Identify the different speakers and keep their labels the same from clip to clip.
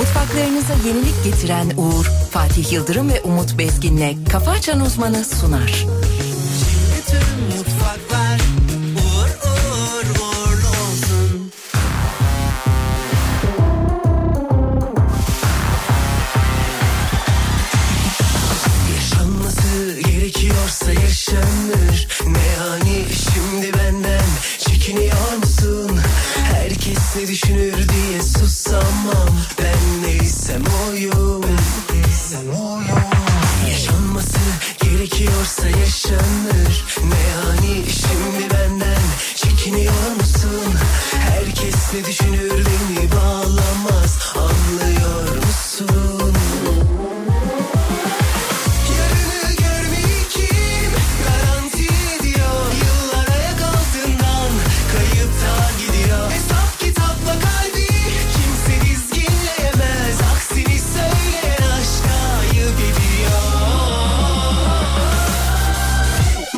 Speaker 1: Kulaklarınıza yenilik getiren Uğur, Fatih Yıldırım ve Umut Bezgin'le Kafa Açan Uzmanı sunar.
Speaker 2: Bütün mutfaklar uğur uğur uğurlu olsun. Yaşanması gerekiyorsa yaşanır. Ne hani şimdi benden çekiniyor musun? Herkes ne düşünür diye susamam. Ben neysem oyum. Ben neysem oyum. Yaşanması gerekiyorsa yaşanır Ne hani şimdi benden çekiniyor musun? Herkes ne düşünür beni bağlamaz Anlıyor musun? Yarını görmeyi kim garanti ediyor? Yıllar ayak altından kayıp ta gidiyor. Hesap kitapla kalbi kimse dizginleyemez. Aksini söyleyen aşka ayıp ediyor.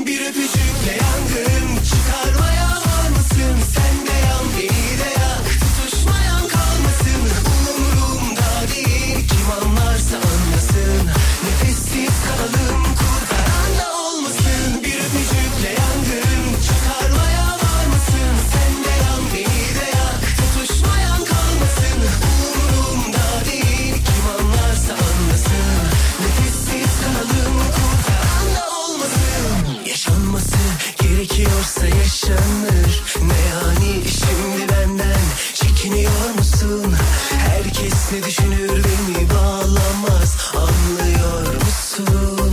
Speaker 2: Bir öpücükle yangın çıkarmaya var mısın? Sen de yan beni de yak. Tutuşmayan kalmasın. Umurumda değil kim anlarsa anlasın. Nefessiz kalalım kurtaran da olmasın. Bir öpücükle yangın çıkarmaya var mısın? Sen de yan beni de yak. Tutuşmayan kalmasın. Umurumda değil kim anlarsa anlasın. Nefessiz kalalım kurtaran da olmasın. Yaşanması gerekiyorsa yaşanır. Ne yani şimdi benden çekiniyor musun? Herkes ne düşünür beni bağlamaz. Anlıyor musun?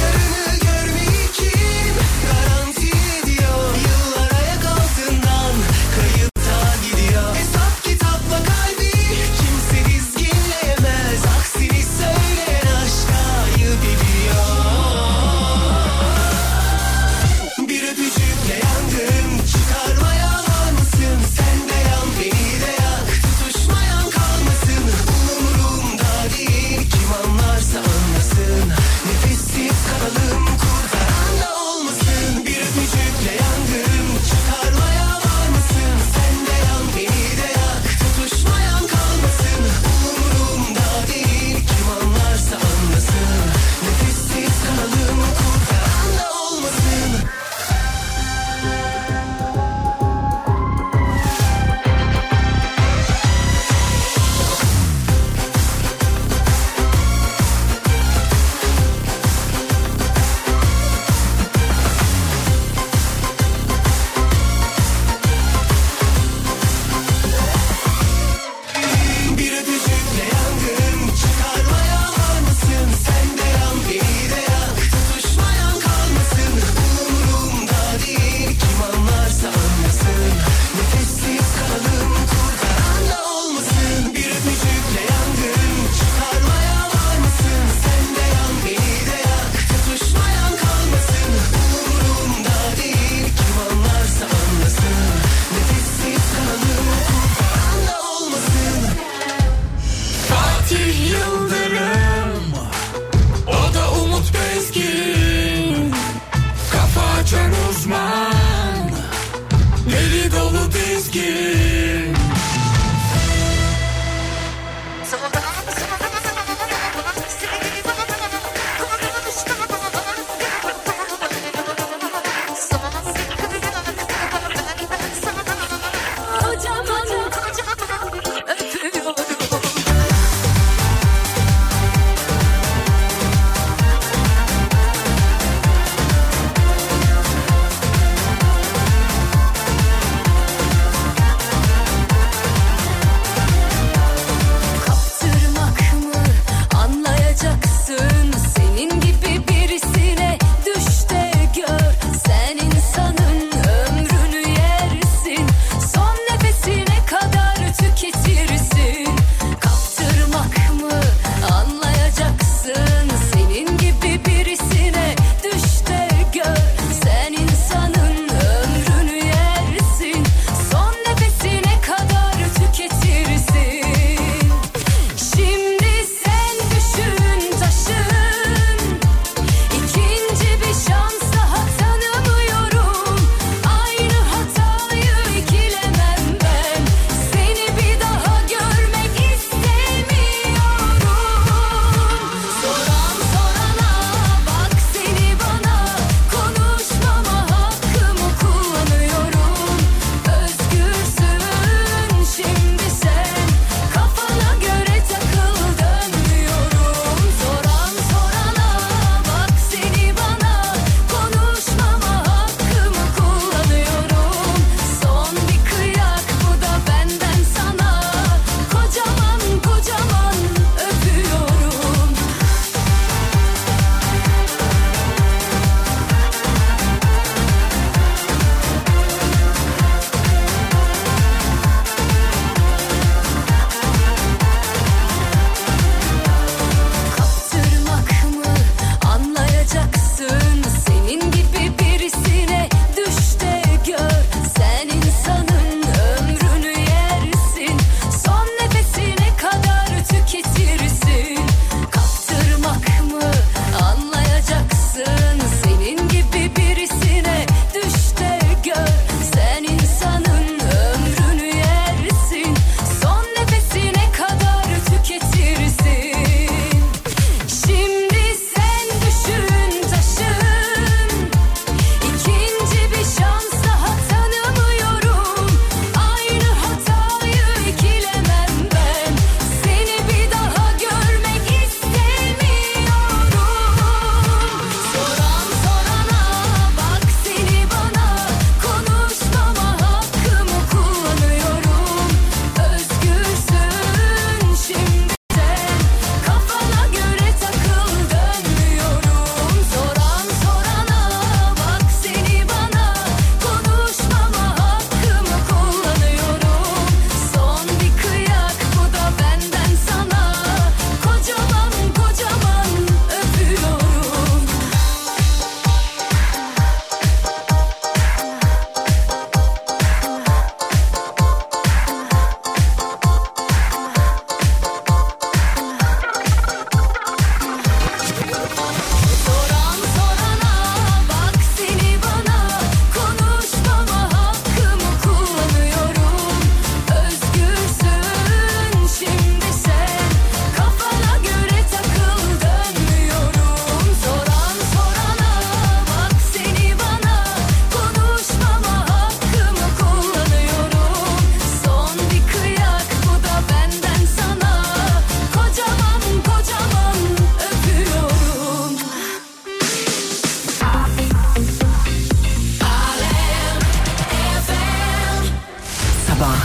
Speaker 2: Yarını görmeyi kim garanti ediyor? Yıllar ayak altından kayıp ta gidiyor. Hesap kitapla kalbi kimse dizginleyemez. Aksini söyleyen aşka ayıp ediyor. Bir öpücükle yangın çıkarmaya var mısın? Sen de yan beni de yak. Tutuşmayan kalmasın. Umurumda değil kim anlarsa anlasın. Nefessiz kalalım kurtaran da olmasın. Bir öpücükle yangın çıkarmaya var mısın? Sen de yan beni de yak. Tutuşmayan kalmasın. Umurumda değil kim anlarsa anlasın. Nefessiz kalalım kurtaran da olmasın. Bir öpücükle yangın çıkarmaya var mısın? Sen de yan beni de yak. Tutuşmayan kalmasın. Umurumda değil kim anlarsa anlasın. Nefessiz kalalım kurtaran da olmasın. Bir öpücükle yangın çıkarmaya var mısın? Sen de yan beni de yak. Tutuşmayan kalmasın. Umurumda değil kim anlarsa anlasın. Nefessiz kalalım kurtaran da olmasın.
Speaker 3: Fatih Yıldırım O da Umut Bezgin Kafa açan uzman Deli dolu dizgin
Speaker 2: Yarını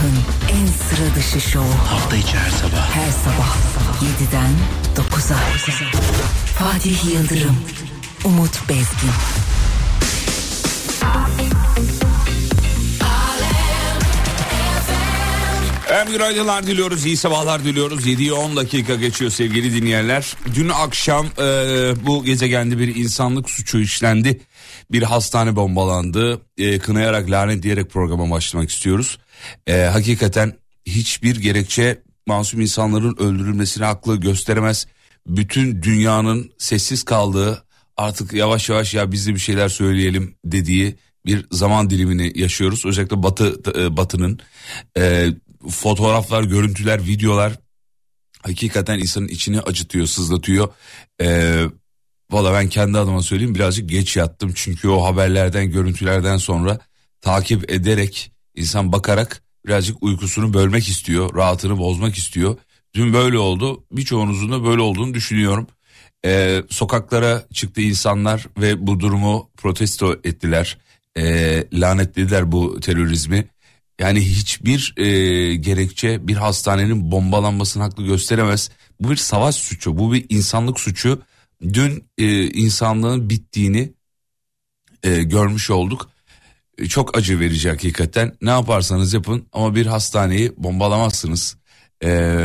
Speaker 1: Güneşli Show.
Speaker 4: Hafta içi her sabah.
Speaker 1: Her sabah 7'den 9'a. Fatih Yıldırım, Umut Bezgin.
Speaker 5: Hem günaydınlar diliyoruz, iyi sabahlar diliyoruz. 7'ye 10 dakika geçiyor sevgili dinleyenler. Dün akşam e, bu gezegende bir insanlık suçu işlendi. Bir hastane bombalandı. E, kınayarak lanet diyerek programa başlamak istiyoruz. E, hakikaten hiçbir gerekçe masum insanların öldürülmesine haklı gösteremez. Bütün dünyanın sessiz kaldığı artık yavaş yavaş ya biz de bir şeyler söyleyelim dediği bir zaman dilimini yaşıyoruz. Özellikle batı e, batının e, fotoğraflar, görüntüler, videolar hakikaten insanın içini acıtıyor, sızlatıyor. E, Valla ben kendi adıma söyleyeyim birazcık geç yattım çünkü o haberlerden, görüntülerden sonra takip ederek insan bakarak birazcık uykusunu bölmek istiyor, rahatını bozmak istiyor. Dün böyle oldu. Birçoğunuzun da böyle olduğunu düşünüyorum. Ee, sokaklara çıktı insanlar ve bu durumu protesto ettiler. Ee, lanetlediler bu terörizmi. Yani hiçbir e, gerekçe bir hastanenin bombalanmasını haklı gösteremez. Bu bir savaş suçu, bu bir insanlık suçu. Dün e, insanlığın bittiğini e, görmüş olduk. E, çok acı verici hakikaten. Ne yaparsanız yapın ama bir hastaneyi bombalamazsınız. E,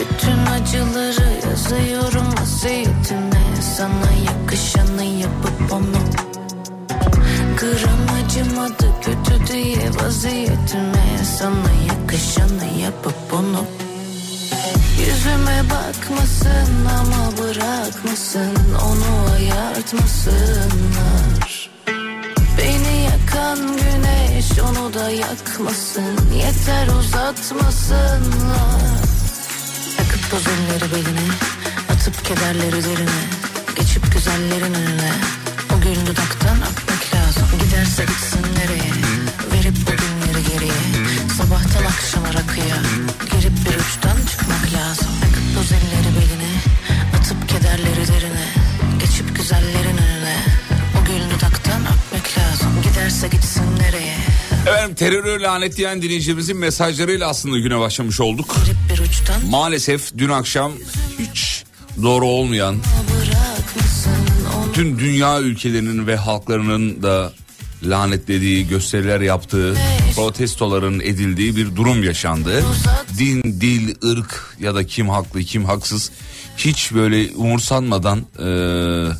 Speaker 6: Bütün acıları yazıyorum vasiyetime Sana yakışanı yapıp onu Gram acımadı kötü diye vaziyetime Sana yakışanı yapıp onu Yüzüme bakmasın ama bırakmasın Onu ayartmasınlar Beni yakan güneş onu da yakmasın Yeter uzatmasınlar Akıp bozulları beline Atıp kederleri derine Geçip güzellerin önüne O gül dudaktan akmak lazım Giderse gitsin nereye Verip o günleri geriye Sabah
Speaker 5: terörü lanetleyen dinleyicilerimizin mesajlarıyla aslında güne başlamış olduk.
Speaker 7: bir uçtan
Speaker 5: Maalesef dün akşam hiç doğru olmayan
Speaker 7: bırakmasın onu
Speaker 5: tüm dünya ülkelerinin ve halklarının da lanetlediği, gösteriler yaptığı, protestoların edildiği bir durum yaşandı. Din, dil, ırk ya da kim haklı kim haksız hiç böyle umursanmadan eee,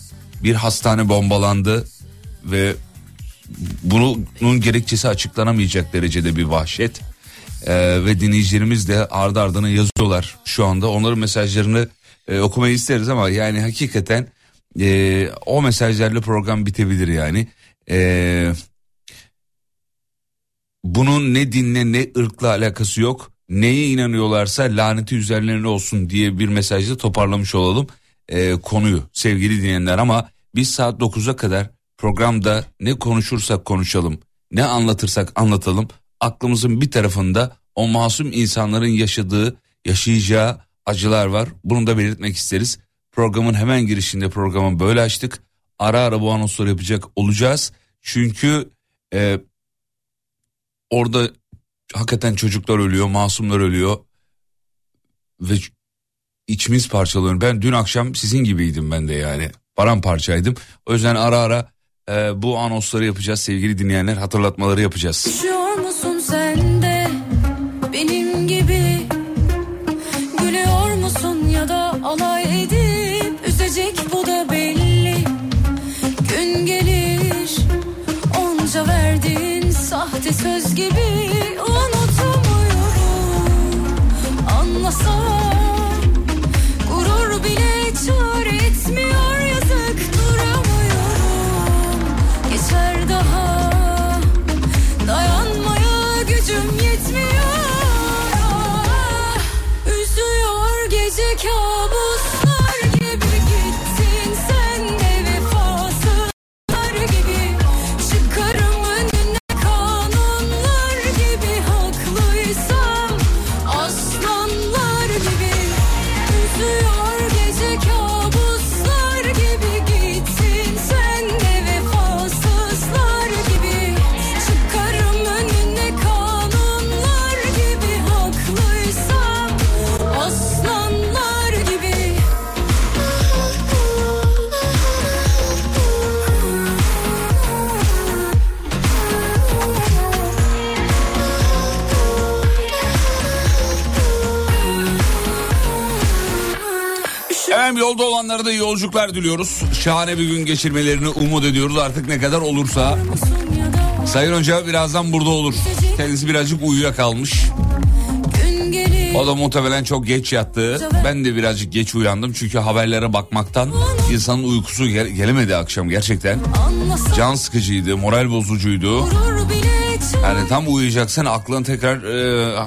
Speaker 5: bir hastane bombalandı ve bunun gerekçesi açıklanamayacak derecede bir vahşet. Ee, ve dinleyicilerimiz de ardı ardına yazıyorlar şu anda. Onların mesajlarını e, okumayı isteriz ama yani hakikaten e, o mesajlarla program bitebilir yani. E, bunun ne dinle ne ırkla alakası yok. Neye inanıyorlarsa laneti üzerlerine olsun diye bir mesajla toparlamış olalım e, konuyu sevgili dinleyenler. Ama biz saat 9'a kadar programda ne konuşursak konuşalım, ne anlatırsak anlatalım aklımızın bir tarafında o masum insanların yaşadığı, yaşayacağı acılar var. Bunu da belirtmek isteriz. Programın hemen girişinde programı böyle açtık. Ara ara bu anonsları yapacak olacağız. Çünkü e, orada hakikaten çocuklar ölüyor, masumlar ölüyor ve içimiz parçalanıyor. Ben dün akşam sizin gibiydim ben de yani. Paramparçaydım. O yüzden ara ara e, bu anonsları yapacağız sevgili dinleyenler. Hatırlatmaları yapacağız.
Speaker 7: Düşüyor musun sen de benim gibi Gülüyor musun ya da alay edip Üzecek bu da belli Gün gelir onca verdiğin sahte söz gibi Unutamıyorum anlasam Gurur bile çare etmiyor yazık duramıyorum Geçer daha Dayanmaya gücüm yetmiyor Ah, Üzüyor gece kabuslar gibi Gittin sen de vefasızlar gibi Çıkarım önüne kanunlar gibi Haklıysam aslanlar gibi Üzüyor gece kabuslar gibi Gittin sen de vefasızlar gibi Çıkarım önüne kanunlar gibi Haklıysam aslanlar gibi
Speaker 5: Efendim yolda olanlara da iyi yolculuklar diliyoruz. Şahane bir gün geçirmelerini umut ediyoruz artık ne kadar olursa. Sayın Hoca birazdan burada olur. Kendisi birazcık uyuyakalmış.
Speaker 7: Gün gelir
Speaker 5: O da muhtemelen çok geç yattı. Ben de birazcık geç uyandım çünkü haberlere bakmaktan insanın uykusu gel- gelemedi akşam gerçekten.
Speaker 7: anlasam
Speaker 5: Can sıkıcıydı, moral bozucuydu.
Speaker 7: Gurur bile çare
Speaker 5: Yani tam uyuyacaksın aklın tekrar e,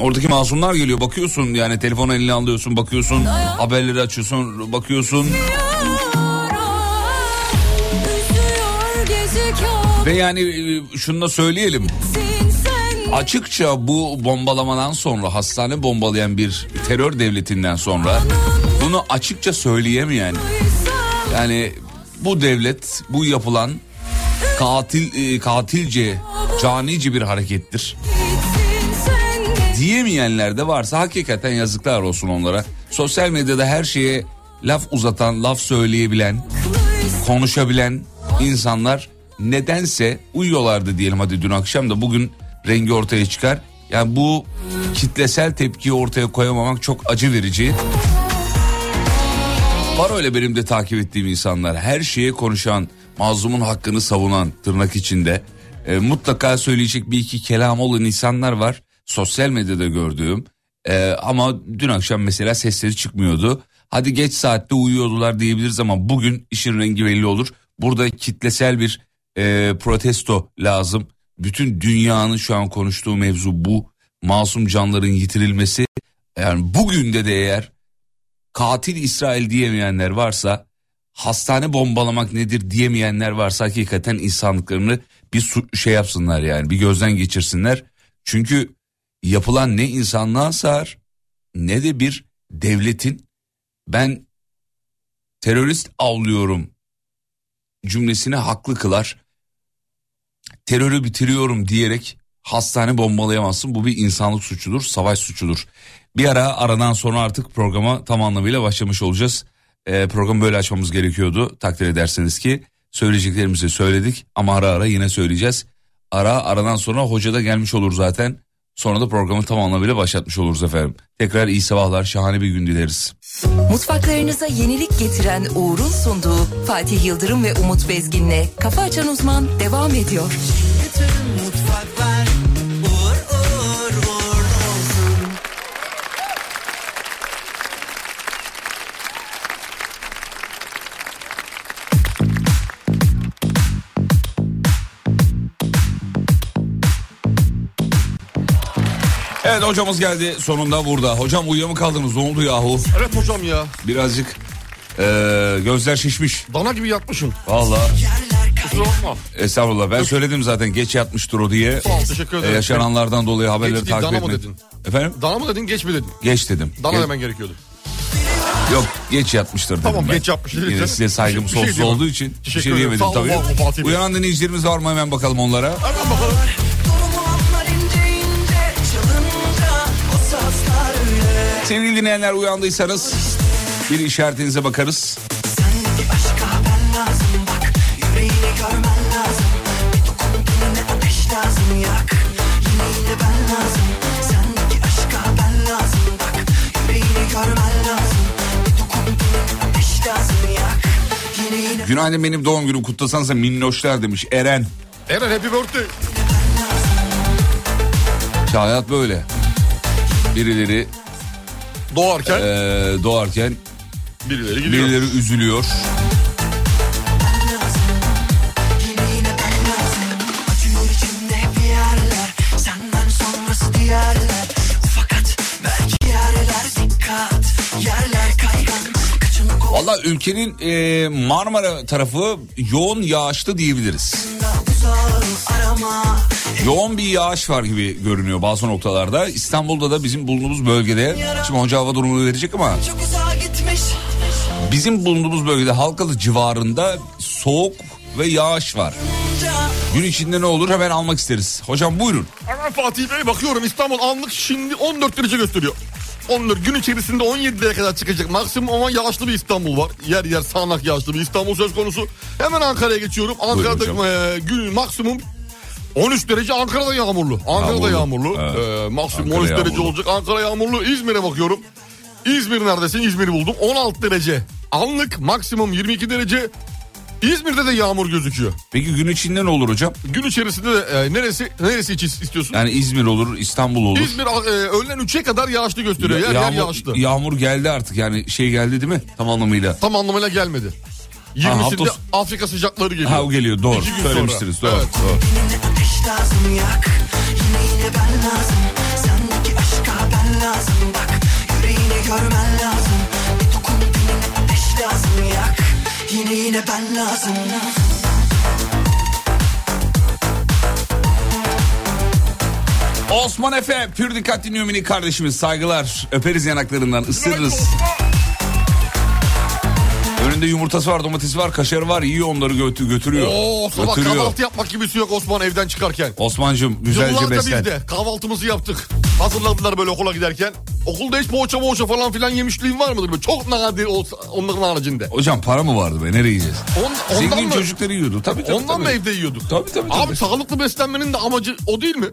Speaker 5: oradaki masumlar geliyor. Bakıyorsun yani telefonu eline alıyorsun, bakıyorsun, haberleri açıyorsun, bakıyorsun.
Speaker 7: Ah, Üzüyor gece
Speaker 5: Ve yani e, şunu da söyleyelim.
Speaker 7: kabussin sen
Speaker 5: Açıkça bu bombalamadan sonra hastane bombalayan bir terör devletinden sonra bunu açıkça söyleyemeyen
Speaker 7: Haklıysam
Speaker 5: yani bu devlet bu yapılan katil e, katilce canici bir harekettir
Speaker 7: gittin sen de
Speaker 5: diyemeyenler de varsa hakikaten yazıklar olsun onlara. Sosyal medyada her şeye laf uzatan, laf söyleyebilen,
Speaker 7: Haklıysam
Speaker 5: konuşabilen insanlar nedense uyuyorlardı diyelim hadi dün akşam da bugün rengi ortaya çıkar. Yani bu kitlesel tepkiyi ortaya koyamamak çok acı verici. Var öyle benim de takip ettiğim insanlar her şeye konuşan, mazlumun hakkını savunan tırnak içinde e, mutlaka söyleyecek bir iki kelam olan insanlar var. Sosyal medyada gördüğüm E, ama dün akşam mesela sesleri çıkmıyordu. Hadi geç saatte uyuyordular diyebiliriz ama bugün işin rengi belli olur. Burada kitlesel bir e, protesto lazım. Bütün dünyanın şu an konuştuğu mevzu bu. Masum canların yitirilmesi. Yani bugün de de eğer katil İsrail diyemeyenler varsa hastane bombalamak nedir diyemeyenler varsa hakikaten insanlıklarını bir su- şey yapsınlar yani bir gözden geçirsinler. Çünkü yapılan ne insanlığa sığar ne de bir devletin ben terörist avlıyorum cümlesini haklı kılar. terörü bitiriyorum diyerek hastane bombalayamazsın. Bu bir insanlık suçudur, savaş suçudur. Bir ara aradan sonra artık programa tam anlamıyla başlamış olacağız. Ee, programı böyle açmamız gerekiyordu. Takdir ederseniz ki söyleyeceklerimizi söyledik ama ara ara yine söyleyeceğiz. Ara aradan sonra hoca da gelmiş olur zaten. Sonra da programı tam anlamıyla başlatmış oluruz efendim. Tekrar iyi sabahlar, şahane bir gün dileriz.
Speaker 1: Mutfaklarınıza yenilik getiren Uğur'un sunduğu Fatih Yıldırım ve Umut Bezgin'le Kafa Açan Uzman devam ediyor.
Speaker 2: Bütün mutfaklar uğur uğur uğur olsun.
Speaker 5: Evet hocamız geldi sonunda burada. Hocam uyuyor mu kaldınız? Ne oldu yahu?
Speaker 8: Evet hocam ya.
Speaker 5: Birazcık eee, gözler şişmiş.
Speaker 8: Dana gibi yatmışsın.
Speaker 5: Valla
Speaker 8: Kusura bakma.
Speaker 5: estağfurullah ben söyledim zaten geç yatmıştır o diye.
Speaker 8: Sağ ol, teşekkür
Speaker 5: Ee,
Speaker 8: ederim.
Speaker 5: yaşananlardan dolayı haberleri
Speaker 8: Geç değil,
Speaker 5: takip
Speaker 8: dana mı
Speaker 5: etmek.
Speaker 8: dedin?
Speaker 5: Efendim?
Speaker 8: Dana mı dedin geç mi dedin?
Speaker 5: Geç dedim.
Speaker 8: Dana
Speaker 5: Geç-
Speaker 8: demen gerekiyordu.
Speaker 5: Yok geç yatmıştır dedim
Speaker 8: Tamam,
Speaker 5: ben.
Speaker 8: geç yatmıştır.
Speaker 5: Yine
Speaker 8: Lütfen.
Speaker 5: size saygım
Speaker 8: Bir şey
Speaker 5: sonsuz
Speaker 8: diyemem.
Speaker 5: olduğu için bir
Speaker 8: Teşekkür
Speaker 5: şey
Speaker 8: ederim.
Speaker 5: diyemedim
Speaker 8: Sağ ol,
Speaker 5: tabii.
Speaker 8: var olun Fatih Bey.
Speaker 5: Uyanan dinleyicilerimiz var mı hemen bakalım onlara.
Speaker 8: Hemen bakalım.
Speaker 2: Durumu anlar ince ince çalınca o sazlar öyle.
Speaker 5: Sevgili dinleyenler uyandıysanız bir işaretinize bakarız.
Speaker 2: Sendeki aşka ben lazım bak yüreğini görmen lazım. Bir dokun eline ateş lazım yak. Yine yine ben lazım. Sendeki aşka ben lazım bak yüreğini görmen lazım. Bir dokun eline ateş lazım yak. Yine yine
Speaker 5: Günaydın benim doğum günüm kutlasanıza minnoşlar demiş Eren.
Speaker 8: Eren happy birthday.
Speaker 5: İşte hayat böyle. Birileri
Speaker 8: Doğarken
Speaker 5: eee, doğarken
Speaker 8: birileri gidiyor.
Speaker 5: birileri üzülüyor.
Speaker 2: Yine yine ben lazım Acıyor içimde hep yerler Senden sonrası diğerler Fakat belki yareler dikkat Yerler kaygan Kaçını kovalar
Speaker 5: Valla ülkenin eee, Marmara tarafı yoğun yağışlı diyebiliriz.
Speaker 2: uzağı arama
Speaker 5: Yoğun bir yağış var gibi görünüyor bazı noktalarda. İstanbul'da da bizim bulunduğumuz bölgede, şimdi hoca hava durumunu verecek ama
Speaker 2: Çok uzağa gitmiş
Speaker 5: bizim bulunduğumuz bölgede Halkalı civarında soğuk ve yağış var. Gün içinde ne olur hemen almak isteriz. Hocam buyurun.
Speaker 8: Hemen Fatih Bey bakıyorum İstanbul anlık şimdi 14 derece gösteriyor. 14 gün içerisinde 17'lere kadar çıkacak. Maksimum ama yağışlı bir İstanbul var. Yer yer sağanak yağışlı bir İstanbul söz konusu. Hemen Ankara'ya geçiyorum. Ankara'da
Speaker 5: hocam.
Speaker 8: e, gün maksimum 13 derece Ankara'da yağmurlu. Ankara'da
Speaker 5: Yağmurlu,
Speaker 8: yağmurlu.
Speaker 5: evet.
Speaker 8: E, maksimum
Speaker 5: Ankara
Speaker 8: 13 derece
Speaker 5: yağmurlu.
Speaker 8: olacak. Ankara yağmurlu. İzmir'e bakıyorum. İzmir neredesin? İzmir'i buldum. 16 derece. Anlık maksimum 22 derece. İzmir'de de yağmur gözüküyor.
Speaker 5: Peki gün içinde ne olur hocam?
Speaker 8: Gün içerisinde de e, neresi neresi için istiyorsun?
Speaker 5: Yani İzmir olur, İstanbul olur.
Speaker 8: İzmir e, öğlen 3'e kadar yağışlı gösteriyor. Yer yer yağışlı.
Speaker 5: yağmur geldi artık yani şey geldi değil mi tam anlamıyla?
Speaker 8: Tam anlamıyla gelmedi.
Speaker 5: Ha,
Speaker 8: 20'sinde
Speaker 5: hafta-
Speaker 8: Afrika sıcakları geliyor.
Speaker 5: Ha o geliyor doğru
Speaker 8: İki gün sonra.
Speaker 5: söylemiştiniz doğru.
Speaker 8: Evet.
Speaker 5: doğru.
Speaker 2: Yine ateş lazım yak Yine yine ben lazım Sendeki aşka ben lazım bak Yüreğini görmen lazım Bir dokun diline ateş lazım yak Yine yine ben lazım
Speaker 5: Osman Efe pür dikkat dinliyor minik kardeşimiz saygılar öperiz yanaklarından ısırırız. Önünde yumurtası var domatesi var kaşarı var yiyor onları götü götürüyor.
Speaker 8: Oo, sabah
Speaker 5: götürüyor.
Speaker 8: kahvaltı yapmak gibisi yok Osman evden çıkarken.
Speaker 5: Osman'cığım güzelce
Speaker 8: Yıllarca
Speaker 5: beslen.
Speaker 8: biz de kahvaltımızı yaptık. Hazırladılar böyle okula giderken. Okulda hiç poğaça poğaça falan filan yemişliğin var mıdır? Böyle çok nadir olsa onların haricinde.
Speaker 5: Hocam para mı vardı be nereye yiyeceğiz?
Speaker 8: On- ondan
Speaker 5: Zengin
Speaker 8: mı?
Speaker 5: çocukları yiyordu tabii tabii.
Speaker 8: Ondan
Speaker 5: tabii.
Speaker 8: mı evde yiyorduk?
Speaker 5: Tabii, tabii,
Speaker 8: Abi
Speaker 5: tabii.
Speaker 8: sağlıklı beslenmenin de amacı o değil mi?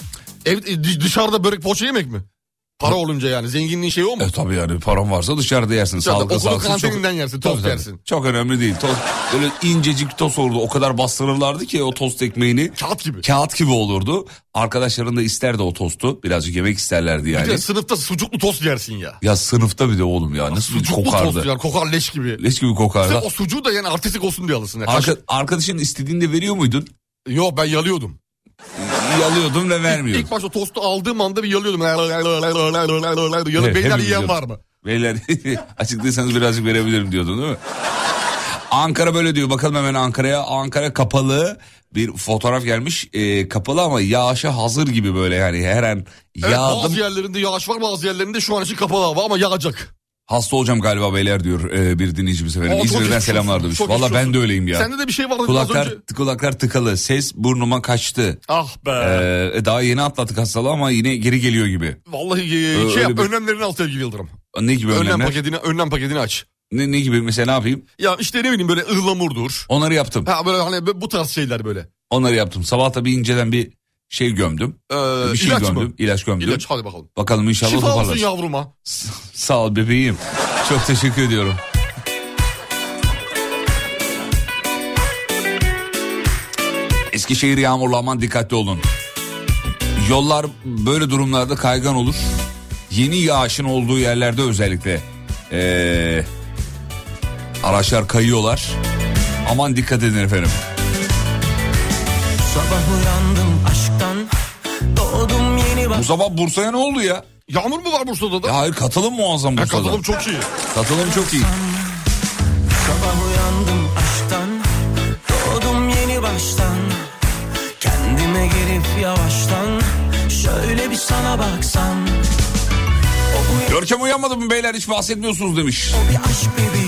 Speaker 8: Ev, e, dış- dışarıda börek poğaça yemek mi? Para olunca yani zenginliğin şeyi o mu?
Speaker 5: E tabii yani param varsa dışarıda yersin.
Speaker 8: Dışarıda,
Speaker 5: Sağlıklı
Speaker 8: okulun
Speaker 5: sağlıksız
Speaker 8: kantininden yersin, tost yersin.
Speaker 5: Çok önemli değil. Tost, öyle incecik tost olurdu. O kadar bastırırlardı ki o tost ekmeğini.
Speaker 8: Kağıt gibi.
Speaker 5: Kağıt gibi olurdu. Arkadaşların da isterdi o tostu. Birazcık yemek isterlerdi yani.
Speaker 8: Bir de sınıfta sucuklu tost yersin ya.
Speaker 5: Ya sınıfta bir de oğlum ya nasıl bir
Speaker 8: Sucuklu tost
Speaker 5: kokardı.
Speaker 8: yani kokar leş gibi.
Speaker 5: Leş gibi
Speaker 8: Sen
Speaker 5: kokardı.
Speaker 8: o sucuğu da yani artistik olsun diye alırsın. Ya. Kaş-
Speaker 5: Arka, arkadaşın istediğinde veriyor muydun?
Speaker 8: Yok ben yalıyordum.
Speaker 5: Yalıyordun ve vermiyordun.
Speaker 8: İlk başta tostu aldığım anda bir yalıyordum. Yalı, beyler
Speaker 5: Evet, hepimiz
Speaker 8: yiyen var
Speaker 5: yiyorduk.
Speaker 8: mı?
Speaker 5: Beyler açıklıysanız birazcık verebilirim diyordun değil mi? Ankara böyle diyor. Bakalım hemen Ankara'ya. Ankara kapalı. Bir fotoğraf gelmiş. Ee, kapalı ama yağışa hazır gibi böyle yani her an
Speaker 8: Evet,
Speaker 5: yağdım.
Speaker 8: bazı yerlerinde yağış var bazı yerlerinde şu an için kapalı hava ama yağacak.
Speaker 5: Hasta olacağım galiba beyler diyor e, bir dinleyicimiz efendim.
Speaker 8: Aa, çok
Speaker 5: İzmir'den
Speaker 8: geçmiş
Speaker 5: selamlar
Speaker 8: olsun,
Speaker 5: demiş.
Speaker 8: çok
Speaker 5: Valla
Speaker 8: geçmiş
Speaker 5: ben de
Speaker 8: olsun.
Speaker 5: öyleyim ya.
Speaker 8: Sende de bir şey vardı az
Speaker 5: kulaklar,
Speaker 8: önce.
Speaker 5: Kulaklar tıkalı. Ses burnuma kaçtı.
Speaker 8: Ah be.
Speaker 5: Ee, daha yeni atlattık hastalığı ama yine geri geliyor gibi.
Speaker 8: Vallahi e, şey
Speaker 5: öyle
Speaker 8: yap,
Speaker 5: bir-
Speaker 8: önlemlerini al sevgili Yıldırım.
Speaker 5: Ne gibi
Speaker 8: Önlem,
Speaker 5: önlemler?
Speaker 8: paketini önlem paketini aç.
Speaker 5: Ne, ne gibi mesela ne yapayım?
Speaker 8: Ya işte ne bileyim böyle ıhlamurdur.
Speaker 5: Onları yaptım.
Speaker 8: Ha böyle hani bu tarz şeyler böyle.
Speaker 5: Onları yaptım. Sabah da bir inceden bir şey gömdüm.
Speaker 8: Ee,
Speaker 5: bir şey
Speaker 8: ilaç
Speaker 5: gömdüm.
Speaker 8: mı?
Speaker 5: İlaç gömdüm.
Speaker 8: İlaç hadi bakalım.
Speaker 5: Bakalım inşallah
Speaker 8: Şifa olsun
Speaker 5: toparlar.
Speaker 8: yavruma.
Speaker 5: Sağ ol bebeğim. Çok teşekkür ediyorum. Eskişehir yağmurlu aman dikkatli olun. Yollar böyle durumlarda kaygan olur. Yeni yağışın olduğu yerlerde özellikle ee, araçlar kayıyorlar. Aman dikkat edin efendim.
Speaker 2: Sabah uyandım aşktan Doğdum yeni
Speaker 5: Bu sabah Bursa'ya ne oldu ya?
Speaker 8: Yağmur mu var Bursa'da da?
Speaker 5: Ya hayır katılım muazzam
Speaker 8: Ya
Speaker 5: Bursa'da.
Speaker 8: katılım çok iyi.
Speaker 5: katılım çok iyi.
Speaker 2: Sabah uyandım aşktan Doğdum yeni baştan Kendime gelip yavaştan Şöyle bir sana baksam O bu
Speaker 5: Görkem uyanmadı mı beyler hiç bahsetmiyorsunuz demiş.
Speaker 2: o bir aşk bebeği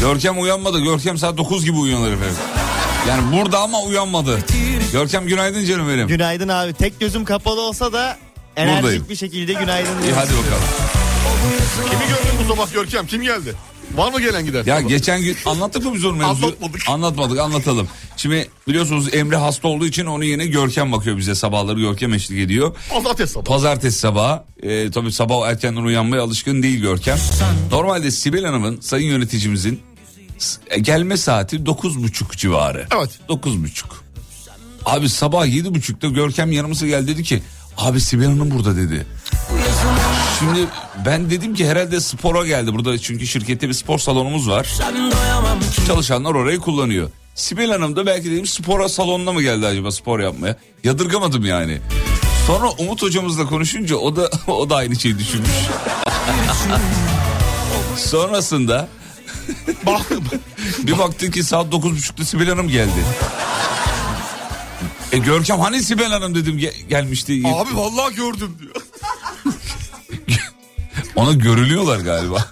Speaker 5: Görkem uyanmadı. Görkem saat 9 gibi uyanır efendim. Yani burada ama uyanmadı. Görkem günaydın canım benim.
Speaker 4: Günaydın abi. Tek gözüm kapalı olsa da enerjik
Speaker 5: Buradayım.
Speaker 4: bir şekilde günaydın
Speaker 5: İyi
Speaker 4: diyorum.
Speaker 5: hadi bakalım.
Speaker 8: Kimi gördün bu sabah Görkem? Kim geldi? Var mı gelen giden?
Speaker 5: Ya geçen gün anlattık mı biz onu mevzuyu?
Speaker 8: Anlatmadık.
Speaker 5: Anlatmadık anlatalım. Şimdi biliyorsunuz Emre hasta olduğu için onun yerine Görkem bakıyor bize sabahları. Görkem eşlik ediyor.
Speaker 8: Pazartesi sabah.
Speaker 5: Pazartesi sabahı e, tabii sabah erkenden uyanmaya alışkın değil Görkem. Normalde Sibel Hanım'ın sayın yöneticimizin s- e, gelme saati 9.30 civarı.
Speaker 8: Evet.
Speaker 5: 9.30. Abi sabah 7.30'da Görkem yanımıza geldi dedi ki abi Sibel Hanım burada dedi. Şimdi ben dedim ki herhalde spora geldi burada çünkü şirkette bir spor salonumuz var. Çalışanlar orayı kullanıyor. Sibel Hanım da belki dedim spora salonuna mı geldi acaba spor yapmaya? Yadırgamadım yani. Sonra Umut hocamızla konuşunca o da o da aynı şeyi düşünmüş. Sonrasında
Speaker 8: Baktım.
Speaker 5: bir baktık ki saat 9.30'da Sibel Hanım geldi. E Görkem hani Sibel Hanım dedim ge- gelmişti.
Speaker 8: Abi vallahi gördüm diyor.
Speaker 5: Ona görülüyorlar galiba.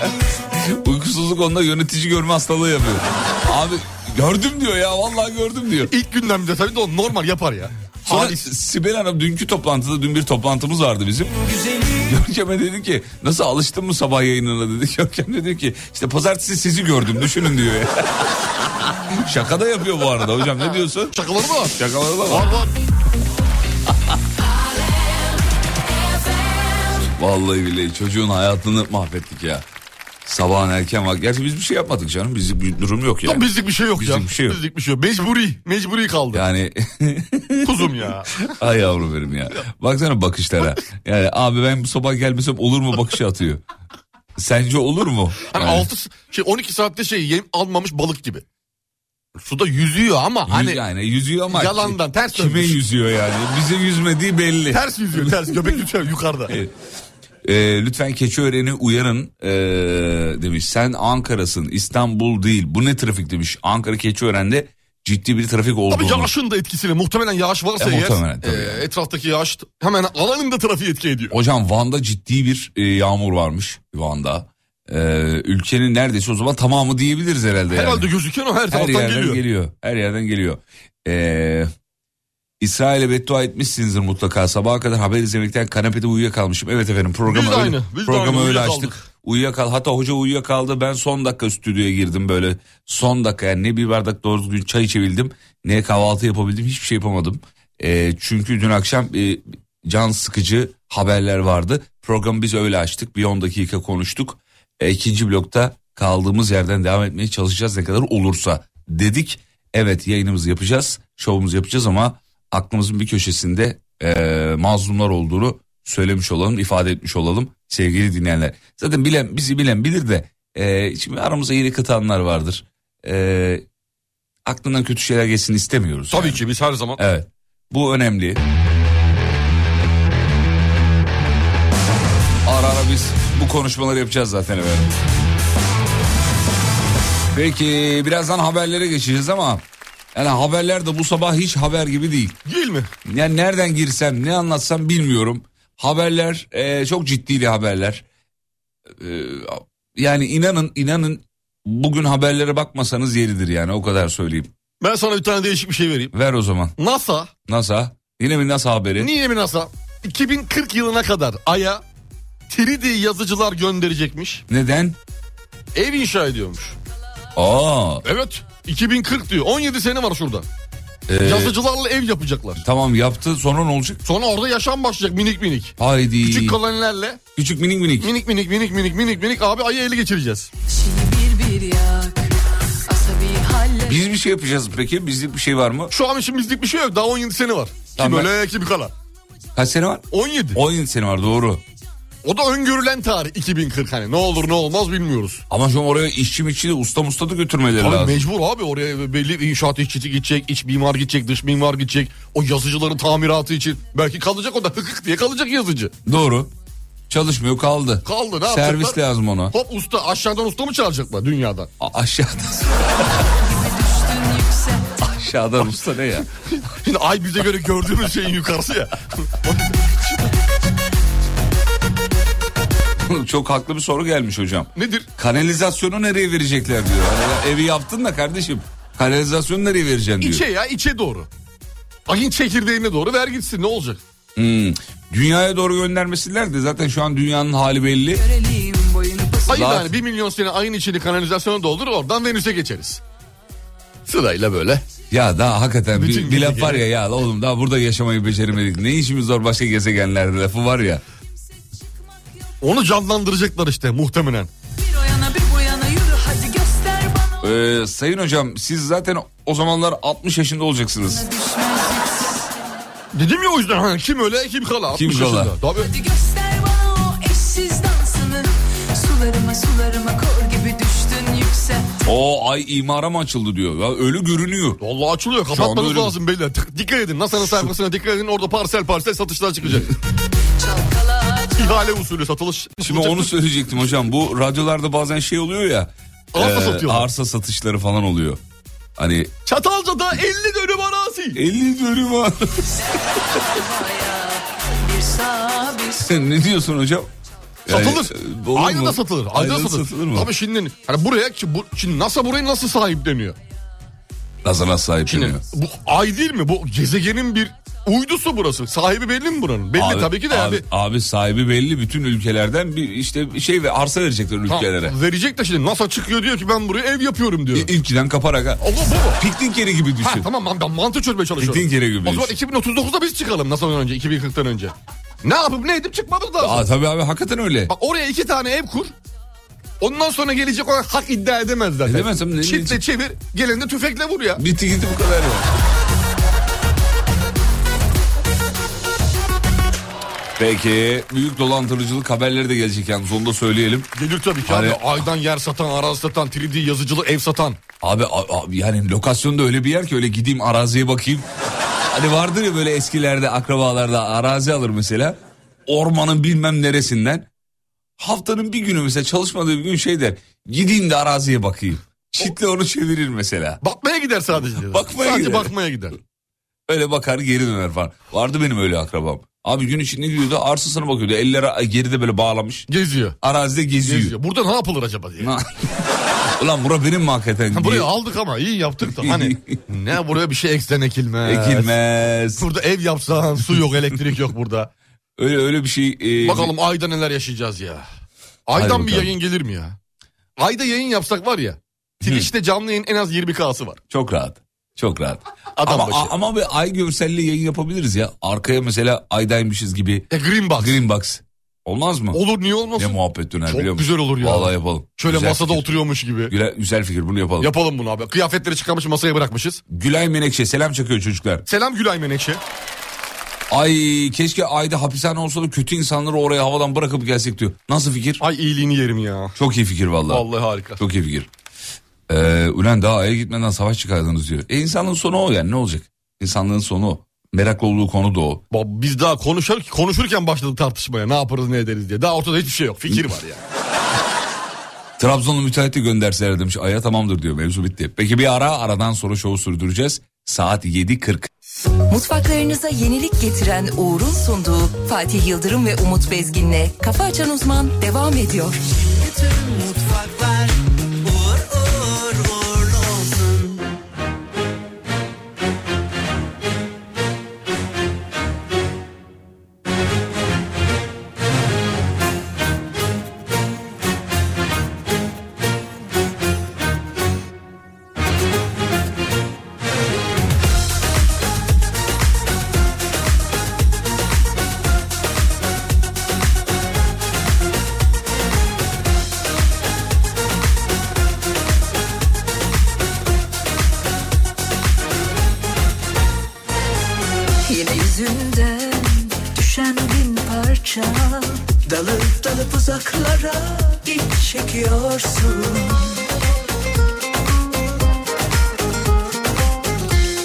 Speaker 5: Uykusuzluk onda yönetici görme hastalığı yapıyor. Abi gördüm diyor ya vallahi gördüm diyor.
Speaker 8: İlk günden bir de tabii de o normal yapar ya.
Speaker 5: Sonra
Speaker 8: Halis.
Speaker 5: Sibel Hanım dünkü toplantıda dün bir toplantımız vardı bizim. Görkem'e dedi ki nasıl alıştın mı sabah yayınına dedi. Görkem dedi ki işte pazartesi sizi gördüm düşünün diyor. ya. Şaka da yapıyor bu arada hocam ne diyorsun?
Speaker 8: Şakaları mı var?
Speaker 5: Şakaları da var.
Speaker 8: Var var.
Speaker 5: Vallahi billahi çocuğun hayatını mahvettik ya. Sabahın erken vakti. Gerçi biz bir şey yapmadık canım. Bizlik bir durum yok yani.
Speaker 8: Yok, bizlik bir şey yok ya.
Speaker 5: Bizlik bir şey yok.
Speaker 8: Bizlik bir şey yok. Mecburi. Mecburi kaldı.
Speaker 5: Yani
Speaker 8: Kuzum ya.
Speaker 5: ay yavrum benim ya. Baksana bakışlara. Yani abi ben bu sabah gelmesem olur mu bakışı atıyor. Sence olur mu?
Speaker 8: Hani
Speaker 5: Yani,
Speaker 8: 6 şey 12 saatte şey yem almamış balık gibi. Suda yüzüyor ama
Speaker 5: yüz-
Speaker 8: hani
Speaker 5: yani yüzüyor ama
Speaker 8: yalandan ters
Speaker 5: kime
Speaker 8: dönmüş.
Speaker 5: yüzüyor yani? Bize yüzmediği belli.
Speaker 8: ters yüzüyor ters göbek yüzüyor yukarıda.
Speaker 5: Ee, lütfen Keçiören'i uyarın ee, demiş. Sen Ankara'sın İstanbul değil. Bu ne trafik demiş. Ankara Keçiören'de ciddi bir trafik olduğunu.
Speaker 8: Tabii yağışın da etkisiyle muhtemelen yağış varsa
Speaker 5: E,
Speaker 8: eğer
Speaker 5: muhtemelen, tabii
Speaker 8: e,
Speaker 5: yani.
Speaker 8: etraftaki yağış hemen alanında trafiği etki ediyor.
Speaker 5: Hocam Van'da ciddi bir e, yağmur varmış Van'da. Ee, ülkenin neredeyse o zaman tamamı diyebiliriz herhalde. yani.
Speaker 8: Herhalde gözüken o her
Speaker 5: her
Speaker 8: taraftan
Speaker 5: yerden
Speaker 8: geliyor.
Speaker 5: geliyor. Her yerden geliyor. Ee, İsrail'e beddua etmişsinizdir mutlaka. Sabaha kadar haber izlemekten kanepede uyuyakalmışım. Evet efendim programı
Speaker 8: Biz de
Speaker 5: öyle,
Speaker 8: aynı, biz de
Speaker 5: programı
Speaker 8: aynı,
Speaker 5: öyle
Speaker 8: uyuyakaldık.
Speaker 5: açtık. Uyuyakal, hatta hoca uyuyakaldı. Ben son dakika stüdyoya girdim böyle. Son dakika yani ne bir bardak doğru düzgün çay içebildim. Ne kahvaltı yapabildim. Hiçbir şey yapamadım. Ee, çünkü dün akşam e, can sıkıcı haberler vardı. Programı biz öyle açtık. Bir 10 dakika konuştuk. E, ikinci blokta kaldığımız yerden devam etmeye çalışacağız ne kadar olursa dedik. Evet yayınımızı yapacağız, şovumuzu yapacağız ama aklımızın bir köşesinde e, mazlumlar olduğunu söylemiş olalım, ifade etmiş olalım sevgili dinleyenler. Zaten bilen bizi bilen bilir de e, şimdi aramıza yeni katılanlar vardır. E, aklından kötü şeyler geçsin istemiyoruz.
Speaker 8: Tabii
Speaker 5: yani.
Speaker 8: ki biz her zaman.
Speaker 5: Evet. Bu önemli. Ara ara biz bu konuşmaları yapacağız zaten efendim. Peki birazdan haberlere geçeceğiz ama yani haberler de bu sabah hiç haber gibi değil.
Speaker 8: Değil mi?
Speaker 5: Yani nereden girsem ne anlatsam bilmiyorum. Haberler e, çok ciddi haberler. Ee, yani inanın inanın bugün haberlere bakmasanız yeridir yani o kadar söyleyeyim.
Speaker 8: Ben sana bir tane değişik bir şey vereyim.
Speaker 5: Ver o zaman.
Speaker 8: NASA.
Speaker 5: NASA. Yine mi NASA haberi?
Speaker 8: Niye mi NASA? 2040 yılına kadar Ay'a 3D yazıcılar gönderecekmiş.
Speaker 5: Neden?
Speaker 8: Ev inşa ediyormuş.
Speaker 5: Aa.
Speaker 8: Evet. 2040 diyor. 17 sene var şurada.
Speaker 5: e,
Speaker 8: Yazıcılarla ev yapacaklar.
Speaker 5: tamam yaptı sonra ne olacak?
Speaker 8: Sonra orada yaşam başlayacak minik minik.
Speaker 5: Haydi.
Speaker 8: Küçük
Speaker 5: Küçük,
Speaker 8: kolonilerle
Speaker 5: minik minik.
Speaker 8: minik minik minik minik minik minik abi ayı ele geçireceğiz.
Speaker 6: Şimdi bir bir yak Asabi haller
Speaker 5: Biz bir şey yapacağız peki. Bizlik bir şey var mı?
Speaker 8: Şu an için bizlik bir şey yok daha 17 sene var. Ki
Speaker 5: Tamam.
Speaker 8: böyle ki bir kala.
Speaker 5: Kaç sene var?
Speaker 8: 17.
Speaker 5: 17 sene var doğru.
Speaker 8: O da öngörülen tarih 2040 hani ne olur ne olmaz bilmiyoruz.
Speaker 5: Ama şu an oraya işçi miççi de usta musta da götürmeleri
Speaker 8: Abi
Speaker 5: lazım.
Speaker 8: mecbur abi oraya belli inşaat işçisi gidecek, iç mimar gidecek, dış mimar gidecek. O yazıcıların tamiratı için belki kalacak o da hıkık diye kalacak yazıcı.
Speaker 5: Doğru. Çalışmıyor kaldı.
Speaker 8: Kaldı ne
Speaker 5: Servis
Speaker 8: yapacaklar?
Speaker 5: lazım ona.
Speaker 8: Hop usta aşağıdan usta mı çağıracaklar dünyadan?
Speaker 5: A- aşağıdan. aşağıdan usta ne ya?
Speaker 8: Şimdi ay bize göre gördüğümüz şeyin yukarısı ya.
Speaker 5: Çok haklı bir soru gelmiş hocam.
Speaker 8: Nedir?
Speaker 5: Kanalizasyonu nereye verecekler diyor. Hani ya evi yaptın da kardeşim. Kanalizasyonu nereye vereceksin diyor.
Speaker 8: İçe ya içe doğru. Ayın çekirdeğine doğru ver gitsin ne olacak?
Speaker 5: Hmm. Dünyaya doğru göndermesinler de zaten şu an dünyanın hali belli.
Speaker 6: Görelim boyunu basın
Speaker 8: Ayı
Speaker 5: Zaten-
Speaker 8: yani bir milyon sene ayın içini kanalizasyona doldur oradan Venüs'e geçeriz. Sırayla böyle.
Speaker 5: Ya daha hakikaten
Speaker 8: Bütün
Speaker 5: bir, bir laf
Speaker 8: gezegen.
Speaker 5: var ya ya oğlum daha burada yaşamayı beceremedik. Ne işimiz var başka gezegenlerde lafı var ya.
Speaker 8: Onu canlandıracaklar işte muhtemelen.
Speaker 6: Bir o yana bir bu yana yürü hadi göster bana
Speaker 5: Ee, sayın hocam siz zaten o zamanlar 60 yaşında olacaksınız.
Speaker 8: Dedim ya o yüzden hani kim öle kim kala. 60
Speaker 5: Kim kala?
Speaker 8: yaşında. Tabii.
Speaker 6: Hadi göster bana o eşsiz dansını Sularıma sularıma kor gibi düştün yüksel
Speaker 5: O ay imara mı açıldı diyor. Ya ölü görünüyor.
Speaker 8: Vallahi açılıyor
Speaker 5: anda
Speaker 8: kapatmanız
Speaker 5: öyle mi?
Speaker 8: lazım beyler. Tık- Dikkat edin NASA'nın sayfasına dikkat edin orada parsel parsel satışlar çıkacak.
Speaker 6: Çalkala
Speaker 8: İhale usulü satılış.
Speaker 5: Şimdi onu söyleyecektim hocam. Bu radyolarda bazen şey oluyor ya. e,
Speaker 8: Arsa satıyorlar.
Speaker 5: Arsa satışları falan oluyor. Hani
Speaker 8: Çatalca'da 50 dönüm arazi.
Speaker 5: 50 dönüm var.
Speaker 6: bir sağ bir sol
Speaker 5: Sen ne diyorsun hocam? Yani,
Speaker 8: Satılır.
Speaker 5: e, olur
Speaker 8: Aynı
Speaker 5: mu?
Speaker 8: da satılır. Aynı
Speaker 5: Aynada
Speaker 8: da satılır.
Speaker 5: satılır mı?
Speaker 8: Tabii şimdi hani buraya ki bu, şimdi NASA burayı nasıl sahipleniyor?
Speaker 5: Nasıl nasıl
Speaker 8: Şimdi
Speaker 5: sahipleniyor?
Speaker 8: bu ay değil mi? Bu gezegenin bir uydusu burası. Sahibi belli mi buranın? Belli
Speaker 5: Abi-
Speaker 8: tabii ki de
Speaker 5: abi,
Speaker 8: abi.
Speaker 5: abi sahibi belli bütün ülkelerden bir işte şey ve arsa verecekler
Speaker 8: Tamam,
Speaker 5: ülkelere.
Speaker 8: verecek de şimdi NASA çıkıyor diyor ki ben buraya ev yapıyorum diyor.
Speaker 5: İ- İlkiden kaparak ha.
Speaker 8: O bu bu.
Speaker 5: Piknik yeri gibi düşün.
Speaker 8: Ha, tamam ben, ben mantığı çözmeye çalışıyorum.
Speaker 5: Bildiğin kere gibi
Speaker 8: O zaman
Speaker 5: düşün.
Speaker 8: 2039'da biz çıkalım NASA'dan önce 2040'tan önce. Ne yapıp ne edip çıkmamız lazım.
Speaker 5: Aa, tabii abi hakikaten öyle.
Speaker 8: Bak oraya iki tane ev kur. Ondan sonra gelecek olan hak iddia edemez zaten.
Speaker 5: Edemezsem ne-
Speaker 8: Çitle
Speaker 5: ne-
Speaker 8: çevir geleni de tüfekle vur ya.
Speaker 5: Bitti gitti bu kadar ya. Peki büyük dolandırıcılık haberleri de gelecek yalnız onu da söyleyelim.
Speaker 8: Gelir tabii ki
Speaker 5: Hani-
Speaker 8: abi. Aydan yer satan, arazi satan, 3D yazıcılı ev satan.
Speaker 5: Abi, a- a- yani lokasyonda öyle bir yer ki öyle gideyim araziye bakayım. Hani vardır ya böyle eskilerde akrabalarda arazi alır mesela. Ormanın bilmem neresinden. Haftanın bir günü mesela çalışmadığı bir gün şey der. Gideyim de araziye bakayım. Çitle onu çevirir mesela.
Speaker 8: Bakmaya gider sadece.
Speaker 5: Bakmaya
Speaker 8: sadece
Speaker 5: gider.
Speaker 8: bakmaya gider.
Speaker 5: Öyle bakar geri döner falan. Vardı benim öyle akrabam. Abi gün içinde gidiyordu arsasına bakıyordu. Elleri geride böyle bağlamış.
Speaker 8: Geziyor.
Speaker 5: Arazide geziyor.
Speaker 8: Geziyor. Burada ne yapılır acaba diye.
Speaker 5: Na- Ulan bura benim mi hakikaten?
Speaker 8: Ha,
Speaker 5: diye.
Speaker 8: buraya aldık ama iyi yaptık da hani ne buraya bir şey eksen ekilmez.
Speaker 5: Ekilmez.
Speaker 8: Burada ev yapsan su yok elektrik yok burada.
Speaker 5: Öyle öyle bir şey. e,
Speaker 8: Bakalım ayda neler yaşayacağız ya.
Speaker 5: Hadi
Speaker 8: Aydan bir
Speaker 5: bakalım.
Speaker 8: yayın gelir mi ya? Ayda yayın yapsak var ya. Twitch'te canlı yayın en az 20K'sı var.
Speaker 5: Çok rahat. Çok rahat.
Speaker 8: Adam
Speaker 5: ama,
Speaker 8: başı.
Speaker 5: a- ama bir ay görselliği yayın yapabiliriz ya. Arkaya mesela aydaymışız gibi.
Speaker 8: E Green Box.
Speaker 5: Green Box. Olmaz mı?
Speaker 8: Olur niye
Speaker 5: Ne
Speaker 8: olmasın?
Speaker 5: muhabbet döner
Speaker 8: Çok
Speaker 5: biliyor musun?
Speaker 8: güzel olur ya.
Speaker 5: Vallahi yapalım.
Speaker 8: Şöyle
Speaker 5: Güzel
Speaker 8: masada
Speaker 5: fikir.
Speaker 8: oturuyormuş gibi.
Speaker 5: Güle- güzel fikir bunu yapalım.
Speaker 8: Yapalım bunu abi. Kıyafetleri çıkarmış masaya bırakmışız.
Speaker 5: Gülay Menekşe selam çakıyor çocuklar.
Speaker 8: Selam Gülay Menekşe.
Speaker 5: Ay keşke ayda hapishane olsa da kötü insanları oraya havadan bırakıp gelsek diyor. Nasıl fikir?
Speaker 8: Ay iyiliğini yerim ya.
Speaker 5: Çok iyi fikir vallahi.
Speaker 8: Vallahi harika.
Speaker 5: Çok iyi fikir. Ee, ulan daha aya gitmeden savaş çıkardınız diyor. E insanlığın sonu o yani ne olacak? İnsanlığın sonu o. Meraklı olduğu konu da o.
Speaker 8: Bak Biz daha konuşur, konuşurken başladık tartışmaya. Ne yaparız ne ederiz diye. Daha ortada hiçbir şey yok. Fikir var ya.
Speaker 5: Trabzonlu müteahhiti gönderseler demiş. Aya tamamdır diyor mevzu bitti. Peki bir ara aradan sonra şovu sürdüreceğiz. saat 7.40.
Speaker 1: Mutfaklarınıza yenilik getiren Uğur'un sunduğu Fatih Yıldırım ve Umut Bezgin'le Kafa Açan Uzman devam ediyor.
Speaker 2: Mutfaklar uğur uğur uğurlu olsun.
Speaker 6: Yine yüzünden düşen bin parça
Speaker 2: Dalıp dalıp uzaklara git çekiyorsun.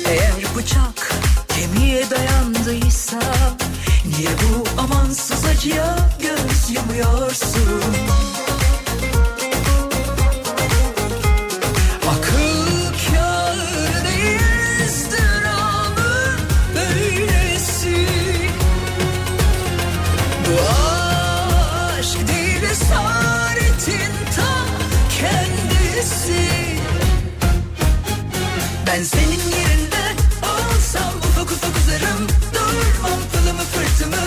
Speaker 6: Eğer bıçak kemiğe dayandıysa
Speaker 2: Niye bu amansız acıya göz yumuyorsun? Akıl kâr değil ızdırabın böylesi Bu aşk değil esaretin tam kendisi Ben senin yerinde olsam ufak ufak uzarım Durmam pılımı fırtımı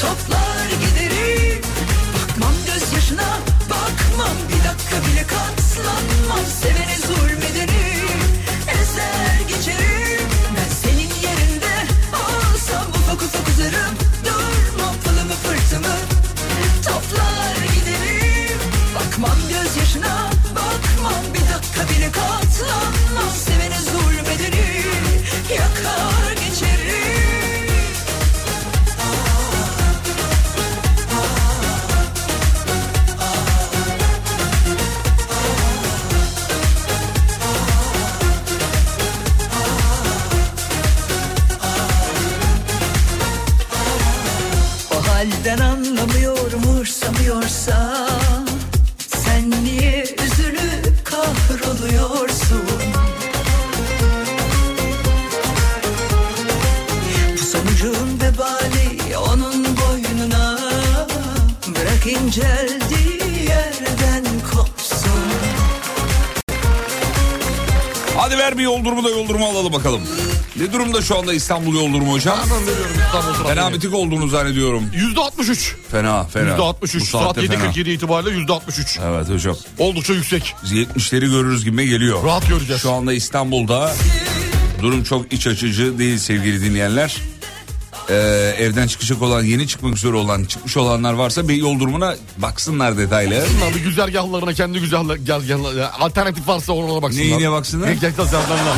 Speaker 2: toplar giderim Bakmam gözyaşına bakmam bir dakika bile katlanmam Sevene zulmederim ezer geçerim Ben senin yerinde olsam ufak ufak uzarım Durmam pılımı fırtımı toplar giderim Bakmam gözyaşına bakmam bir dakika bile katlanmam Sevene zulmederim yakar geçerim O halden anlamıyor umursamıyorsa Sen niye üzülüp kahroluyorsun Bu sonucun vebali onun boynuna Bırak inceldiği yerden kopsun
Speaker 5: Hadi ver bir yol durumu da yol durumu alalım bakalım. Ne durumda şu anda İstanbul yol durumu hocam?
Speaker 8: Hemen veriyorum İstanbul
Speaker 5: Fena
Speaker 8: trafiğini.
Speaker 5: bitik olduğunu zannediyorum.
Speaker 8: %63.
Speaker 5: Fena fena.
Speaker 8: %63.
Speaker 5: Bu
Speaker 8: Saat
Speaker 5: saatte fena.
Speaker 8: 7.47 itibariyle %63.
Speaker 5: Evet hocam.
Speaker 8: Oldukça yüksek.
Speaker 5: 70'leri görürüz gibi geliyor.
Speaker 8: Rahat göreceğiz.
Speaker 5: Şu anda İstanbul'da durum çok iç açıcı değil sevgili dinleyenler. Ee, evden çıkacak olan yeni çıkmak üzere olan çıkmış olanlar varsa bir yol durumuna baksınlar detaylı.
Speaker 8: Bunlar bir güzergahlarına kendi güzergahlarına alternatif varsa oralara baksınlar.
Speaker 5: Neyine baksınlar?
Speaker 8: Güzergahlarına.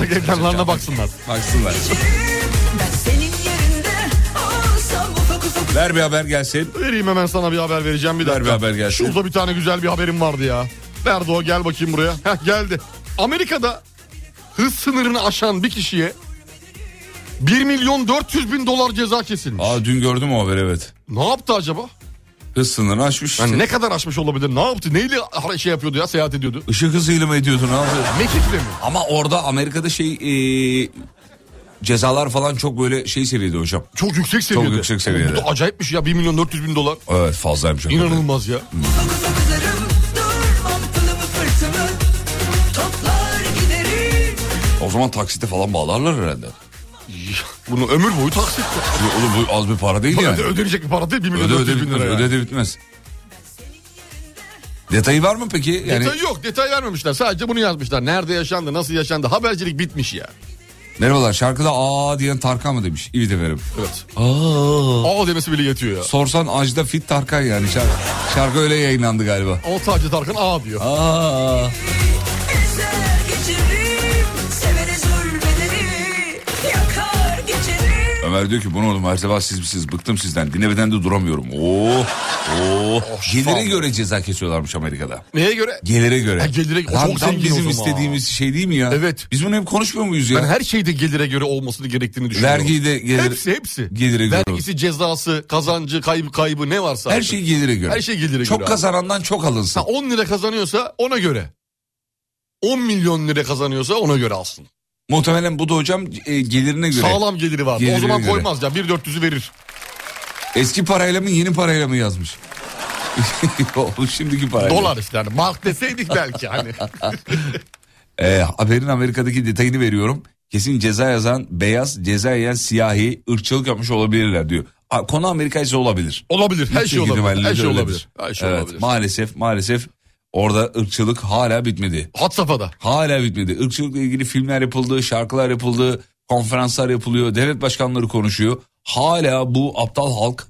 Speaker 8: Güzergahlarına baksınlar.
Speaker 5: Baksınlar.
Speaker 6: Ben senin yerinde olsam ufak ufak
Speaker 5: Ver bir haber gelsin.
Speaker 8: Vereyim hemen sana bir haber vereceğim bir
Speaker 5: Ver
Speaker 8: dakika.
Speaker 5: bir haber gelsin.
Speaker 8: Şurada bir tane güzel bir haberim vardı ya. Nerede o gel bakayım buraya. Heh geldi. Amerika'da hız sınırını aşan bir kişiye 1 milyon 400 bin dolar ceza kesilmiş.
Speaker 5: Aa dün gördüm o haber evet.
Speaker 8: Ne yaptı acaba?
Speaker 5: Hız sınırını aşmış.
Speaker 8: Yani ne kadar aşmış olabilir? Ne yaptı? Neyle ara- şey yapıyordu ya seyahat ediyordu?
Speaker 5: Işık hızıyla mı ediyordun abi?
Speaker 8: Mekik'le mi?
Speaker 5: Ama orada Amerika'da şey e, cezalar falan çok böyle şey seviyede hocam.
Speaker 8: Çok yüksek seviyede.
Speaker 5: yüksek seviyede.
Speaker 8: Bu da acayipmiş ya 1 milyon 400 bin dolar.
Speaker 5: Evet fazlaymış. hakikaten.
Speaker 8: İnanılmaz ya.
Speaker 6: uzarım Durmam pılımı fırtımı toplar giderim
Speaker 5: O zaman taksite falan bağlarlar herhalde.
Speaker 8: Bunu ömür boyu taksit.
Speaker 5: Şimdi oğlum bu az bir para değil yani.
Speaker 8: Öde- Ödenecek bir para değil 1 milyon
Speaker 5: Öde
Speaker 8: 400
Speaker 5: öde
Speaker 8: bin
Speaker 5: bitmez.
Speaker 8: lira. ya.
Speaker 5: Öde de bitmez. Detayı var mı peki? Yani
Speaker 8: Detay yok detay vermemişler sadece bunu yazmışlar. Nerede yaşandı nasıl yaşandı habercilik bitmiş ya.
Speaker 5: merhabalar şarkıda aa diyen Tarkan mı demiş? İyi de verim.
Speaker 8: Evet.
Speaker 5: Aa.
Speaker 8: Aa demesi bile yetiyor ya.
Speaker 5: Sorsan Ajda Fit Tarkan yani şarkı, şarkı öyle yayınlandı galiba.
Speaker 8: O sadece Tarkan A diyor.
Speaker 5: Aa.
Speaker 6: Ezer geçerim Sevene zulmederim Yakar geçerim
Speaker 5: Ömer diyor ki bunu oğlum her sabah siz misiniz bıktım sizden dinlemeden de duramıyorum. Oh, Oo. Oo.
Speaker 8: Oh,
Speaker 5: Gelire göre ceza kesiyorlarmış Amerika'da.
Speaker 8: Neye göre?
Speaker 5: Gelire göre.
Speaker 8: Ha, gelire- o
Speaker 5: Lan
Speaker 8: çok
Speaker 5: tam
Speaker 8: zengin o
Speaker 5: bizim
Speaker 8: zaman.
Speaker 5: istediğimiz şey değil mi ya?
Speaker 8: Evet.
Speaker 5: Biz bunu hep konuşmuyor muyuz
Speaker 8: Ben
Speaker 5: ya?
Speaker 8: her şeyde gelire göre olmasını gerektiğini düşünüyorum.
Speaker 5: Vergiyi de gelir,
Speaker 8: Hepsi hepsi.
Speaker 5: gelire göre.
Speaker 8: Vergisi, cezası, kazancı, kaybı, kaybı ne varsa.
Speaker 5: Her
Speaker 8: artık.
Speaker 5: şey gelire göre.
Speaker 8: Her şey gelire
Speaker 5: çok
Speaker 8: göre abi.
Speaker 5: kazanandan çok alınsın.
Speaker 8: Ha, 10 lira kazanıyorsa ona göre. 10 milyon lira kazanıyorsa ona göre alsın.
Speaker 5: Muhtemelen bu da hocam e, gelirine göre.
Speaker 8: Sağlam geliri var.
Speaker 5: Gelirine
Speaker 8: o zaman
Speaker 5: göre.
Speaker 8: koymaz ya 1.400'ü verir.
Speaker 5: Eski parayla mı yeni parayla mı yazmış? O Şimdiki parayla.
Speaker 8: Dolar işte yani. Mark deseydik belki hani.
Speaker 5: E, haberin Amerika'daki detayını veriyorum. Kesin ceza yazan beyaz, ceza yiyen siyahi ırkçılık yapmış olabilirler diyor. A, konu Amerika ise olabilir.
Speaker 8: olabilir. Her şey
Speaker 5: Yüksek
Speaker 8: olabilir.
Speaker 5: ihtimalle
Speaker 8: Her şey
Speaker 5: de öyledir.
Speaker 8: olabilir. Her şey
Speaker 5: Evet,
Speaker 8: olabilir.
Speaker 5: Maalesef maalesef orada ırkçılık hala bitmedi.
Speaker 8: Hat safhada.
Speaker 5: Hala bitmedi. Irkçılıkla ilgili filmler yapıldı, şarkılar yapıldı, konferanslar yapılıyor, devlet başkanları konuşuyor. Hala bu aptal halk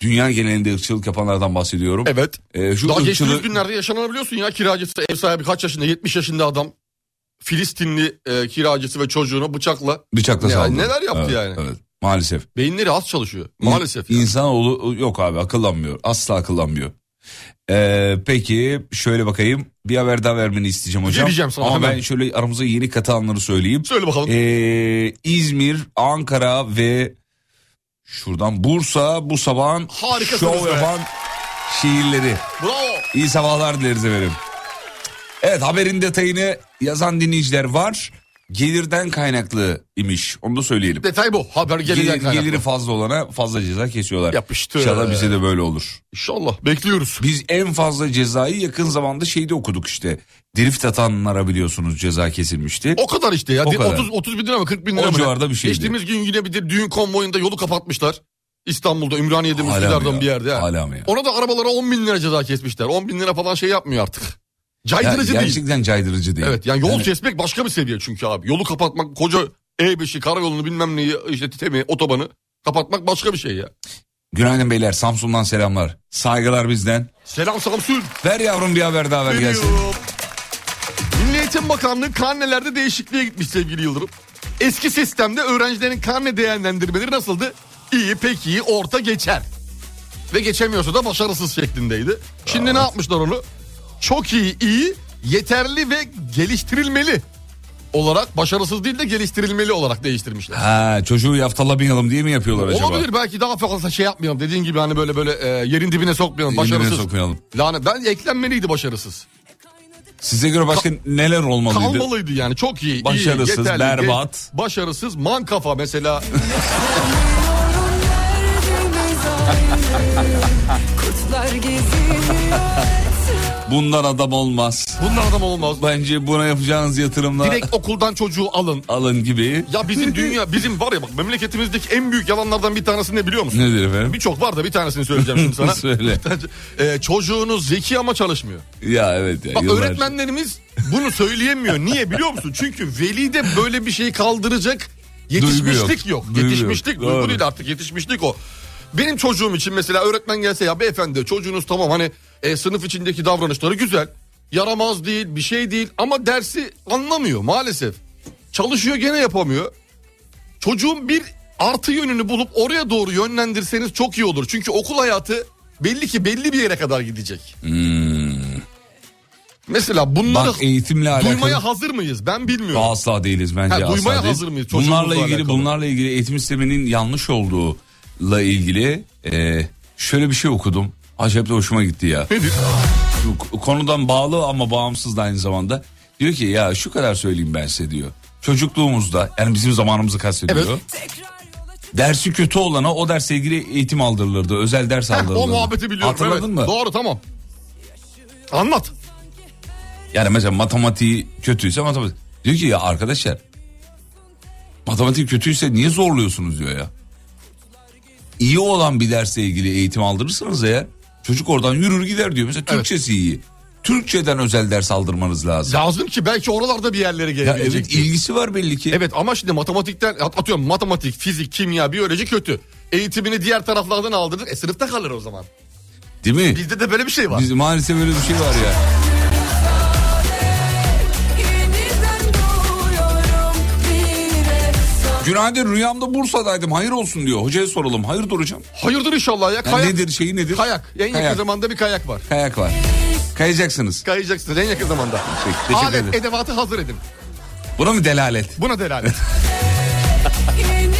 Speaker 5: dünya genelinde ırkçılık yapanlardan bahsediyorum.
Speaker 8: Evet.
Speaker 5: Ee, şu
Speaker 8: Daha
Speaker 5: ırkçılık
Speaker 8: geçtiğimiz günlerde yaşanabiliyorsun ya kiracısı ev sahibi kaç yaşında 70 yaşında adam Filistinli e, kiracısı ve çocuğunu bıçakla
Speaker 5: bıçakla
Speaker 8: Ne-
Speaker 5: saldırdı.
Speaker 8: neler yaptı
Speaker 5: Evet,
Speaker 8: yani?
Speaker 5: evet. Maalesef.
Speaker 8: beyinleri az çalışıyor maalesef. ya.
Speaker 5: İnsanoğlu yok abi akıllanmıyor. Asla akıllanmıyor. Ee, peki şöyle bakayım. Bir haber daha vermeni isteyeceğim hocam.
Speaker 8: Geleceğim sana
Speaker 5: Ama
Speaker 8: hemen.
Speaker 5: ben şöyle aramıza yeni katılanları söyleyeyim.
Speaker 8: Söyle bakalım.
Speaker 5: Ee, İzmir, Ankara ve şuradan Bursa bu sabahın
Speaker 8: Harikasınız
Speaker 5: şov
Speaker 8: be.
Speaker 5: yapan şiirleri.
Speaker 8: Bravo.
Speaker 5: İyi sabahlar dileriz efendim. Evet haberin detayını yazan dinleyiciler var. Gelirden kaynaklı imiş. Onu da söyleyelim.
Speaker 8: Detay bu. Haber gelirden
Speaker 5: Gelir,
Speaker 8: kaynaklı.
Speaker 5: geliri fazla olana fazla ceza kesiyorlar.
Speaker 8: Yapıştı.
Speaker 5: İnşallah bize de böyle olur.
Speaker 8: İnşallah. Bekliyoruz.
Speaker 5: Biz en fazla cezayı yakın zamanda şeyde okuduk işte. Drift atanlara biliyorsunuz ceza kesilmişti.
Speaker 8: O kadar işte ya.
Speaker 5: O
Speaker 8: Bir
Speaker 5: kadar.
Speaker 8: 30, 30 bin lira mı 40 bin
Speaker 5: O
Speaker 8: lira mı? ne?
Speaker 5: civarda bir şeydi.
Speaker 8: Geçtiğimiz gün yine bir de düğün konvoyunda yolu kapatmışlar. İstanbul'da Ümraniye'de
Speaker 5: Hala mı ya?
Speaker 8: müslülerden bir yerde. ha.
Speaker 5: Hala mı ya?
Speaker 8: Ona da arabalara 10 bin lira ceza kesmişler. 10 bin lira falan şey yapmıyor artık.
Speaker 5: Ya
Speaker 8: Caydırıcı değil.
Speaker 5: gerçekten caydırıcı değil.
Speaker 8: Evet yani şey- yol kesmek başka bir seviye çünkü abi. Yolu kapatmak koca E5'i karayolunu bilmem neyi işte titemi otobanı kapatmak başka bir şey ya.
Speaker 5: Günaydın beyler Samsun'dan selamlar. Saygılar bizden.
Speaker 8: Selam Samsun.
Speaker 5: Ver yavrum bir haber daha ver gelsin.
Speaker 8: Veriyorum. Milli Eğitim Bakanlığı karnelerde değişikliğe gitmiş sevgili Yıldırım. Eski sistemde öğrencilerin karne değerlendirmeleri nasıldı? İyi, pek iyi, orta, geçer. Ve geçemiyorsa da başarısız şeklindeydi. Şimdi ne yapmışlar onu? Çok iyi, iyi, yeterli ve geliştirilmeli olarak başarısız değil de geliştirilmeli olarak değiştirmişler.
Speaker 5: Ha çocuğu yaftalamayalım diye mi yapıyorlar acaba?
Speaker 8: Olabilir belki daha fazla şey yapmayalım dediğin gibi hani böyle böyle e, yerin dibine sokmayalım
Speaker 5: Yine de
Speaker 8: başarısız.
Speaker 5: sokmayalım.
Speaker 8: Lanet ben eklenmeliydi başarısız.
Speaker 5: Size göre başka neler olmalıydı?
Speaker 8: kalmalıydı yani çok iyi. iyi,
Speaker 5: Başarısız,
Speaker 8: yeterli,
Speaker 5: berbat.
Speaker 8: ge- başarısız, man kafa mesela.
Speaker 6: Kutlar geziniyor
Speaker 5: Bundan adam olmaz.
Speaker 8: Bunlar adam olmaz.
Speaker 5: Bence buna yapacağınız yatırımlar
Speaker 8: Direkt okuldan çocuğu alın.
Speaker 5: alın gibi.
Speaker 8: Ya bizim dünya, bizim var ya bak memleketimizdeki en büyük yalanlardan bir tanesi ne biliyor musun?
Speaker 5: Nedir efendim?
Speaker 8: Birçok var da bir tanesini söyleyeceğim şimdi sana.
Speaker 5: Söyle.
Speaker 8: Ee, çocuğunuz zeki ama çalışmıyor.
Speaker 5: Ya evet ya.
Speaker 8: Bak
Speaker 5: yıllarca.
Speaker 8: öğretmenlerimiz bunu söyleyemiyor. Niye biliyor musun? Çünkü velide böyle bir şeyi kaldıracak yetişmişlik
Speaker 5: Duygu yok.
Speaker 8: yok.
Speaker 5: Duygu yok.
Speaker 8: Yetişmişlik duygu
Speaker 5: Doğru.
Speaker 8: değil artık yetişmişlik o. Benim çocuğum için mesela öğretmen gelse ya beyefendi çocuğunuz tamam hani e, sınıf içindeki davranışları güzel. Yaramaz değil bir şey değil ama dersi anlamıyor maalesef. Çalışıyor gene yapamıyor. Çocuğun bir artı yönünü bulup oraya doğru yönlendirseniz çok iyi olur. Çünkü okul hayatı belli ki belli bir yere kadar gidecek. Hmm. Mesela bunları
Speaker 5: Bak eğitimle alakalı.
Speaker 8: duymaya hazır mıyız? Ben bilmiyorum.
Speaker 5: Asla değiliz bence.
Speaker 8: Ha,
Speaker 5: asla
Speaker 8: duymaya
Speaker 5: değil.
Speaker 8: hazır mıyız? Çocuğumuzla
Speaker 5: Bunlarla ilgili
Speaker 8: alakalı.
Speaker 5: bunlarla ilgili eğitim sisteminin yanlış olduğuyla ilgili e, şöyle bir şey okudum. Acayip de hoşuma gitti ya.
Speaker 8: Nedir?
Speaker 5: Şu k- konudan bağlı ama bağımsız da aynı zamanda. Diyor ki ya şu kadar söyleyeyim ben size diyor. Çocukluğumuzda yani bizim zamanımızı kastediyor.
Speaker 8: Evet.
Speaker 5: Dersi kötü olana o derse ilgili eğitim aldırılırdı. Özel ders
Speaker 8: Heh,
Speaker 5: aldırılırdı.
Speaker 8: o muhabbeti biliyorum.
Speaker 5: Hatırladın
Speaker 8: evet.
Speaker 5: mı?
Speaker 8: Doğru tamam. Anlat.
Speaker 5: Yani mesela matematiği kötüyse matematik. Diyor ki ya arkadaşlar matematik kötüyse niye zorluyorsunuz diyor ya. İyi olan bir derse ilgili eğitim aldırırsanız eğer çocuk oradan yürür gider diyor. Mesela Türkçesi iyi. Türkçeden özel ders aldırmanız lazım.
Speaker 8: Lazım ki belki oralarda bir yerlere
Speaker 5: Ya
Speaker 8: gelebilecek.
Speaker 5: evet ilgisi var belli ki.
Speaker 8: Evet ama şimdi matematikten at- atıyorum matematik, fizik, kimya, biyoloji kötü. Eğitimini diğer taraflardan aldırdık. E sınıfta kalır o zaman.
Speaker 5: Değil mi?
Speaker 8: Bizde de böyle bir şey var.
Speaker 5: Biz, maalesef öyle bir şey var ya.
Speaker 6: Yeniden doğuyorum bir efsane
Speaker 5: Günaydın rüyamda Bursa'daydım hayır olsun diyor. Hocaya soralım hayırdır hocam?
Speaker 8: Hayırdır inşallah ya.
Speaker 5: Ya
Speaker 8: Kayak.
Speaker 5: nedir şeyi nedir?
Speaker 8: Kayak. En yakın
Speaker 5: Kayak.
Speaker 8: zamanda bir kayak var.
Speaker 5: Kayak var. Kayacaksınız.
Speaker 8: Kayacaksınız en yakın zamanda.
Speaker 5: Peki, teşekkür
Speaker 8: Alet,
Speaker 5: ederim.
Speaker 8: edevatı hazır edin.
Speaker 5: Buna mı delalet?
Speaker 8: Buna delalet.
Speaker 6: Yeniden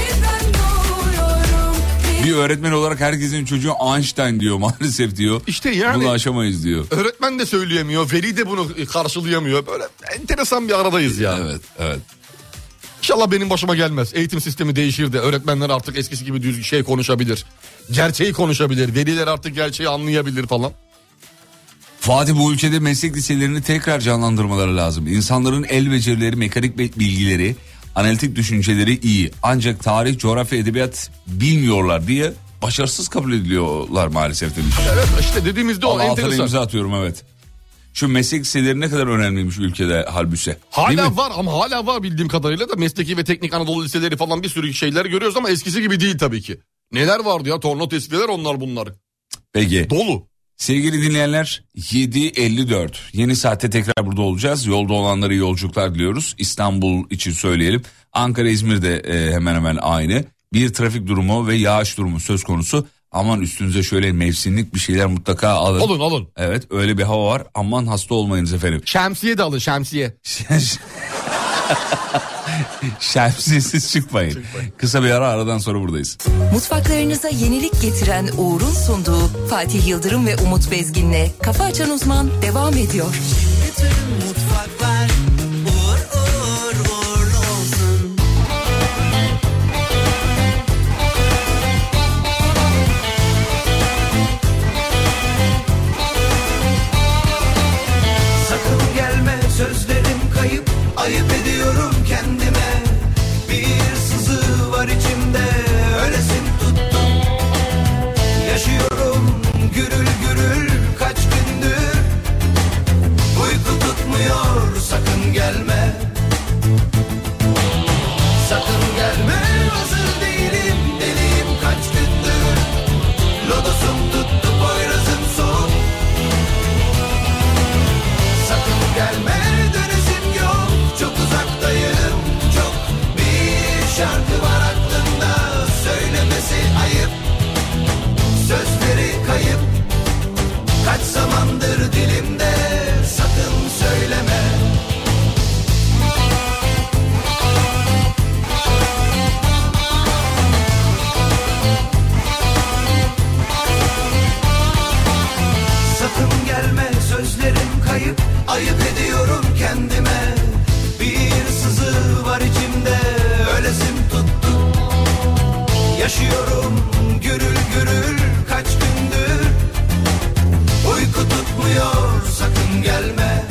Speaker 6: doğuyorum bir
Speaker 5: bir öğretmen olarak herkesin çocuğu Einstein diyor maalesef diyor.
Speaker 8: İşte yani-
Speaker 5: Bunu aşamayız diyor.
Speaker 8: Öğretmen de söyleyemiyor. Veli de bunu karşılayamıyor. Böyle enteresan bir aradayız ya.
Speaker 5: Evet evet.
Speaker 8: İnşallah benim başıma gelmez. Eğitim sistemi değişir de öğretmenler artık eskisi gibi düz şey konuşabilir. Gerçeği konuşabilir. Veliler artık gerçeği anlayabilir falan.
Speaker 5: Fatih bu ülkede meslek liselerini tekrar canlandırmaları lazım. İnsanların el becerileri, mekanik be- bilgileri, analitik düşünceleri iyi. Ancak tarih, coğrafya, edebiyat bilmiyorlar diye başarısız kabul ediliyorlar maalesef demiş.
Speaker 8: Evet işte dediğimizde o
Speaker 5: Ama altına
Speaker 8: enteresan.
Speaker 5: imza atıyorum evet. Şu meslek liseleri ne kadar önemliymiş ülkede halbüse. Değil mi?
Speaker 8: Hala var ama hala var bildiğim kadarıyla da mesleki ve teknik Anadolu liseleri falan bir sürü şeyler görüyoruz ama eskisi gibi değil tabii ki. Neler vardı ya torna testiler onlar bunlar.
Speaker 5: Peki.
Speaker 8: Dolu.
Speaker 5: Sevgili dinleyenler 7.54 yeni saatte tekrar burada olacağız. Yolda olanlara iyi yolculuklar diliyoruz. İstanbul için söyleyelim. Ankara İzmir'de e, hemen hemen aynı. Bir trafik durumu ve yağış durumu söz konusu. Aman üstünüze şöyle mevsimlik bir şeyler mutlaka alın.
Speaker 8: Alın alın.
Speaker 5: Evet öyle bir hava var. Aman hasta olmayınız efendim.
Speaker 8: Şemsiye de alın şemsiye.
Speaker 5: Şemsiyesiz çıkmayın. Kısa bir ara aradan sonra buradayız.
Speaker 1: Mutfaklarınıza yenilik getiren Uğur'un sunduğu Fatih Yıldırım ve Umut Bezgin'le Kafa Açan Uzman devam ediyor.
Speaker 9: Mutfaklar uğur uğur uğurlu olsun. Sakın gelme sözlerim kayıp ayıp ediyorum kendime. Bir sızı var içimde öylesin tuttum. Yaşıyorum gürül gürül kaç gündür Uyku tutmuyor sakın gelme Sakın gelme hazır değilim deliyim kaç gündür Lodosum tuttu boyrazım soğuk Sakın gelme dönesim yok çok uzaktayım çok Bir şarkı var aklımda söylemesi ayıp Sözleri kayıp Kaç zamandır dilimde sakın söyleme Sakın gelme sözlerim kayıp ayıp ediyorum kendime Bir sızı var içimde ölesim tuttu Yaşıyorum gürül gürül kaç gündür Uyku tutmuyor sakın gelme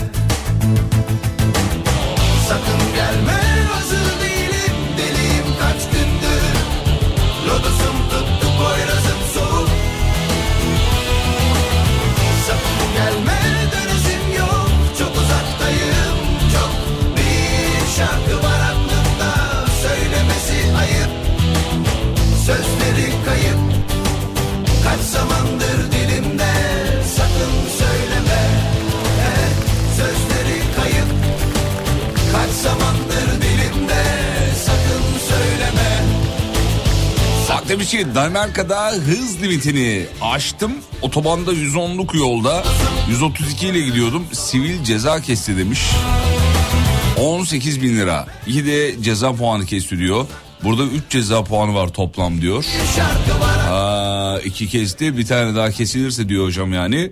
Speaker 9: Sakın gelme hazır değilim deliyim kaç gündür Lodosum tuttu boyrazım soğuk Sakın gelme dönüşüm yok çok uzaktayım çok Bir şarkı var aklımda söylemesi ayıp Sözleri kayıp Kaç zamandır dilimde sakın söyleme Eh, Sözleri kayıp Kaç zamandır dilimde sakın söyleme
Speaker 5: Bak demiş ki şey, Danimarka'da hız limitini aştım. Otobanda 110'luk yolda 132 ile gidiyordum. Sivil ceza kesti demiş. 18 bin lira. İyi de ceza puanı kesti diyor. Burada 3 ceza puanı var toplam diyor. Aa, iki kesti bir tane daha kesilirse diyor hocam yani.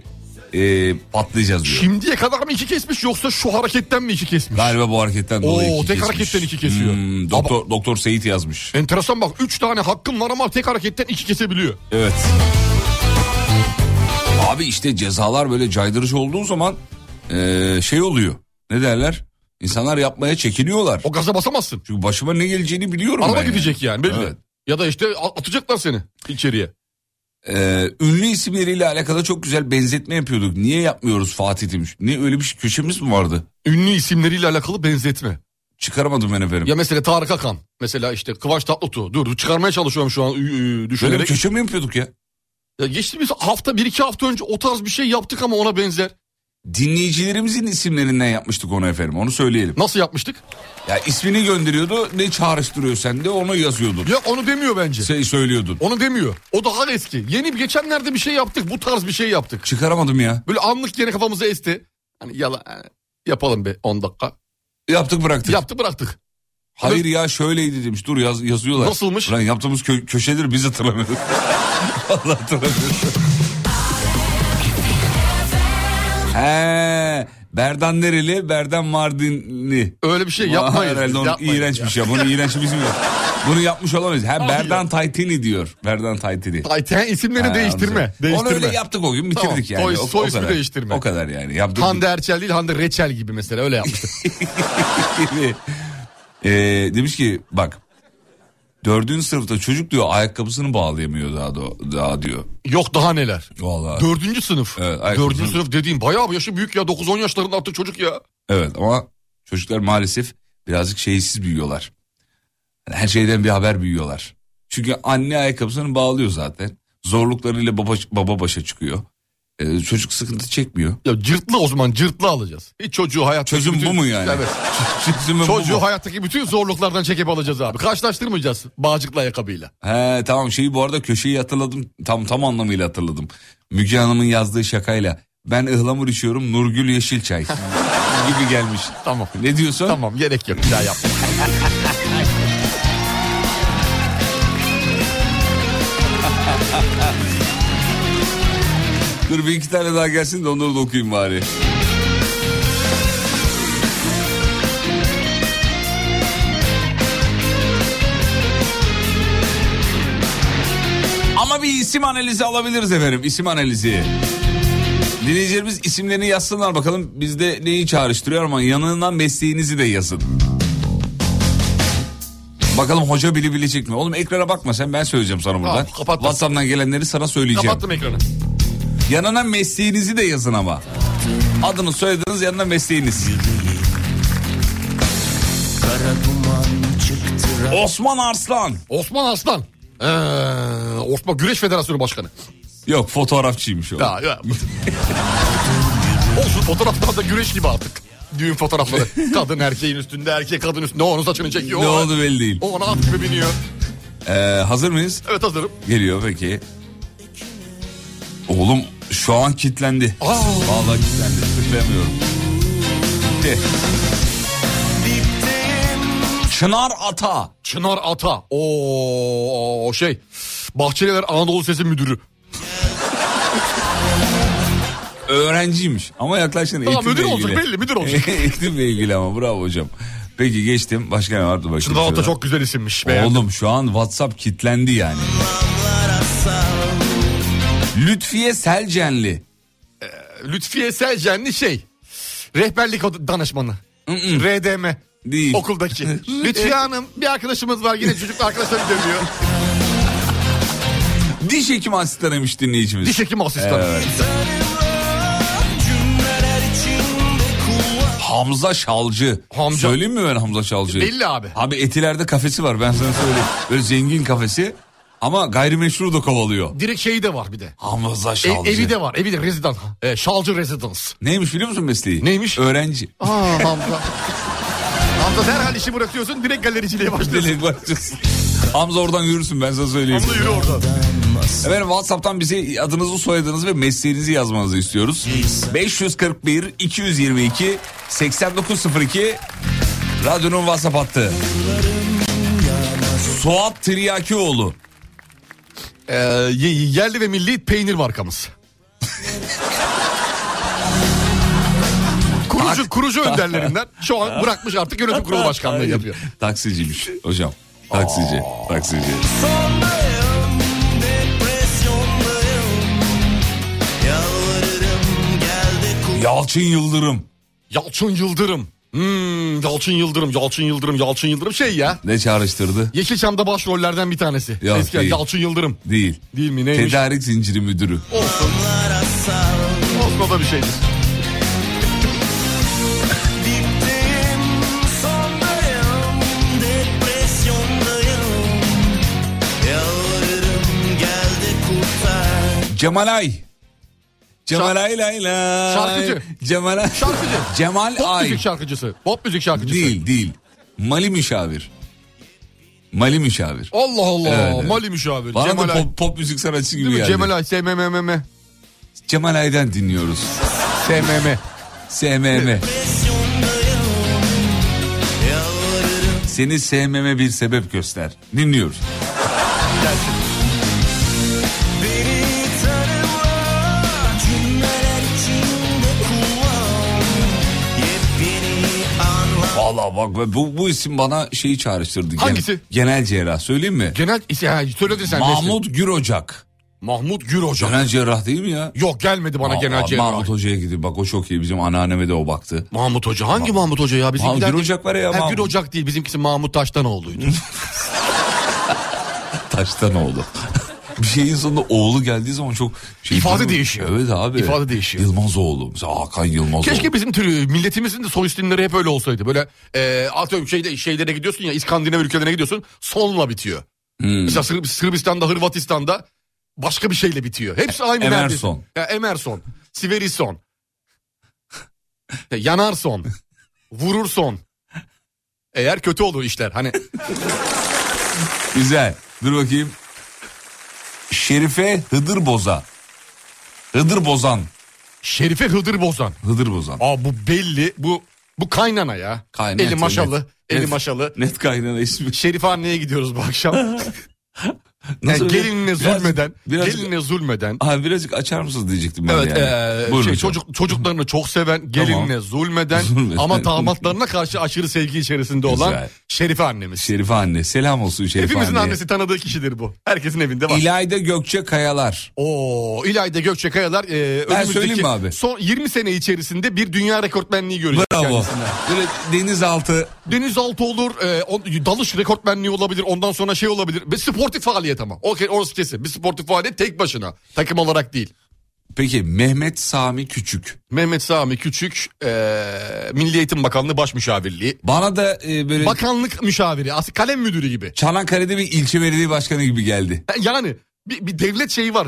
Speaker 5: ee, patlayacağız diyor.
Speaker 8: Şimdiye kadar mı iki kesmiş yoksa şu hareketten mi iki kesmiş?
Speaker 5: Galiba bu hareketten dolayı
Speaker 8: Oo,
Speaker 5: iki
Speaker 8: tek
Speaker 5: kesmiş.
Speaker 8: hareketten iki kesiyor. E,
Speaker 5: Hmm, doktor, doktor Seyit yazmış.
Speaker 8: Enteresan bak 3 tane hakkım var ama tek hareketten iki kesebiliyor.
Speaker 5: Evet. Abi işte cezalar böyle caydırıcı olduğu zaman eee, şey oluyor. Ne derler? İnsanlar yapmaya çekiniyorlar.
Speaker 8: O gaza basamazsın.
Speaker 5: Çünkü başıma ne geleceğini biliyorum
Speaker 8: Araba
Speaker 5: ben yani.
Speaker 8: gidecek yani belli.
Speaker 5: Evet.
Speaker 8: Ya da işte a- atacaklar seni içeriye.
Speaker 5: Eee, E, ünlü isimleriyle alakalı çok güzel benzetme yapıyorduk. Niye yapmıyoruz Fatih demiş. Ne öyle bir köşemiz mi vardı?
Speaker 8: Ünlü isimleriyle alakalı benzetme.
Speaker 5: Çıkaramadım ben efendim.
Speaker 8: Ya mesela Tarık Akan. Mesela işte Kıvanç Tatlıtuğ. Dur çıkarmaya çalışıyorum şu an ü- ü-
Speaker 5: Böyle bir
Speaker 8: düşünerek.
Speaker 5: köşe mi yapıyorduk ya?
Speaker 8: Ya geçtiğimiz hafta bir iki hafta önce o tarz bir şey yaptık ama ona benzer.
Speaker 5: Dinleyicilerimizin isimlerinden yapmıştık onu efendim. Onu söyleyelim.
Speaker 8: Nasıl yapmıştık?
Speaker 5: Ya ismini gönderiyordu. Ne çağrıştırıyor sende onu yazıyordun.
Speaker 8: Ya onu demiyor bence.
Speaker 5: Şey söylüyordun.
Speaker 8: Onu demiyor. O daha eski. Yeni geçenlerde bir şey yaptık. Bu tarz bir şey yaptık.
Speaker 5: Çıkaramadım ya.
Speaker 8: Böyle anlık yine kafamıza esti. Hani yala e, yapalım be 10 dakika.
Speaker 5: Yaptık bıraktık.
Speaker 8: Yaptı bıraktık.
Speaker 5: Hayır ya şöyleydi demiş. Dur yaz, yazıyorlar.
Speaker 8: Nasılmış?
Speaker 5: Lan yaptığımız kö- köşedir biz hatırlamıyoruz. Allah hatırlamıyoruz. He, Berdan nereli? Berdan Mardinli.
Speaker 8: Öyle bir şey
Speaker 5: Vay,
Speaker 8: yapmayın.
Speaker 5: Herhalde onun
Speaker 8: yapmayın.
Speaker 5: iğrençmiş ya. Bunun iğrenç bizim yok. Bunu yapmış olamayız. Ha Berdan Taytini diyor. Berdan Taytini.
Speaker 8: Ayten isimleri
Speaker 5: Ha,
Speaker 8: değiştirme.
Speaker 5: anladım.
Speaker 8: değiştirme.
Speaker 5: Onu öyle yaptık o gün bitirdik
Speaker 8: Tamam,
Speaker 5: yani.
Speaker 8: soy-
Speaker 5: o,
Speaker 8: soy
Speaker 5: o
Speaker 8: ismi
Speaker 5: kadar.
Speaker 8: değiştirme.
Speaker 5: O kadar yani. Yaptık.
Speaker 8: Hande Erçel değil Hande Reçel gibi mesela öyle yapmıştık.
Speaker 5: Ee, demiş ki bak dördüncü sınıfta çocuk diyor ayakkabısını bağlayamıyor daha, da, daha diyor.
Speaker 8: Yok daha neler.
Speaker 5: Vallahi.
Speaker 8: Dördüncü sınıf.
Speaker 5: Evet, ayakkabı
Speaker 8: Dördüncü
Speaker 5: sınıf.
Speaker 8: sınıf dediğin bayağı bir yaşı büyük ya. 9-10 yaşlarında artık çocuk ya.
Speaker 5: Evet ama çocuklar maalesef birazcık şeysiz büyüyorlar. Yani her şeyden bir haber büyüyorlar. Çünkü anne ayakkabısını bağlıyor zaten. Zorluklarıyla baba, baba başa çıkıyor. Ee, çocuk sıkıntı çekmiyor.
Speaker 8: Ya cırtlı o zaman cırtlı alacağız. Hiç çocuğu hayattaki
Speaker 5: Çözüm
Speaker 8: bütün-
Speaker 5: bu mu yani?
Speaker 8: Evet.
Speaker 5: Çözümü bu
Speaker 8: Çocuğu
Speaker 5: mu?
Speaker 8: hayattaki bütün zorluklardan çekip alacağız abi. Karşılaştırmayacağız bağcıklı ayakkabıyla.
Speaker 5: He tamam şeyi bu arada köşeyi hatırladım. Tam tam anlamıyla hatırladım. Müge Hanım'ın yazdığı şakayla. Ben ıhlamur içiyorum Nurgül Yeşilçay gibi gelmiş.
Speaker 8: Tamam.
Speaker 5: Ne diyorsun?
Speaker 8: Tamam gerek yok bir daha yapma.
Speaker 5: Dur bir iki tane daha gelsin de onları da okuyayım bari. Ama bir isim analizi alabiliriz efendim. İsim analizi. Dinleyicilerimiz isimlerini yazsınlar bakalım. Bizde neyi çağrıştırıyor ama yanından mesleğinizi de yazın. Bakalım hoca bilebilecek mi? Oğlum ekrana bakma sen ben söyleyeceğim sana buradan.
Speaker 8: Tamam, kapat.
Speaker 5: WhatsApp'tan gelenleri sana söyleyeceğim.
Speaker 8: Kapattım ekranı.
Speaker 5: Yanına mesleğinizi de yazın ama. Adını soyadınız yanına mesleğiniz. Osman Arslan.
Speaker 8: Osman Aslan. Ee, Osman Güreş Federasyonu Başkanı.
Speaker 5: Yok fotoğrafçıymış o.
Speaker 8: Ya, ya. Olsun fotoğraflar da güreş gibi artık. Düğün fotoğrafları. Kadın erkeğin üstünde, erkek kadın üstünde. O onun saçını çekiyor.
Speaker 5: Ne
Speaker 8: o-
Speaker 5: oldu belli değil.
Speaker 8: O ona at gibi biniyor.
Speaker 5: Ee, hazır mıyız?
Speaker 8: Evet hazırım.
Speaker 5: Geliyor peki. Oğlum şu an kitlendi.
Speaker 8: Aa.
Speaker 5: Vallahi kitlendi. Tıklayamıyorum. Gitti. Çınar Ata.
Speaker 8: Çınar Ata. Oo o şey. Bahçeliler Anadolu Sesi Müdürü.
Speaker 5: Öğrenciymiş ama yaklaşan
Speaker 8: Tamam,
Speaker 5: eğitimle
Speaker 8: müdür
Speaker 5: ilgili.
Speaker 8: olacak, belli, müdür olacak.
Speaker 5: eğitimle ilgili ama bravo hocam. Peki geçtim başka ne vardı bakayım.
Speaker 8: Çınar Ata
Speaker 5: şurada.
Speaker 8: çok güzel isimmiş. Beğendim.
Speaker 5: Oğlum şu an WhatsApp kitlendi yani. Lütfiye Selcenli.
Speaker 8: Ee, Lütfiye Selcenli şey. Rehberlik od- danışmanı. RDM.
Speaker 5: Değil.
Speaker 8: Okuldaki. Lütfiye Hanım bir arkadaşımız var yine çocukla arkadaşlarını dövüyor.
Speaker 5: Diş hekimi asistanıymış dinleyicimiz.
Speaker 8: Diş hekimi asistanı.
Speaker 5: Evet. Hamza Şalcı.
Speaker 8: Hamza.
Speaker 5: Söyleyeyim mi ben Hamza Şalcı?
Speaker 8: Belli abi.
Speaker 5: Abi Etiler'de kafesi var ben sana söyleyeyim. Böyle zengin kafesi ama gayrimeşru da kovalıyor.
Speaker 8: Direkt şeyi de var bir de.
Speaker 5: Hamza
Speaker 8: E,
Speaker 5: Şalcı.
Speaker 8: evi de var. Evi de rezidans. E, şalcı rezidans.
Speaker 5: Neymiş biliyor musun mesleği?
Speaker 8: Neymiş?
Speaker 5: Öğrenci.
Speaker 8: Aa Hamza. Hamza derhal işi bırakıyorsun direkt galericiliğe başlıyorsun.
Speaker 5: Direkt başlıyorsun. Hamza oradan yürürsün ben sana söyleyeyim.
Speaker 8: Hamza yürü oradan.
Speaker 5: Efendim WhatsApp'tan bize adınızı, soyadınızı ve mesleğinizi yazmanızı istiyoruz. 541 222 8902 radyonun WhatsApp hattı. Suat Tiryakioğlu.
Speaker 8: Ee, ye- yerli ve milli peynir markamız. kurucu, kurucu önderlerinden şu an bırakmış artık yönetim kurulu başkanlığı yapıyor.
Speaker 5: Taksiciymiş hocam. Taksici, taksici.
Speaker 2: Sondayım, depresyondayım. Yalvarırım gel de kurtar.
Speaker 5: Yalçın Yıldırım.
Speaker 8: Yalçın Yıldırım. Hmm, Yalçın Yıldırım, Yalçın Yıldırım, Yalçın Yıldırım şey ya.
Speaker 5: Ne çağrıştırdı?
Speaker 8: Yeşilçam'da başrollerden bir tanesi.
Speaker 5: Yok,
Speaker 8: Eski
Speaker 5: değil.
Speaker 8: Yalçın Yıldırım.
Speaker 5: Değil.
Speaker 8: Değil mi neymiş?
Speaker 5: Tedarik zinciri müdürü.
Speaker 8: Olsun. Olsun o da bir şeydir.
Speaker 2: Dipteyim, sondayım, depresyondayım. Yalvarırım gel de kurtar.
Speaker 5: Cemalay. Cemalay lay lay.
Speaker 8: Şarkıcı.
Speaker 5: Cemalay.
Speaker 8: Şarkıcı.
Speaker 5: Cemal
Speaker 8: Pop
Speaker 5: Ay.
Speaker 8: müzik şarkıcısı. Pop müzik şarkıcısı.
Speaker 5: Değil değil. Mali müşavir. Mali müşavir.
Speaker 8: Allah Allah.
Speaker 5: Evet, evet.
Speaker 8: Mali müşavir.
Speaker 5: Bana
Speaker 8: Cemal
Speaker 5: da
Speaker 8: Ay.
Speaker 5: pop, pop müzik sanatçısı gibi
Speaker 8: Değil mi?
Speaker 5: geldi.
Speaker 8: Cemal Ay. SMMM.
Speaker 5: Cemal Ay'dan dinliyoruz.
Speaker 8: SMM.
Speaker 5: SMM. Seni sevmeme bir sebep göster. Dinliyoruz.
Speaker 2: Beni tanıma cümleler içinde kullan Yepyeni anlar
Speaker 5: Valla bak bu, bu isim bana şeyi çağrıştırdı.
Speaker 8: Hangisi?
Speaker 5: Genel cerrah söyleyeyim mi?
Speaker 8: Genel ha, söyledin sen. Nesli.
Speaker 5: Mahmut Gür Ocak.
Speaker 8: Mahmut Gür Hoca.
Speaker 5: Genel cerrah değil mi ya?
Speaker 8: Yok gelmedi bana
Speaker 5: Aa,
Speaker 8: genel cerrah.
Speaker 5: Mahmut Hoca'ya gidiyor. Bak o çok iyi. Bizim anneanneme de o baktı.
Speaker 8: Mahmut Hoca. Hangi Mahmut, Hoca ya? Bizimkiler
Speaker 5: Mahmut Gür
Speaker 8: değil.
Speaker 5: Ocak var ya,
Speaker 8: Ha,
Speaker 5: Mahmut.
Speaker 8: Gür Ocak değil. Bizimkisi Mahmut Taştanoğlu'ydu.
Speaker 5: Taştan oğlu. bir şeyin sonunda oğlu geldiği zaman çok... Şey,
Speaker 8: İfade
Speaker 5: Değil mi?
Speaker 8: değişiyor.
Speaker 5: Evet abi.
Speaker 8: İfade değişiyor.
Speaker 5: Yılmaz oğlu. Mesela Hakan Yılmaz oğlu.
Speaker 8: Keşke bizim türü milletimizin de soy isimleri hep öyle olsaydı. Böyle e, atıyorum şeyde, şeylere gidiyorsun ya İskandinav ülkelerine gidiyorsun sonla bitiyor. Mesela Sır- Sırbistan'da Hırvatistan'da başka bir şeyle bitiyor. Hepsi aynı
Speaker 5: Emerson.
Speaker 8: neredeyse. Ya Emerson, Siverison, Ya Yanarson, Vururson. Eğer kötü olur işler. Hani
Speaker 5: Güzel. Dur bakayım. Şerife Hıdır Boza. Hıdır Bozan.
Speaker 8: Şerife Hıdır Bozan.
Speaker 5: Hıdır Bozan.
Speaker 8: Aa bu belli. Bu bu kaynana ya.
Speaker 5: Kaynana,
Speaker 8: eli
Speaker 5: evet,
Speaker 8: maşalı.
Speaker 5: evet.
Speaker 8: Eli
Speaker 5: Evet.
Speaker 8: maşalı.
Speaker 5: Net kaynana ismi.
Speaker 8: Şerife anneye gidiyoruz bu akşam. Yani
Speaker 5: Nasıl öyle?
Speaker 8: gelinine
Speaker 5: Biraz-
Speaker 8: zulmeden,
Speaker 5: biraz-
Speaker 8: gelinine zulmeden.
Speaker 5: Ha, birazcık açar mısınız diyecektim ben
Speaker 8: Evet,
Speaker 5: yani.
Speaker 8: eee,
Speaker 5: Buyurun
Speaker 8: şey,
Speaker 5: hocam.
Speaker 8: çocuk çocuklarını çok seven, gelinine zulmeden,
Speaker 5: Zulmeden.
Speaker 8: ama damatlarına karşı aşırı sevgi içerisinde olan
Speaker 5: Güzel.
Speaker 8: Şerife annemiz.
Speaker 5: Şerife anne. Selam olsun Şerife
Speaker 8: Hepimizin
Speaker 5: anneye.
Speaker 8: annesi tanıdığı kişidir bu. Herkesin evinde var.
Speaker 5: İlayda Gökçe Kayalar.
Speaker 8: Oo, İlayda Gökçekayalar eee
Speaker 5: Ben
Speaker 8: önümüzdeki
Speaker 5: söyleyeyim mi abi?
Speaker 8: son 20 sene içerisinde bir dünya rekortmenliği görecek
Speaker 5: Bravo.
Speaker 8: kendisine.
Speaker 5: Böyle denizaltı
Speaker 8: Denizaltı olur, eee, on- dalış rekortmenliği olabilir, ondan sonra şey olabilir. Bir sportif faaliyet ama. Okey, orası kesin. Bir sportif faaliyet tek başına. Takım olarak değil.
Speaker 5: Peki Mehmet Sami Küçük.
Speaker 8: Mehmet Sami Küçük eee Milli Eğitim Bakanlığı Baş Müşavirliği.
Speaker 5: Bana da e, böyle
Speaker 8: Bakanlık müşaviri, as- kalem müdürü gibi.
Speaker 5: Çanakkale'de bir ilçe belediye başkanı gibi geldi.
Speaker 8: Ha, Yani bir, bir devlet şeyi var.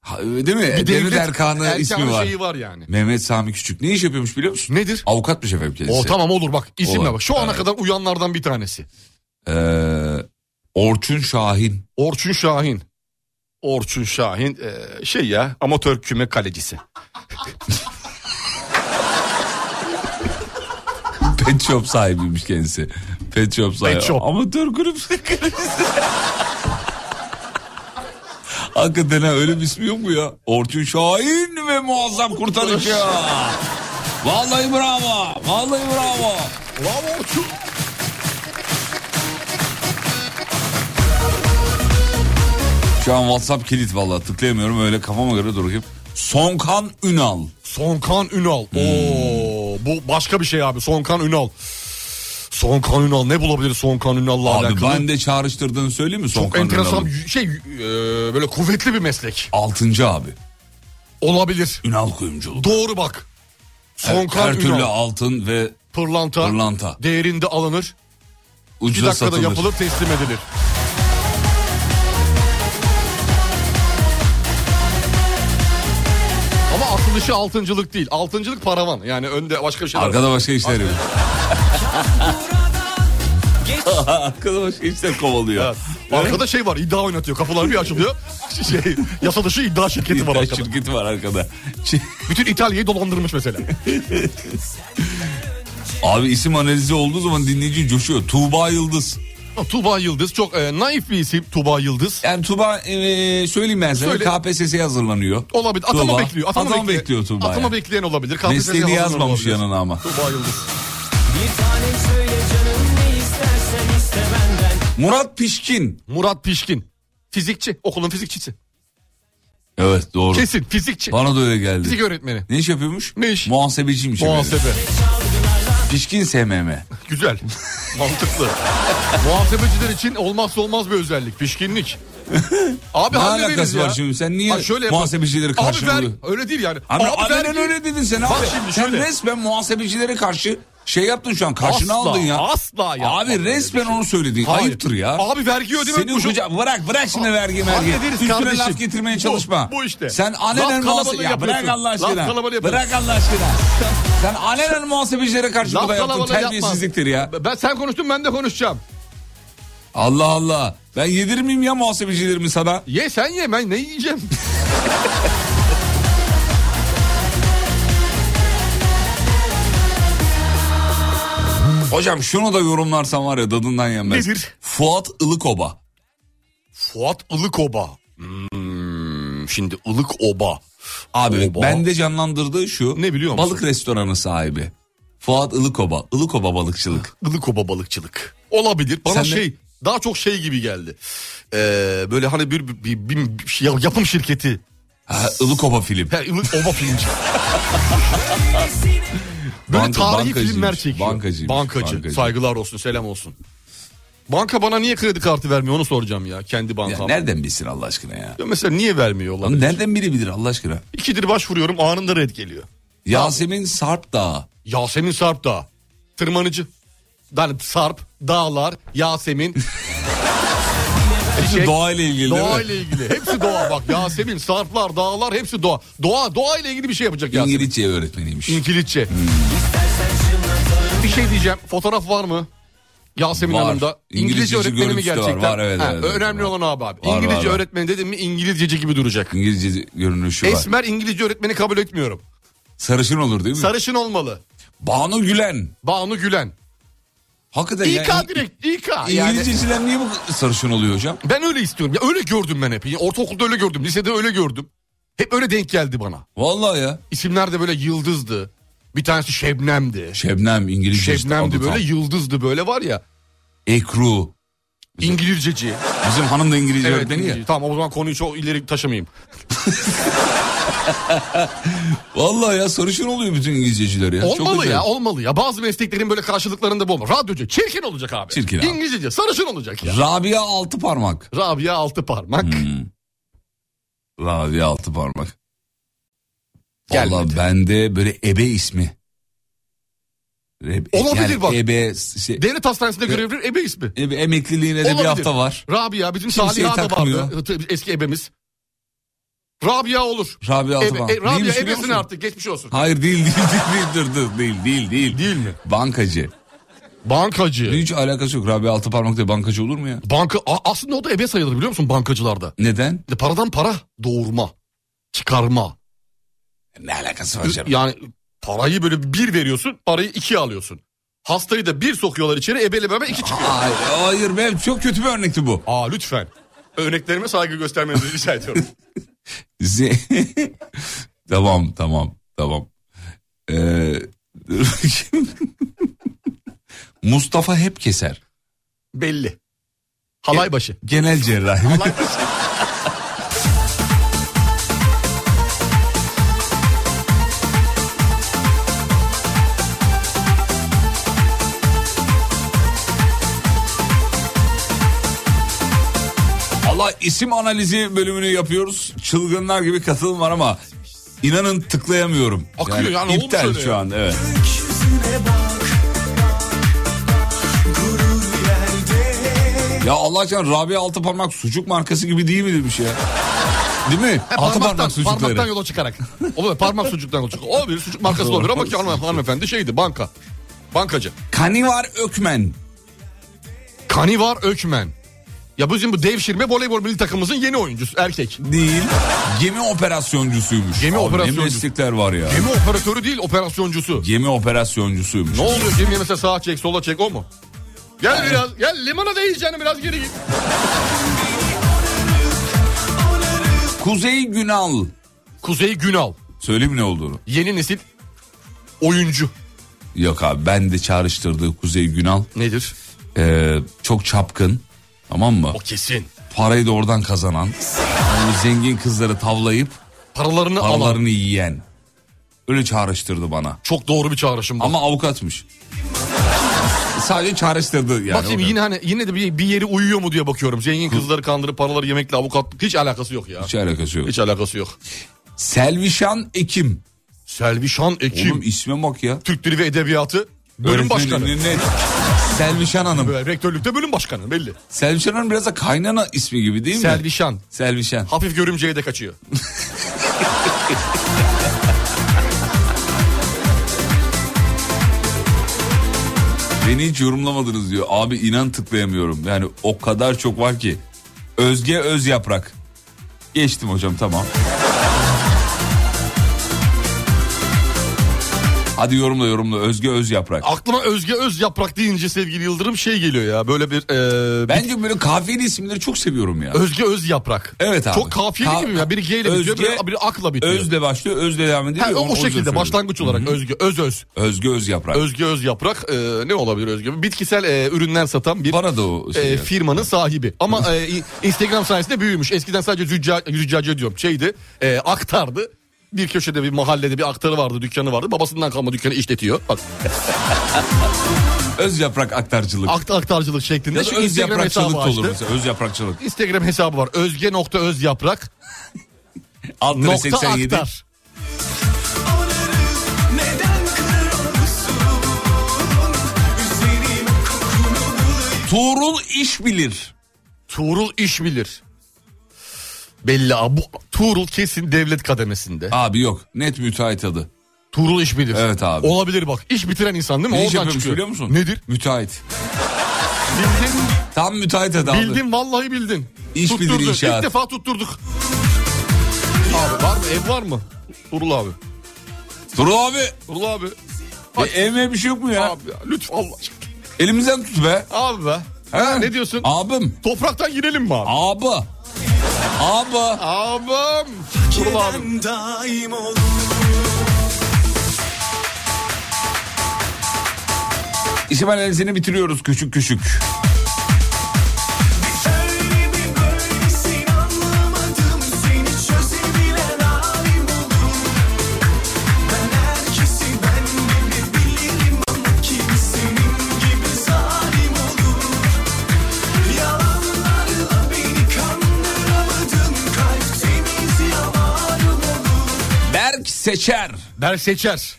Speaker 5: Ha, e, değil mi?
Speaker 8: Bir
Speaker 5: Devlet, Erkan'ı
Speaker 8: erkanı
Speaker 5: ismi var.
Speaker 8: şeyi var yani.
Speaker 5: Mehmet Sami Küçük ne iş yapıyormuş biliyor musun?
Speaker 8: Nedir?
Speaker 5: Avukatmış efendim kendisi.
Speaker 8: O tamam olur bak isimle
Speaker 5: Olur.
Speaker 8: bak. Şu ana
Speaker 5: Evet.
Speaker 8: kadar uyanlardan bir tanesi.
Speaker 5: Ee, Orçun Şahin.
Speaker 8: Orçun Şahin. Orçun Şahin eee, şey ya amatör küme kalecisi.
Speaker 5: Pet Shop sahibiymiş kendisi. Pet Shop sahibi.
Speaker 8: Shop.
Speaker 5: Amatör grup Hakikaten ha, öyle bir ismi yok mu ya? Orçun Şahin ve muazzam kurtarıcı. Vallahi bravo. Vallahi bravo.
Speaker 8: Bravo Orçun.
Speaker 5: Şu an WhatsApp kilit vallahi tıklayamıyorum öyle kafama göre durayım. Sonkan Ünal.
Speaker 8: Sonkan Ünal. Oo, bu başka bir şey abi. Sonkan Ünal. Sonkan Ünal ne bulabilir Sonkan Ünal'la
Speaker 5: Abi
Speaker 8: alakalı?
Speaker 5: ben de çağrıştırdığını söyleyeyim mi
Speaker 8: Çok
Speaker 5: Sonkan
Speaker 8: enteresan
Speaker 5: Ünal'ı?
Speaker 8: bir şey e, böyle kuvvetli bir meslek.
Speaker 5: Altıncı abi.
Speaker 8: Olabilir.
Speaker 5: Ünal kuyumculuk.
Speaker 8: Doğru bak. Sonkan
Speaker 5: Her
Speaker 8: Ünal.
Speaker 5: türlü altın ve
Speaker 8: Pırlanta,
Speaker 5: Pırlanta.
Speaker 8: değerinde alınır. Bir
Speaker 5: ucuza
Speaker 8: dakikada
Speaker 5: satılır.
Speaker 8: yapılır teslim edilir. Ama atılışı altıncılık değil. Altıncılık paravan. Yani önde başka bir şey
Speaker 5: Arkada başka işler yok. Arkada başka işler kovalıyor.
Speaker 8: Arkada şey var iddia oynatıyor. Kapılar bir açılıyor. Şey, yasa dışı iddia şirketi var
Speaker 5: İtaat
Speaker 8: arkada.
Speaker 5: şirketi var arkada. Şey-
Speaker 8: Bütün İtalya'yı dolandırmış mesela.
Speaker 5: Abi isim analizi olduğu zaman dinleyici coşuyor. Tuğba Yıldız.
Speaker 8: Tuba Yıldız çok e, naif bir isim Tuba Yıldız.
Speaker 5: Yani Tuğba e, söyleyeyim ben sana
Speaker 8: Söyle.
Speaker 5: KPSS'ye hazırlanıyor.
Speaker 8: Olabilir. Atama
Speaker 5: Tuğba.
Speaker 8: bekliyor.
Speaker 5: Atama bekliyor Tuğba
Speaker 8: Atama
Speaker 5: ya.
Speaker 8: bekleyen olabilir. KPSS
Speaker 5: Mesleğini
Speaker 8: hazırlanan
Speaker 5: yazmamış
Speaker 8: olabilir.
Speaker 5: yanına ama.
Speaker 8: Tuğba Yıldız.
Speaker 5: Murat Pişkin.
Speaker 8: Murat Pişkin. Fizikçi. Okulun fizikçisi.
Speaker 5: Evet doğru.
Speaker 8: Kesin fizikçi.
Speaker 5: Bana da öyle geldi.
Speaker 8: Fizik öğretmeni.
Speaker 5: Ne iş yapıyormuş?
Speaker 8: Ne iş?
Speaker 5: Muhasebeciymiş. efendim.
Speaker 8: Muhasebe.
Speaker 5: Pişkin SMM.
Speaker 8: Güzel. Mantıklı. Muhasebeciler için olmazsa olmaz bir özellik. Pişkinlik. Abi
Speaker 5: Ne
Speaker 8: hallederiz
Speaker 5: alakası
Speaker 8: ya.
Speaker 5: var şimdi? Sen niye
Speaker 8: Ha, şöyle yapalım.
Speaker 5: muhasebecileri
Speaker 8: Abi
Speaker 5: karşı
Speaker 8: ver.
Speaker 5: alıyorsun?
Speaker 8: Öyle değil yani.
Speaker 5: Abi,
Speaker 8: Abi
Speaker 5: aynen
Speaker 8: vergi-
Speaker 5: öyle dedin sen
Speaker 8: Bak
Speaker 5: abi.
Speaker 8: şimdi
Speaker 5: sen
Speaker 8: şöyle.
Speaker 5: resmen muhasebecilere karşı şey yaptın şu an karşına
Speaker 8: Asla,
Speaker 5: aldın ya.
Speaker 8: asla yapmam
Speaker 5: Abi
Speaker 8: öyle şey.
Speaker 5: resmen onu söyledin.
Speaker 8: Hayır.
Speaker 5: Ayıptır ya.
Speaker 8: Abi vergi ödemek
Speaker 5: Senin
Speaker 8: bu şu-
Speaker 5: koca- bırak bırak şimdi vergi vergi.
Speaker 8: hallederiz
Speaker 5: Üstüne
Speaker 8: kardeşim.
Speaker 5: laf getirmeye
Speaker 8: Bu,
Speaker 5: çalışma.
Speaker 8: bu işte.
Speaker 5: Sen
Speaker 8: Laf
Speaker 5: alenen
Speaker 8: kalabalığı
Speaker 5: muhasebe... Ya
Speaker 8: yapıyorsun.
Speaker 5: bırak Allah
Speaker 8: Laf kalabalığı
Speaker 5: aşkına.
Speaker 8: yapıyorsun.
Speaker 5: Bırak Allah aşkına. sen alenen muhasebecilere karşı bu da yaptın.
Speaker 8: kalabalığı yapma.
Speaker 5: Terbiyesizliktir ya.
Speaker 8: Ben sen konuştun ben de konuşacağım.
Speaker 5: Allah Allah. Ben yedir miyim ya muhasebecilerimi sana?
Speaker 8: Ye sen ye ben ne yiyeceğim?
Speaker 5: Hocam şunu da yorumlarsan var ya dadından yenmez.
Speaker 8: Nedir?
Speaker 5: Fuat Ilıkoba.
Speaker 8: Fuat Ilıkoba. Hmm, şimdi Ilıkoba.
Speaker 5: Abi
Speaker 8: Oba.
Speaker 5: bende canlandırdığı şu.
Speaker 8: Ne biliyor musun?
Speaker 5: Balık restoranı sahibi. Fuat Ilıkoba. Ilıkoba balıkçılık.
Speaker 8: Ilıkoba balıkçılık. Olabilir. Bana
Speaker 5: Sen de-
Speaker 8: şey daha çok şey gibi geldi. Ee, böyle hani bir, bir, bir- bir- bir şey- yapım şirketi.
Speaker 5: Ha, Ilıkoba film.
Speaker 8: Ha, Ilıkoba filmci. Böyle
Speaker 5: Banka-
Speaker 8: tarihi
Speaker 5: bankacıymış,
Speaker 8: filmler çekiyor.
Speaker 5: bankacıymış,
Speaker 8: Bankacı.
Speaker 5: bankacı.
Speaker 8: Saygılar olsun, selam olsun. Banka bana niye kredi kartı vermiyor onu soracağım ya. Kendi
Speaker 5: Ya
Speaker 8: bankam.
Speaker 5: nereden bilsin Allah aşkına ya?
Speaker 8: Ya Mesela niye vermiyor
Speaker 5: Lan
Speaker 8: olabilir?
Speaker 5: nereden biri bilir Allah aşkına?
Speaker 8: İkidir başvuruyorum anında red geliyor.
Speaker 5: Yasemin Sarp Dağı.
Speaker 8: Yasemin Sarp da. Tırmanıcı. Yani Sarp, dağlar, Yasemin. Eşek.
Speaker 5: Doğa ile ilgili
Speaker 8: Doğa
Speaker 5: değil mi?
Speaker 8: ile ilgili. Hepsi doğa bak. Yasemin, Sarplar, dağlar hepsi doğa. Doğa, doğa ile ilgili bir şey yapacak Yasemin.
Speaker 5: İngilizce öğretmeniymiş. Hmm.
Speaker 8: İngilizce. Bir şey diyeceğim. Fotoğraf var mı? Yasemin
Speaker 5: Var.
Speaker 8: Hanım'da. İngilizce
Speaker 5: İngilizceci
Speaker 8: öğretmeni mi
Speaker 5: görüntüsü de var,
Speaker 8: gerçekten?
Speaker 5: var, evet,
Speaker 8: Ha,
Speaker 5: evet,
Speaker 8: önemli
Speaker 5: var.
Speaker 8: olan o abi abi.
Speaker 5: Var,
Speaker 8: İngilizce
Speaker 5: var, var.
Speaker 8: öğretmeni dedim mi İngilizceci gibi duracak.
Speaker 5: İngilizce görünüşü var.
Speaker 8: Esmer İngilizce öğretmeni kabul etmiyorum.
Speaker 5: Sarışın olur değil mi?
Speaker 8: Sarışın olmalı.
Speaker 5: Banu Gülen.
Speaker 8: Banu Gülen.
Speaker 5: Hakikaten
Speaker 8: İK
Speaker 5: ya.
Speaker 8: direkt İK. Yani
Speaker 5: İngilizceciler niye bu sarışın oluyor hocam?
Speaker 8: ben öyle istiyorum. Ya öyle gördüm ben hep. Ortaokulda öyle gördüm. Lisede öyle gördüm. Hep öyle denk geldi bana.
Speaker 5: Vallahi ya.
Speaker 8: İsimler de böyle yıldızdı. Bir tanesi Şebnem'di.
Speaker 5: Şebnem İngilizce.
Speaker 8: Şebnem'di
Speaker 5: adı
Speaker 8: Şey, böyle
Speaker 5: tam.
Speaker 8: yıldızdı böyle var ya.
Speaker 5: Ekru.
Speaker 8: İngilizceci.
Speaker 5: Bizim hanım da İngilizce
Speaker 8: Evet,
Speaker 5: öğretmeni ya.
Speaker 8: İngilizce. Tamam o zaman konuyu çok ileri taşımayayım.
Speaker 5: Vallahi ya sarışın oluyor bütün İngilizceciler ya. Çok
Speaker 8: olmalı
Speaker 5: acayip.
Speaker 8: ya olmalı ya. Bazı mesleklerin böyle karşılıklarında bu olmalı. Radyocu çirkin olacak abi.
Speaker 5: Çirkin abi.
Speaker 8: İngilizce sarışın olacak ya.
Speaker 5: Rabia altı parmak. Hmm.
Speaker 8: Rabia altı parmak.
Speaker 5: Rabia altı parmak.
Speaker 8: Gelmedi.
Speaker 5: Valla bende böyle ebe ismi. Rebe-
Speaker 8: Olabilir
Speaker 5: yani
Speaker 8: bak.
Speaker 5: Ebe, şey,
Speaker 8: Devlet hastanesinde görevli ebe ismi.
Speaker 5: ebe emekliliğine de bir
Speaker 8: Olabilir.
Speaker 5: hafta var.
Speaker 8: Rabia bizim
Speaker 5: Kimseyi
Speaker 8: Saliha da
Speaker 5: takmıyor.
Speaker 8: vardı. Tabii Eski ebemiz. Rabia olur.
Speaker 5: Rabia altı
Speaker 8: Ebe,
Speaker 5: parmak.
Speaker 8: e, Rabia
Speaker 5: Neymiş biliyor
Speaker 8: ebesin
Speaker 5: musun?
Speaker 8: artık geçmiş olsun.
Speaker 5: Hayır değil değil değil değil değil değil değil değil.
Speaker 8: Değil mi?
Speaker 5: Bankacı.
Speaker 8: Bankacı.
Speaker 5: Hiç alakası yok. Rabia altı parmak diye bankacı olur mu ya?
Speaker 8: Banka a- aslında o da ebe sayılır biliyor musun bankacılarda.
Speaker 5: Neden?
Speaker 8: De paradan para doğurma, çıkarma.
Speaker 5: E, Ne alakası var canım?
Speaker 8: Yani parayı böyle bir veriyorsun, parayı ikiye alıyorsun. Hastayı da bir sokuyorlar içeri, ebele bebe iki çıkıyor.
Speaker 5: Hayır, hayır be çok kötü bir örnekti bu.
Speaker 8: Aa lütfen. Örneklerime saygı göstermenizi rica ediyorum.
Speaker 5: Z- tamam tamam tamam. Ee, Mustafa hep keser.
Speaker 8: Belli. Halay başı.
Speaker 5: Genel cerrahi. Allah isim analizi bölümünü yapıyoruz. Çılgınlar gibi katılım var ama inanın tıklayamıyorum.
Speaker 8: Akıyor yani, olmuş
Speaker 5: iptal
Speaker 8: öyle
Speaker 5: şu
Speaker 8: ya.
Speaker 5: an evet. Ya Allah aşkına Rabia Altıparmak sucuk markası gibi değil mi demiş ya? Değil mi? Altıparmak sucukları.
Speaker 8: E, parmaktan yola çıkarak. O böyle parmak sucuktan yola çıkarak. O bir sucuk markası da olabilir ama ki hanım- hanımefendi şeydi banka. Bankacı.
Speaker 5: Kanivar Ökmen.
Speaker 8: Kanivar Ökmen. Ya bizim bu devşirme voleybol milli takımımızın yeni oyuncusu erkek.
Speaker 5: Değil. Gemi operasyoncusuymuş.
Speaker 8: Gemi operasyoncusu.
Speaker 5: Ne meslekler var ya. Gemi,
Speaker 8: Gemi operatörü değil operasyoncusу.
Speaker 5: operasyoncusuymuş.
Speaker 8: Ne oluyor gemiye mesela sağa çek sola çek o mu? Gel biraz gel limana değeceğini biraz geri git.
Speaker 5: Kuzey Günal.
Speaker 8: Kuzey Günal
Speaker 5: Söyleyeyim ne olduğunu.
Speaker 8: yeni nesil oyuncu.
Speaker 5: Yok abi ben de çağrıştırdığı Kuzey Günal
Speaker 8: Nedir?
Speaker 5: ee, çok çapkın. Tamam mı?
Speaker 8: O kesin.
Speaker 5: Parayı da oradan kazanan. Yani zengin kızları tavlayıp
Speaker 8: Paralarını alan.
Speaker 5: paralarını yiyen. Öyle çağrıştırdı bana.
Speaker 8: Çok doğru bir çağrışım bu.
Speaker 5: Ama avukatmış. Sadece çağrıştırdı yani.
Speaker 8: Bakayım
Speaker 5: O kadar.
Speaker 8: yine hani yine de bir, bir yeri uyuyor mu diye bakıyorum. Zengin kızları kandırıp paraları yemekle avukatlık hiç alakası yok ya.
Speaker 5: Hiç alakası yok.
Speaker 8: Hiç alakası yok.
Speaker 5: Selvişan Ekim.
Speaker 8: Selvişan Ekim.
Speaker 5: Oğlum isme bak ya.
Speaker 8: Türk Dili ve Edebiyatı bölüm
Speaker 5: Öğretmenliğinin
Speaker 8: başkanı.
Speaker 5: net. Selvişan Hanım.
Speaker 8: Böyle Rektörlükte bölüm başkanı belli.
Speaker 5: Selvişan Hanım biraz da kaynana ismi gibi değil mi?
Speaker 8: Selvişan.
Speaker 5: Selvişan.
Speaker 8: Hafif görümceye de kaçıyor.
Speaker 5: Beni hiç yorumlamadınız diyor. Abi inan tıklayamıyorum. Yani o kadar çok var ki. Özge Öz Yaprak. Geçtim hocam tamam. Hadi yorumla yorumla Özge Öz Yaprak.
Speaker 8: Aklıma Özge Öz yaprak deyince sevgili Yıldırım şey geliyor ya böyle bir... e, bir-
Speaker 5: Bence böyle kafiyeli isimleri çok seviyorum ya.
Speaker 8: Özge Öz yaprak.
Speaker 5: Evet abi.
Speaker 8: Çok kafiyeli
Speaker 5: Ka-
Speaker 8: gibi mi ya? Biri G ile bitiyor,
Speaker 5: Özge-
Speaker 8: biri, biri akla bitiyor.
Speaker 5: Özle başlıyor, özle devam ediyor.
Speaker 8: Ha,
Speaker 5: ya,
Speaker 8: o,
Speaker 5: onu-
Speaker 8: o
Speaker 5: onu
Speaker 8: şekilde
Speaker 5: söylüyorum.
Speaker 8: başlangıç olarak Özge Öz Öz.
Speaker 5: Özge Öz Yaprak.
Speaker 8: Özge Öz yaprak e, ne olabilir Özge? Bitkisel e, ürünler satan bir
Speaker 5: Bana da o şey.
Speaker 8: e,
Speaker 5: ya.
Speaker 8: firmanın sahibi. Ama e, i- Instagram sayesinde büyümüş. Eskiden sadece züccac, züccaciye diyorum şeydi e, aktardı. Bir köşede bir mahallede bir aktarı vardı dükkanı vardı. Babasından kalma dükkanı işletiyor. Bak
Speaker 5: Öz Yaprak aktarcılık.
Speaker 8: akt- aktarcılık şeklinde.
Speaker 5: ya da
Speaker 8: şu
Speaker 5: öz
Speaker 8: Instagram
Speaker 5: yaprakçılık
Speaker 8: hesabı
Speaker 5: da olur
Speaker 8: açtı.
Speaker 5: mesela. Öz yaprakçılık.
Speaker 8: Instagram hesabı var. Özge.özyaprak.
Speaker 5: Altları
Speaker 8: Nokta
Speaker 5: 87.
Speaker 8: aktar.
Speaker 5: Tuğrul iş bilir.
Speaker 8: Tuğrul iş bilir. Belli abi. Bu, Tuğrul kesin devlet kademesinde.
Speaker 5: Abi yok. Net müteahhit adı.
Speaker 8: Tuğrul iş bilir.
Speaker 5: Evet abi.
Speaker 8: Olabilir bak. İş bitiren insan değil mi?
Speaker 5: Ne
Speaker 8: Oradan
Speaker 5: iş yapıyormuş
Speaker 8: çıkıyor.
Speaker 5: biliyor musun?
Speaker 8: Nedir?
Speaker 5: Müteahhit.
Speaker 8: Bildin,
Speaker 5: Tam müteahhit adı aldı.
Speaker 8: bildin vallahi bildin.
Speaker 5: İş bilir
Speaker 8: Tutturdun.
Speaker 5: inşaat.
Speaker 8: İlk defa tutturduk. Abi var mı? Ev var mı? Tuğrul abi.
Speaker 5: Tuğrul abi.
Speaker 8: Tuğrul abi.
Speaker 5: E, evime bir şey yok mu ya?
Speaker 8: Abi ya, lütfen Allah aşkına.
Speaker 5: Elimizden tut be.
Speaker 8: Abi be.
Speaker 5: He?
Speaker 8: Ne diyorsun?
Speaker 5: Abim.
Speaker 8: Topraktan girelim mi abi?
Speaker 5: Abi. Abi.
Speaker 8: Abim. Tuğrul abi.
Speaker 2: daim olur
Speaker 5: İşim analizini bitiriyoruz küçük küçük.
Speaker 2: Öyle bir böylesin anlamadım Seni çözebilen halim buldum Ben herkesi ben gibi bilirim Ama kimi senin gibi zalim olur Yalanlarla beni kandıramadın Kalp temiz yavarım olur
Speaker 5: Berk Seçer.
Speaker 8: Berk Seçer.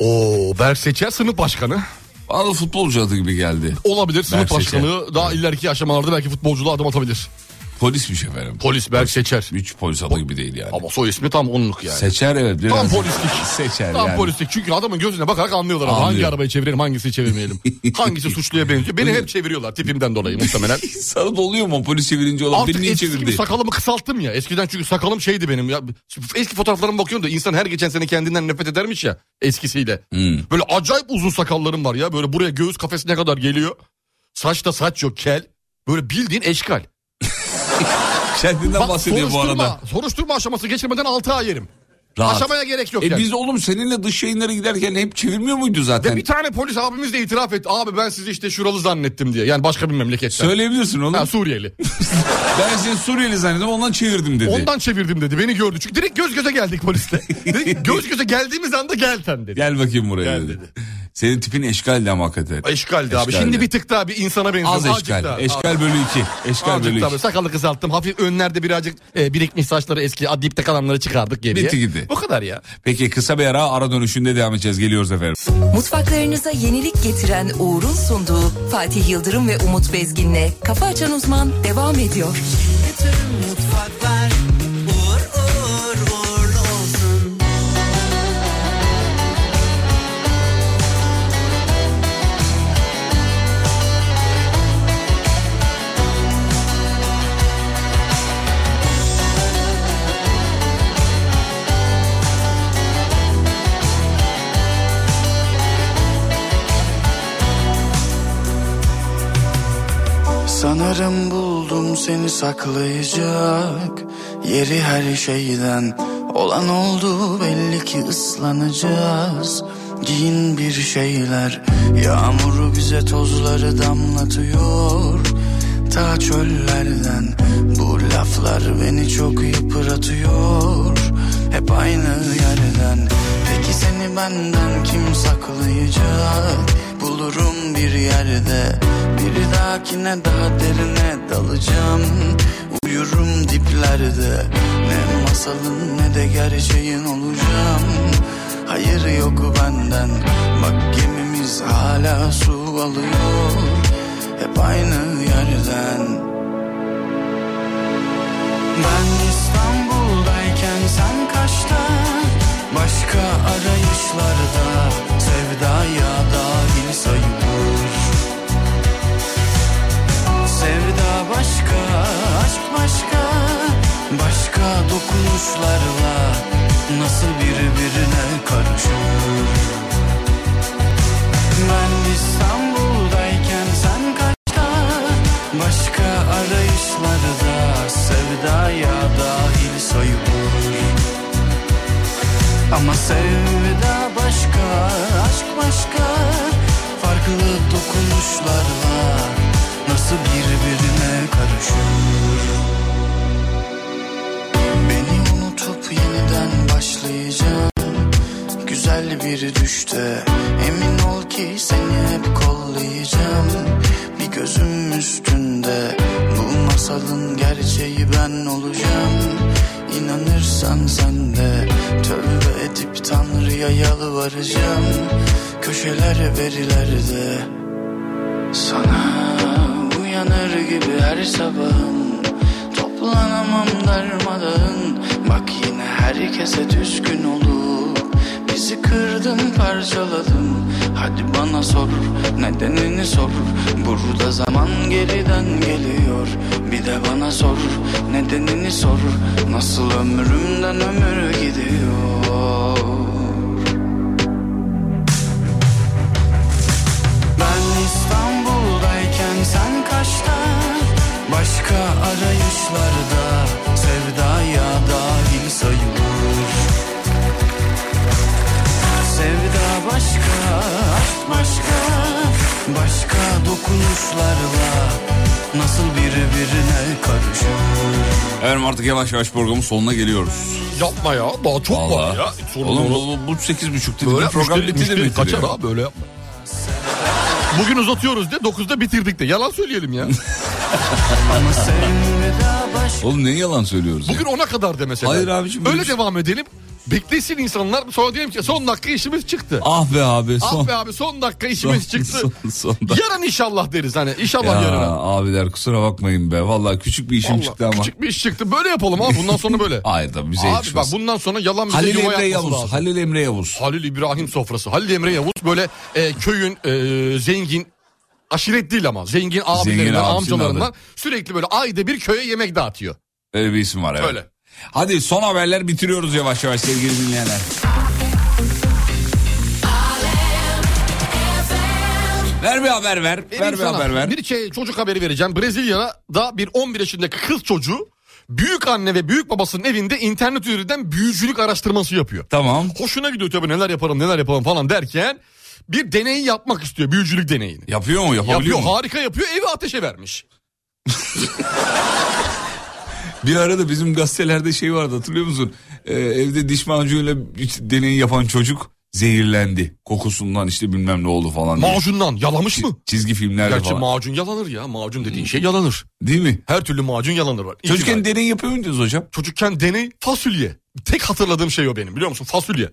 Speaker 8: Oo, Berk Seçer sınıf başkanı.
Speaker 5: Bana da futbolcu adı gibi geldi.
Speaker 8: Olabilir sınıf
Speaker 5: Berk Seçer.
Speaker 8: başkanı. Daha ileriki aşamalarda belki futbolculuğa adım atabilir.
Speaker 5: Polismiş efendim.
Speaker 8: Polis Berk Seçer.
Speaker 5: Hiç polis adı gibi değil yani.
Speaker 8: Ama soy ismi tam onluk yani.
Speaker 5: Seçer evet. Biraz
Speaker 8: Tam polislik.
Speaker 5: Seçer
Speaker 8: Tam
Speaker 5: yani.
Speaker 8: polislik. Çünkü adamın gözüne bakarak anlıyorlar. abi. Hangi
Speaker 5: Anlıyor.
Speaker 8: arabayı çevirelim hangisini çevirmeyelim. hangisi suçluya benziyor. Beni hep çeviriyorlar tipimden dolayı muhtemelen.
Speaker 5: Sana da oluyor mu polis çevirince olan?
Speaker 8: Artık
Speaker 5: Beni niye
Speaker 8: eskisi gibi
Speaker 5: çevirdi?
Speaker 8: sakalımı kısalttım ya. Eskiden çünkü sakalım şeydi benim ya. Eski fotoğraflarıma bakıyorum da insan her geçen sene kendinden nefret edermiş ya eskisiyle.
Speaker 5: Hmm.
Speaker 8: Böyle acayip uzun sakallarım var ya. Böyle buraya göğüs kafesine kadar geliyor. Saçta saç yok kel. Böyle bildiğin eşkal.
Speaker 5: Kendinden
Speaker 8: Bak
Speaker 5: bahsediyor bu
Speaker 8: soruşturma,
Speaker 5: arada.
Speaker 8: soruşturma aşaması geçirmeden 6 ay yerim.
Speaker 5: Rahat.
Speaker 8: Aşamaya gerek yok
Speaker 5: E
Speaker 8: yani.
Speaker 5: biz oğlum seninle dış yayınlara giderken hep çevirmiyor muydu zaten?
Speaker 8: Ve bir tane polis abimiz de itiraf etti. Abi ben sizi işte şuralı zannettim diye. Yani başka bir memleketten.
Speaker 5: Söyleyebilirsin oğlum.
Speaker 8: Ha, Suriyeli.
Speaker 5: ben seni Suriyeli zannettim ondan çevirdim dedi.
Speaker 8: Ondan çevirdim dedi. Beni gördü. Çünkü direkt göz göze geldik polisle. Direkt göz göze geldiğimiz anda gel sen dedi.
Speaker 5: Gel bakayım buraya
Speaker 8: Gel
Speaker 5: dedi. Senin tipin eşkaldi ama hakikaten.
Speaker 8: Eşkaldi abi.
Speaker 5: Eşkaldi.
Speaker 8: Şimdi bir tık daha bir insana benziyor.
Speaker 5: Az eşkal. eşkal bölü iki. Eşkal bölü
Speaker 8: Azıcık
Speaker 5: iki.
Speaker 8: tabii sakalı kısalttım. Hafif önlerde birazcık e, birikmiş saçları eski a, dipte kalanları çıkardık geriye.
Speaker 5: Bitti gitti.
Speaker 8: Bu kadar ya.
Speaker 5: Peki kısa bir ara ara dönüşünde devam edeceğiz. Geliyoruz efendim.
Speaker 1: Mutfaklarınıza yenilik getiren Uğur'un sunduğu Fatih Yıldırım ve Umut Bezgin'le Kafa Açan Uzman devam ediyor.
Speaker 2: Tüm mutfaklar uğur uğur uğurlu olsun
Speaker 10: Sanırım buldum seni saklayacak Yeri her şeyden Olan oldu belli ki ıslanacağız Giyin bir şeyler Yağmuru bize tozları damlatıyor Ta çöllerden Bu laflar beni çok yıpratıyor Hep aynı yerden Peki seni benden kim saklayacak Bulurum bir yerde Bir dahakine daha derine dalacağım Uyurum diplerde Ne masalın ne de gerçeğin olacağım Hayır yok benden Bak gemimiz hala su alıyor Hep aynı yerden ben İstanbul'dayken sen kaçta Başka arayışlarda Sevdaya dahil sayılır Sevda başka, aşk başka Başka dokunuşlarla nasıl birbirine karışır Ben İstanbul'dayken sen kaçta Başka arayışlarda sevdaya dahil sayılır ama sevda başka, aşk başka Farklı dokunuşlarla nasıl birbirine karışır Beni unutup yeniden başlayacağım Güzel bir düşte Emin ol ki seni hep kollayacağım Bir gözüm üstünde Bu masalın gerçeği ben olacağım İnanırsan sen de Tövbe edip Tanrı'ya yalvaracağım Köşeler verilerde Sana uyanır gibi her sabahım Toplanamam darmadağın Bak yine herkese düzgün olup Bizi kırdın parçaladın Hadi bana sor nedenini sor Burada zaman geriden geliyor Bir de bana sor nedenini sor Nasıl ömrümden ömür gidiyor Ben İstanbul'dayken sen kaçta Başka arayışlarda sevdaya dahil sayılır Sevda başka, aşk başka Başka dokunuşlarla nasıl birbirine karışır
Speaker 5: Efendim artık yavaş yavaş programın sonuna geliyoruz.
Speaker 8: Yapma ya daha çok var
Speaker 5: Vallahi.
Speaker 8: ya. Sonra
Speaker 5: Oğlum
Speaker 8: doğru-
Speaker 5: bu, bu 8.30 dedi.
Speaker 8: Böyle
Speaker 5: Bu program
Speaker 8: program
Speaker 5: bitti de mi?
Speaker 8: Kaçar abi böyle yapma. Bugün uzatıyoruz de 9'da bitirdik de. Yalan söyleyelim ya.
Speaker 10: Ama sevda başka
Speaker 5: Oğlum ne yalan söylüyoruz ya?
Speaker 8: Bugün ona kadar de mesela.
Speaker 5: Hayır abiciğim, böyle
Speaker 8: Öyle
Speaker 5: bir şey-
Speaker 8: devam edelim. Beklesin insanlar. Sonra diyelim ki son dakika işimiz çıktı.
Speaker 5: Ah be abi son.
Speaker 8: Ah be abi son dakika işimiz
Speaker 5: son-
Speaker 8: çıktı.
Speaker 5: son- son dakika.
Speaker 8: Yarın inşallah deriz hani. İnşallah
Speaker 5: Ya
Speaker 8: yarın.
Speaker 5: abiler kusura bakmayın be. Vallahi küçük bir işim
Speaker 8: Vallahi
Speaker 5: çıktı ama.
Speaker 8: Küçük bir iş çıktı. Böyle yapalım abi. Bundan sonra böyle.
Speaker 5: Hayır tabii bize
Speaker 8: abi bak
Speaker 5: yetişmez.
Speaker 8: bundan sonra yalan bize
Speaker 5: Halil
Speaker 8: yuva yapması
Speaker 5: Emre Yavuz.
Speaker 8: lazım.
Speaker 5: Halil Emre Yavuz.
Speaker 8: Halil İbrahim sofrası. Halil Emre Yavuz böyle e, köyün e, zengin aşiret değil ama zengin abilerinden
Speaker 5: abisinin
Speaker 8: amcalarından
Speaker 5: adı.
Speaker 8: sürekli böyle ayda bir köye yemek dağıtıyor.
Speaker 5: Öyle bir isim var evet.
Speaker 8: Öyle.
Speaker 5: Hadi son haberler bitiriyoruz yavaş yavaş sevgili dinleyenler. Ver bir haber ver. ver
Speaker 8: Vereyim
Speaker 5: bir
Speaker 8: sana.
Speaker 5: haber ver.
Speaker 8: Bir şey, çocuk haberi vereceğim. Brezilya'da bir 11 yaşındaki kız çocuğu büyük anne ve büyük babasının evinde internet üzerinden büyücülük araştırması yapıyor.
Speaker 5: Tamam.
Speaker 8: Hoşuna gidiyor tabii neler yapalım neler yapalım falan derken bir deney yapmak istiyor büyücülük deneyini.
Speaker 5: Yapıyor mu? Yapabiliyor
Speaker 8: Yapıyor
Speaker 5: mu?
Speaker 8: harika yapıyor evi ateşe vermiş.
Speaker 5: Bir ara da bizim gazetelerde şey vardı hatırlıyor musun? Ee, evde diş macunuyla deney yapan çocuk zehirlendi. Kokusundan işte bilmem ne oldu falan diye.
Speaker 8: Macundan yalamış mı?
Speaker 5: Çizgi filmlerde
Speaker 8: Gerçi
Speaker 5: falan.
Speaker 8: macun yalanır ya. Macun dediğin şey yalanır.
Speaker 5: Değil mi?
Speaker 8: Her türlü macun yalanır var.
Speaker 5: Çocukken
Speaker 8: İkna-
Speaker 5: deney yapıyor muydunuz hocam?
Speaker 8: çocukken deney fasulye. Tek hatırladığım şey o benim biliyor musun? Fasulye.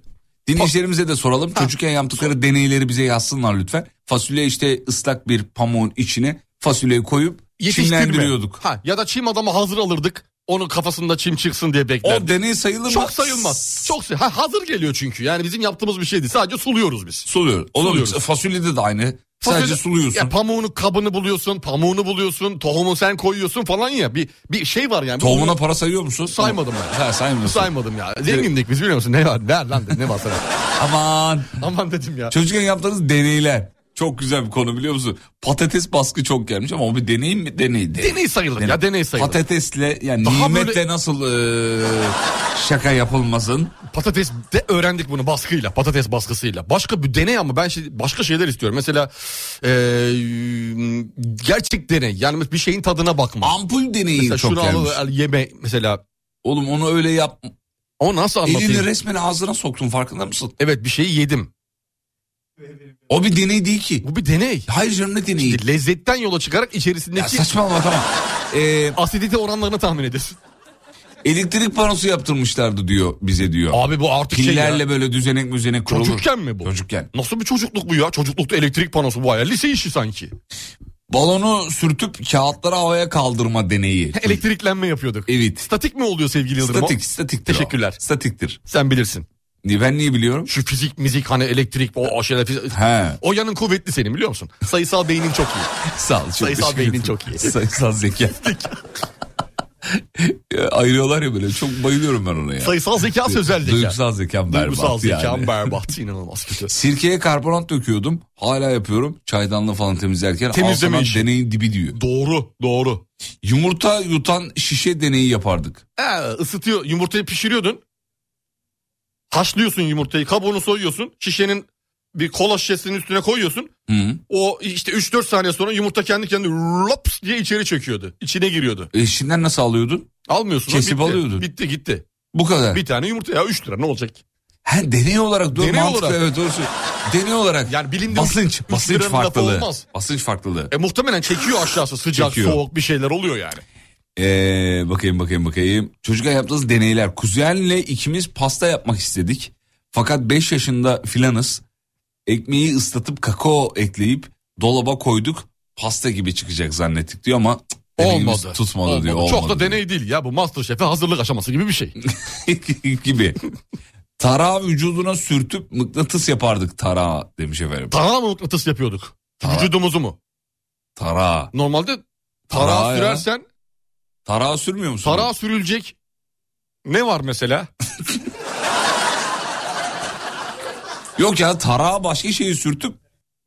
Speaker 5: Dinleyicilerimize de soralım. Çocukken yaptıkları deneyleri bize yazsınlar lütfen. Fasulye işte ıslak bir pamuğun içine fasulyeyi koyup çimlendiriyorduk.
Speaker 8: Ha, ya da çim adamı hazır alırdık. Onun kafasında çim çıksın diye
Speaker 5: O
Speaker 8: beklerdik.
Speaker 5: deney sayılır mı?
Speaker 8: Çok sayılmaz. Çok say- ha, hazır geliyor çünkü. Yani bizim yaptığımız bir şeydi. Sadece suluyoruz biz.
Speaker 5: Suluyor. Oğlum
Speaker 8: Suluyoruz.
Speaker 5: fasulyede de aynı. Sadece
Speaker 8: Fasulye-
Speaker 5: suluyorsun.
Speaker 8: Ya pamuğunu kabını buluyorsun, pamuğunu buluyorsun, tohumu sen koyuyorsun falan ya. Bir bir şey var yani.
Speaker 5: Tohumuna
Speaker 8: Onu
Speaker 5: para sayıyor musun?
Speaker 8: Saymadım ben.
Speaker 5: Ha, saymıyorsun.
Speaker 8: saymadım ya. Zengindik biz biliyor musun? Ne var? Ver lan dedim. Ne var sana?
Speaker 5: Aman.
Speaker 8: Aman dedim ya.
Speaker 5: Çocukken yaptığınız deneyler. Çok güzel bir konu biliyor musun? Patates baskı çok gelmiş ama o bir deney mi? Deney. Deney,
Speaker 8: Deney sayılır ya deney sayılır.
Speaker 5: Patatesle yani
Speaker 8: Daha
Speaker 5: nimetle
Speaker 8: böyle-
Speaker 5: nasıl eee, şaka yapılmasın?
Speaker 8: Patates de öğrendik bunu baskıyla, patates baskısıyla. Başka bir deney ama ben şey, başka şeyler istiyorum. Mesela e, gerçek deney. Yani bir şeyin tadına bakma.
Speaker 5: Ampul deneyi
Speaker 8: mesela
Speaker 5: çok
Speaker 8: şunu al,
Speaker 5: gelmiş.
Speaker 8: al, yeme mesela.
Speaker 5: Oğlum onu öyle yap.
Speaker 8: O nasıl anlatayım?
Speaker 5: Elini resmen ağzına soktun farkında mısın?
Speaker 8: Evet bir şeyi yedim.
Speaker 5: O bir deney değil ki.
Speaker 8: Bu bir deney.
Speaker 5: Hayır canım ne deneyi?
Speaker 8: İşte lezzetten yola çıkarak
Speaker 5: Ya
Speaker 8: içerisindeki
Speaker 5: saçmalama tamam. Ee, Eee,
Speaker 8: asidite oranlarını tahmin edersin.
Speaker 5: elektrik panosu yaptırmışlardı diyor bize diyor.
Speaker 8: Abi bu artık şey
Speaker 5: Pillerle
Speaker 8: ya.
Speaker 5: böyle düzenek müzenek kurulur.
Speaker 8: Çocukken mi bu?
Speaker 5: Çocukken.
Speaker 8: Nasıl bir çocukluk bu ya? Çocuklukta elektrik panosu bu ya. Lise işi sanki.
Speaker 5: Balonu sürtüp kağıtları havaya kaldırma deneyi.
Speaker 8: Elektriklenme yapıyorduk.
Speaker 5: Evet.
Speaker 8: Statik mi oluyor sevgili Yıldırım? o?
Speaker 5: Statik, statiktir
Speaker 8: Teşekkürler.
Speaker 5: O. Statiktir.
Speaker 8: Sen bilirsin.
Speaker 5: Niye ben niye biliyorum?
Speaker 8: Şu fizik mizik hani elektrik o, o şeyler fizik.
Speaker 5: He.
Speaker 8: O yanın kuvvetli senin biliyor musun? Sayısal beynin çok iyi.
Speaker 5: Sağ ol. çok
Speaker 8: Sayısal
Speaker 5: teşekkür
Speaker 8: beynin
Speaker 5: ederim.
Speaker 8: çok iyi.
Speaker 5: Sayısal zeka. Ayırıyorlar ya böyle çok bayılıyorum ben ona ya.
Speaker 8: Sayısal zeka sözel zeka.
Speaker 5: Duygusal zekam berbat
Speaker 8: Duygusal
Speaker 5: yani.
Speaker 8: zekam berbat inanılmaz kötü.
Speaker 5: Sirkeye karbonat döküyordum. Hala yapıyorum. Çaydanlığı falan temizlerken
Speaker 8: Temizleme
Speaker 5: Temizleme
Speaker 8: işi.
Speaker 5: deneyin dibi diyor.
Speaker 8: Doğru doğru.
Speaker 5: Yumurta yutan şişe deneyi yapardık.
Speaker 8: Ee, ısıtıyor yumurtayı pişiriyordun. Haşlıyorsun yumurtayı kabuğunu soyuyorsun. Şişenin bir kola şişesinin üstüne koyuyorsun.
Speaker 5: Hı.
Speaker 8: O işte 3-4 saniye sonra yumurta kendi kendine lops diye içeri çöküyordu. İçine giriyordu.
Speaker 5: E, şimdiden nasıl alıyordun?
Speaker 8: Almıyorsun.
Speaker 5: Kesip
Speaker 8: bitti.
Speaker 5: alıyordun.
Speaker 8: Bitti gitti.
Speaker 5: Bu kadar.
Speaker 8: Bir tane yumurta ya 3 lira ne olacak?
Speaker 5: Ha, deney olarak doğru
Speaker 8: Deney
Speaker 5: mantıklı
Speaker 8: olarak.
Speaker 5: evet doğru söylüyorsun. Deney olarak.
Speaker 8: Yani bilimde üç-
Speaker 5: basınç,
Speaker 8: üç
Speaker 5: basınç
Speaker 8: liranın lafı
Speaker 5: farklılığı.
Speaker 8: olmaz.
Speaker 5: Basınç farklılığı.
Speaker 8: E muhtemelen çekiyor aşağısı sıcak
Speaker 5: Çekiyor.
Speaker 8: soğuk bir şeyler oluyor yani.
Speaker 5: Ee, bakayım bakayım bakayım. Çocukken yaptığımız deneyler. Kuzenle ikimiz pasta yapmak istedik. Fakat 5 yaşında filanız. Ekmeği ıslatıp kakao ekleyip dolaba koyduk. Pasta gibi çıkacak zannettik diyor ama cık, deneyimiz
Speaker 8: Olmadı.
Speaker 5: tutmadı diyor.
Speaker 8: Olmadı. Çok da
Speaker 5: olmadı
Speaker 8: deney değil ya bu Masterchef'e hazırlık aşaması gibi bir şey.
Speaker 5: diyor. gibi. Tarağı vücuduna sürtüp mıknatıs yapardık tarağı demiş efendim.
Speaker 8: Tarağı mı mıknatıs yapıyorduk?
Speaker 5: Tarağı.
Speaker 8: Vücudumuzu mu?
Speaker 5: Tarağı.
Speaker 8: Normalde
Speaker 5: Tarağı
Speaker 8: tarağı
Speaker 5: ya.
Speaker 8: sürersen
Speaker 5: Tarağı sürmüyor musun?
Speaker 8: tarağa sürülecek ne var mesela?
Speaker 5: Yok ya tarağı başka şeyi sürtüp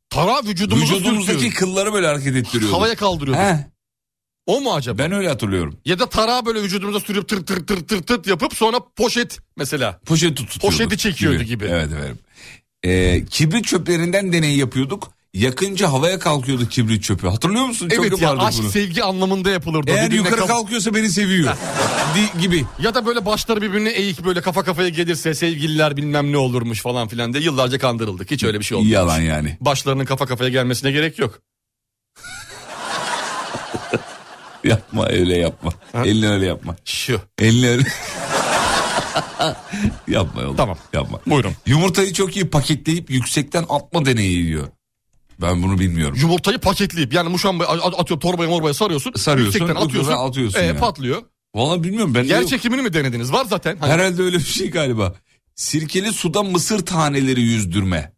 Speaker 8: Tarağı vücudumuzu
Speaker 5: vücudumuzdaki
Speaker 8: sürtüyor.
Speaker 5: kılları böyle hareket ettiriyordu.
Speaker 8: Havaya kaldırıyor.
Speaker 5: He,
Speaker 8: O mu acaba?
Speaker 5: ben öyle hatırlıyorum.
Speaker 8: Ya da tarağı böyle vücudumuza sürüp tır tır tır tır tır yapıp sonra poşet mesela.
Speaker 5: Poşeti tutuyordu.
Speaker 8: Poşeti çekiyordu gibi.
Speaker 5: Evet efendim. Ee, kibrit çöplerinden deney yapıyorduk. Yakınca havaya kalkıyordu kibrit çöpü. Hatırlıyor musun?
Speaker 8: evet
Speaker 5: Çok
Speaker 8: ya
Speaker 5: yapardık
Speaker 8: aşk
Speaker 5: bunu.
Speaker 8: sevgi anlamında yapılırdı.
Speaker 5: Eğer
Speaker 8: Birbirine
Speaker 5: yukarı
Speaker 8: kaf-
Speaker 5: kalkıyorsa beni seviyor. Di- gibi.
Speaker 8: Ya da böyle başları birbirine eğik böyle kafa kafaya gelirse sevgililer bilmem ne olurmuş falan filan diye yıllarca kandırıldık. Hiç öyle bir şey olmadı.
Speaker 5: Yalan yani.
Speaker 8: Başlarının kafa kafaya gelmesine gerek yok.
Speaker 5: Yapma öyle yapma. Elini öyle yapma.
Speaker 8: Şu.
Speaker 5: Elini öyle... yapma oğlum.
Speaker 8: Tamam.
Speaker 5: Yapma.
Speaker 8: Buyurun.
Speaker 5: Yumurtayı çok iyi paketleyip yüksekten atma deneyi diyor. Ben bunu bilmiyorum.
Speaker 8: Yumurtayı paketleyip yani muşamba atıyorum torbaya morbaya sarıyorsun.
Speaker 5: Sarıyorsun,
Speaker 8: yüksekten atıyorsun.
Speaker 5: öbürüne atıyorsun
Speaker 8: Ee,
Speaker 5: yani.
Speaker 8: Patlıyor.
Speaker 5: Vallahi bilmiyorum. Ben de
Speaker 8: Yer
Speaker 5: yok.
Speaker 8: çekimini mi denediniz? Var zaten. Hani
Speaker 5: Herhalde öyle bir şey galiba. Sirkeli suda mısır taneleri yüzdürme.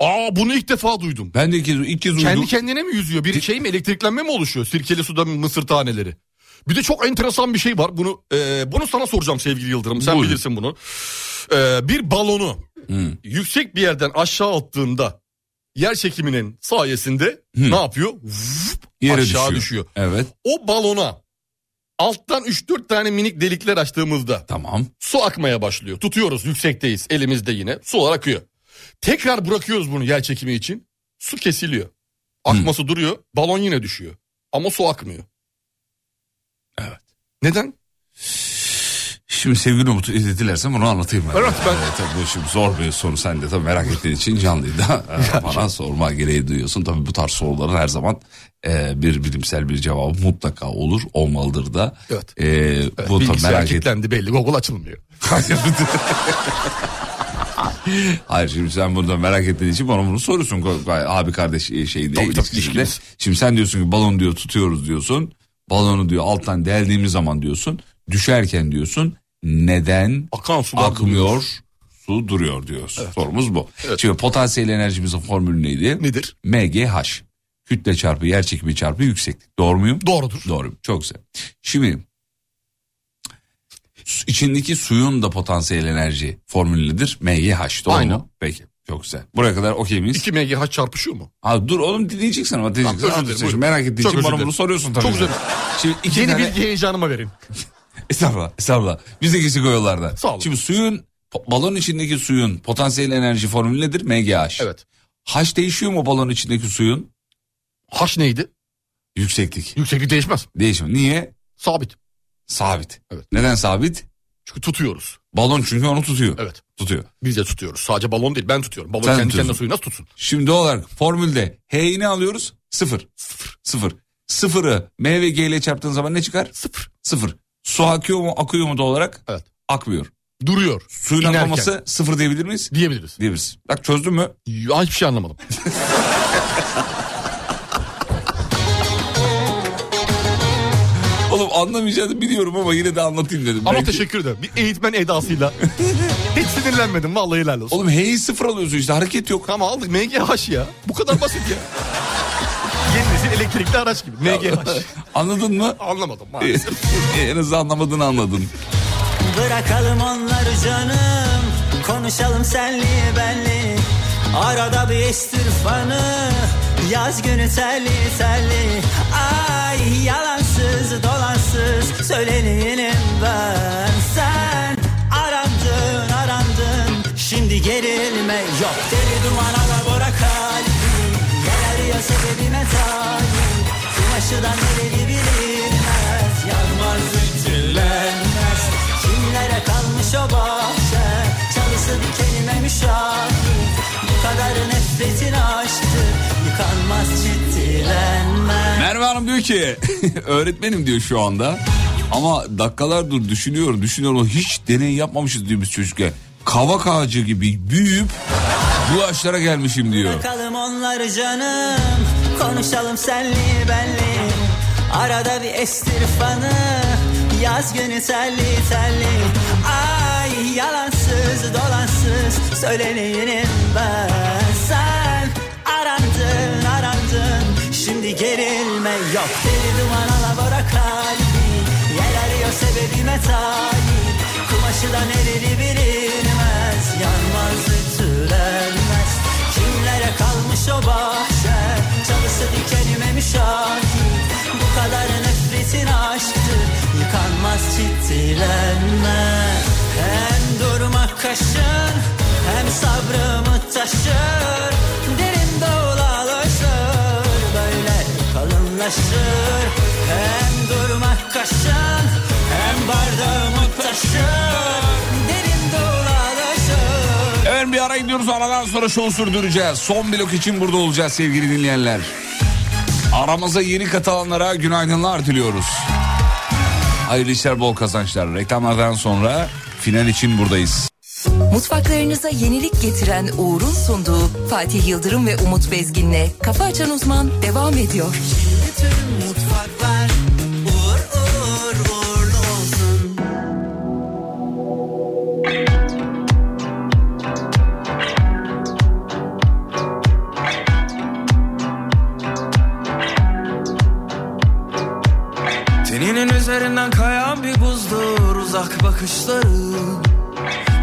Speaker 8: Aa bunu ilk defa duydum.
Speaker 5: Ben de ilk kez, ilk kez
Speaker 8: Kendi
Speaker 5: uydum.
Speaker 8: kendine mi yüzüyor? Bir şey mi elektriklenme mi oluşuyor? Sirkeli suda mısır taneleri. Bir de çok enteresan bir şey var. Bunu e, bunu sana soracağım sevgili Yıldırım. Sen
Speaker 5: Buyurun.
Speaker 8: bilirsin bunu. E, bir balonu
Speaker 5: Hı.
Speaker 8: yüksek bir yerden aşağı attığında yer çekiminin sayesinde ne yapıyor? Vup,
Speaker 5: Yere
Speaker 8: aşağı düşüyor.
Speaker 5: düşüyor. Evet
Speaker 8: O balona alttan 3-4 tane minik delikler açtığımızda
Speaker 5: tamam.
Speaker 8: su akmaya başlıyor. Tutuyoruz yüksekteyiz elimizde yine sular akıyor. Tekrar bırakıyoruz bunu yer çekimi için su kesiliyor. Akması duruyor balon yine düşüyor ama su akmıyor.
Speaker 5: Evet.
Speaker 8: Neden?
Speaker 5: Şimdi sevgili Umut e, dilersen bunu anlatayım. Ben.
Speaker 8: Evet, ben-
Speaker 5: Ee, tabii bu şimdi zor bir soru sen de tabii merak ettiğin için canlıydı. Ee, Bana sorma gereği duyuyorsun. Tabii bu tarz soruların her zaman e, bir bilimsel bir cevabı mutlaka olur. Olmalıdır da.
Speaker 8: Evet.
Speaker 5: Ee, bu tabii
Speaker 8: Bilgisayar
Speaker 5: merak et.
Speaker 8: kilitlendi belli Google açılmıyor.
Speaker 5: Hayır. Hayır şimdi sen burada merak ettiğin için bana bunu soruyorsun Ko- abi kardeş e, şey diye
Speaker 8: tabii,
Speaker 5: ilişkisinde.
Speaker 8: ilişkimiz.
Speaker 5: Şimdi sen diyorsun ki balon diyor tutuyoruz diyorsun. Balonu diyor alttan deldiğimiz zaman diyorsun. Düşerken diyorsun neden
Speaker 8: Akan sular duruyor.
Speaker 5: akmıyor su duruyor diyorsun. Sorumuz bu. Şimdi potansiyel enerjimizin formülü neydi?
Speaker 8: Nedir?
Speaker 5: MGH. Kütle çarpı yer çekimi çarpı yükseklik. Doğru muyum?
Speaker 8: Doğrudur.
Speaker 5: Doğru. Çok güzel. Şimdi su- içindeki suyun da potansiyel enerji formülüdür. MGH doğru
Speaker 8: Aynen.
Speaker 5: mu? Peki. Çok güzel. Buraya kadar okey miyiz?
Speaker 8: 2 MHz çarpışıyor mu?
Speaker 5: Ha, dur oğlum dinleyeceksin ama dinleyeceksin.
Speaker 8: özür
Speaker 5: Ha,
Speaker 8: dilerim,
Speaker 5: sen şimdi
Speaker 8: buyurun.
Speaker 5: merak ettiğin
Speaker 8: Çok
Speaker 5: için
Speaker 8: özür
Speaker 5: bana
Speaker 8: dilerim.
Speaker 5: bunu soruyorsun tabii.
Speaker 8: Çok
Speaker 5: ki.
Speaker 8: özür
Speaker 5: Şimdi iki
Speaker 8: Yeni
Speaker 5: tane...
Speaker 8: bilgi heyecanıma verin.
Speaker 5: Estağfurullah, estağfurullah. Biz de geçtik o yollarda.
Speaker 8: Sağ olun.
Speaker 5: Şimdi suyun, po- balon içindeki suyun potansiyel enerji formülü nedir? MGH.
Speaker 8: Evet.
Speaker 5: H değişiyor mu balon içindeki suyun?
Speaker 8: Haş neydi?
Speaker 5: Yükseklik.
Speaker 8: Yükseklik değişmez.
Speaker 5: Değişmiyor. Niye?
Speaker 8: Sabit.
Speaker 5: Sabit.
Speaker 8: Evet.
Speaker 5: Neden sabit?
Speaker 8: Çünkü tutuyoruz.
Speaker 5: Balon çünkü onu tutuyor.
Speaker 8: Evet.
Speaker 5: Tutuyor.
Speaker 8: Biz de tutuyoruz. Sadece balon değil ben tutuyorum. Balon
Speaker 5: Sen
Speaker 8: kendi
Speaker 5: tutuyorsun.
Speaker 8: kendine suyu nasıl tutsun?
Speaker 5: Şimdi doğal olarak formülde H'yi ne alıyoruz? Sıfır. Sıfır. Sıfırı M ve G ile çarptığın zaman ne çıkar? Sıfır. Sıfır. Su akıyor mu akıyor mu doğal olarak?
Speaker 8: Evet.
Speaker 5: Akmıyor.
Speaker 8: Duruyor.
Speaker 5: Suyun
Speaker 8: İnerken.
Speaker 5: akmaması sıfır diyebilir miyiz?
Speaker 8: Diyebiliriz.
Speaker 5: Diyebiliriz. Bak çözdün mü?
Speaker 8: Ya, hiçbir şey anlamadım.
Speaker 5: Oğlum anlamayacağını biliyorum ama yine de anlatayım dedim.
Speaker 8: Ama
Speaker 5: Belki-
Speaker 8: teşekkür ederim. Bir eğitmen edasıyla. Hiç sinirlenmedim vallahi helal olsun.
Speaker 5: Oğlum H'yi sıfır alıyorsun işte hareket yok.
Speaker 8: Ama aldık MGH ya. Bu kadar basit ya. Yeni nesil Elektrikli araç gibi. MG baş.
Speaker 5: Anladın mı?
Speaker 8: Anlamadım maalesef.
Speaker 5: en azından anlamadığını anladın.
Speaker 11: Bırakalım onları canım Konuşalım senli benli Arada bir istirfanı Yaz günü telli telli Ay yalansız dolansız Söyleneyim ben Sen arandın arandın Şimdi gerilme yok Deli duman alabora kalbim Neler ya sebebime talim Kumaşıdan nereli bilinmez Yanmaz ütülenmez Kimlere kalmış o bahçe Çalısı dikenime müşahit Bu kadar nefretin aştı Yıkanmaz ciddilenmez
Speaker 5: Merve Hanım diyor ki öğretmenim diyor şu anda. Ama dakikalardır düşünüyorum düşünüyorum hiç deney yapmamışız diyor biz çocukken. Kavak ağacı gibi büyüyüp bu yaşlara gelmişim diyor.
Speaker 11: Bırakalım onları canım Konuşalım senli benli Arada bir estirfanı Yaz günü telli telli Ay yalansız dolansız Söyleneyim ben Sen arandın arandın Şimdi gerilme yok Deli duman alabora kalbi Yer arıyor sebebime talip Kumaşı da nereli bilinmez Yanmaz ütülenmez Kimlere kalmış o bahçe Çalısı dikenime müşahit Bu kadar nefretin aşktı Yıkanmaz ciddilenme Hem durmak kaşın Hem sabrımı taşır Derin dolalaşır Böyle kalınlaşır Hem durmak kaşın Hem bardağımı taşır Derin dolalaşır
Speaker 5: Efendim bir ara gidiyoruz aradan sonra şov sürdüreceğiz. Son blok için burada olacağız sevgili dinleyenler. Aramıza yeni katılanlara günaydınlar diliyoruz. Hayırlı işler bol kazançlar. Reklamlardan sonra final için buradayız.
Speaker 1: Mutfaklarınıza yenilik getiren Uğur'un sunduğu Fatih Yıldırım ve Umut Bezgin'le Kafa Açan Uzman devam ediyor.
Speaker 12: Teninin üzerinden kayan bir buzdur uzak bakışları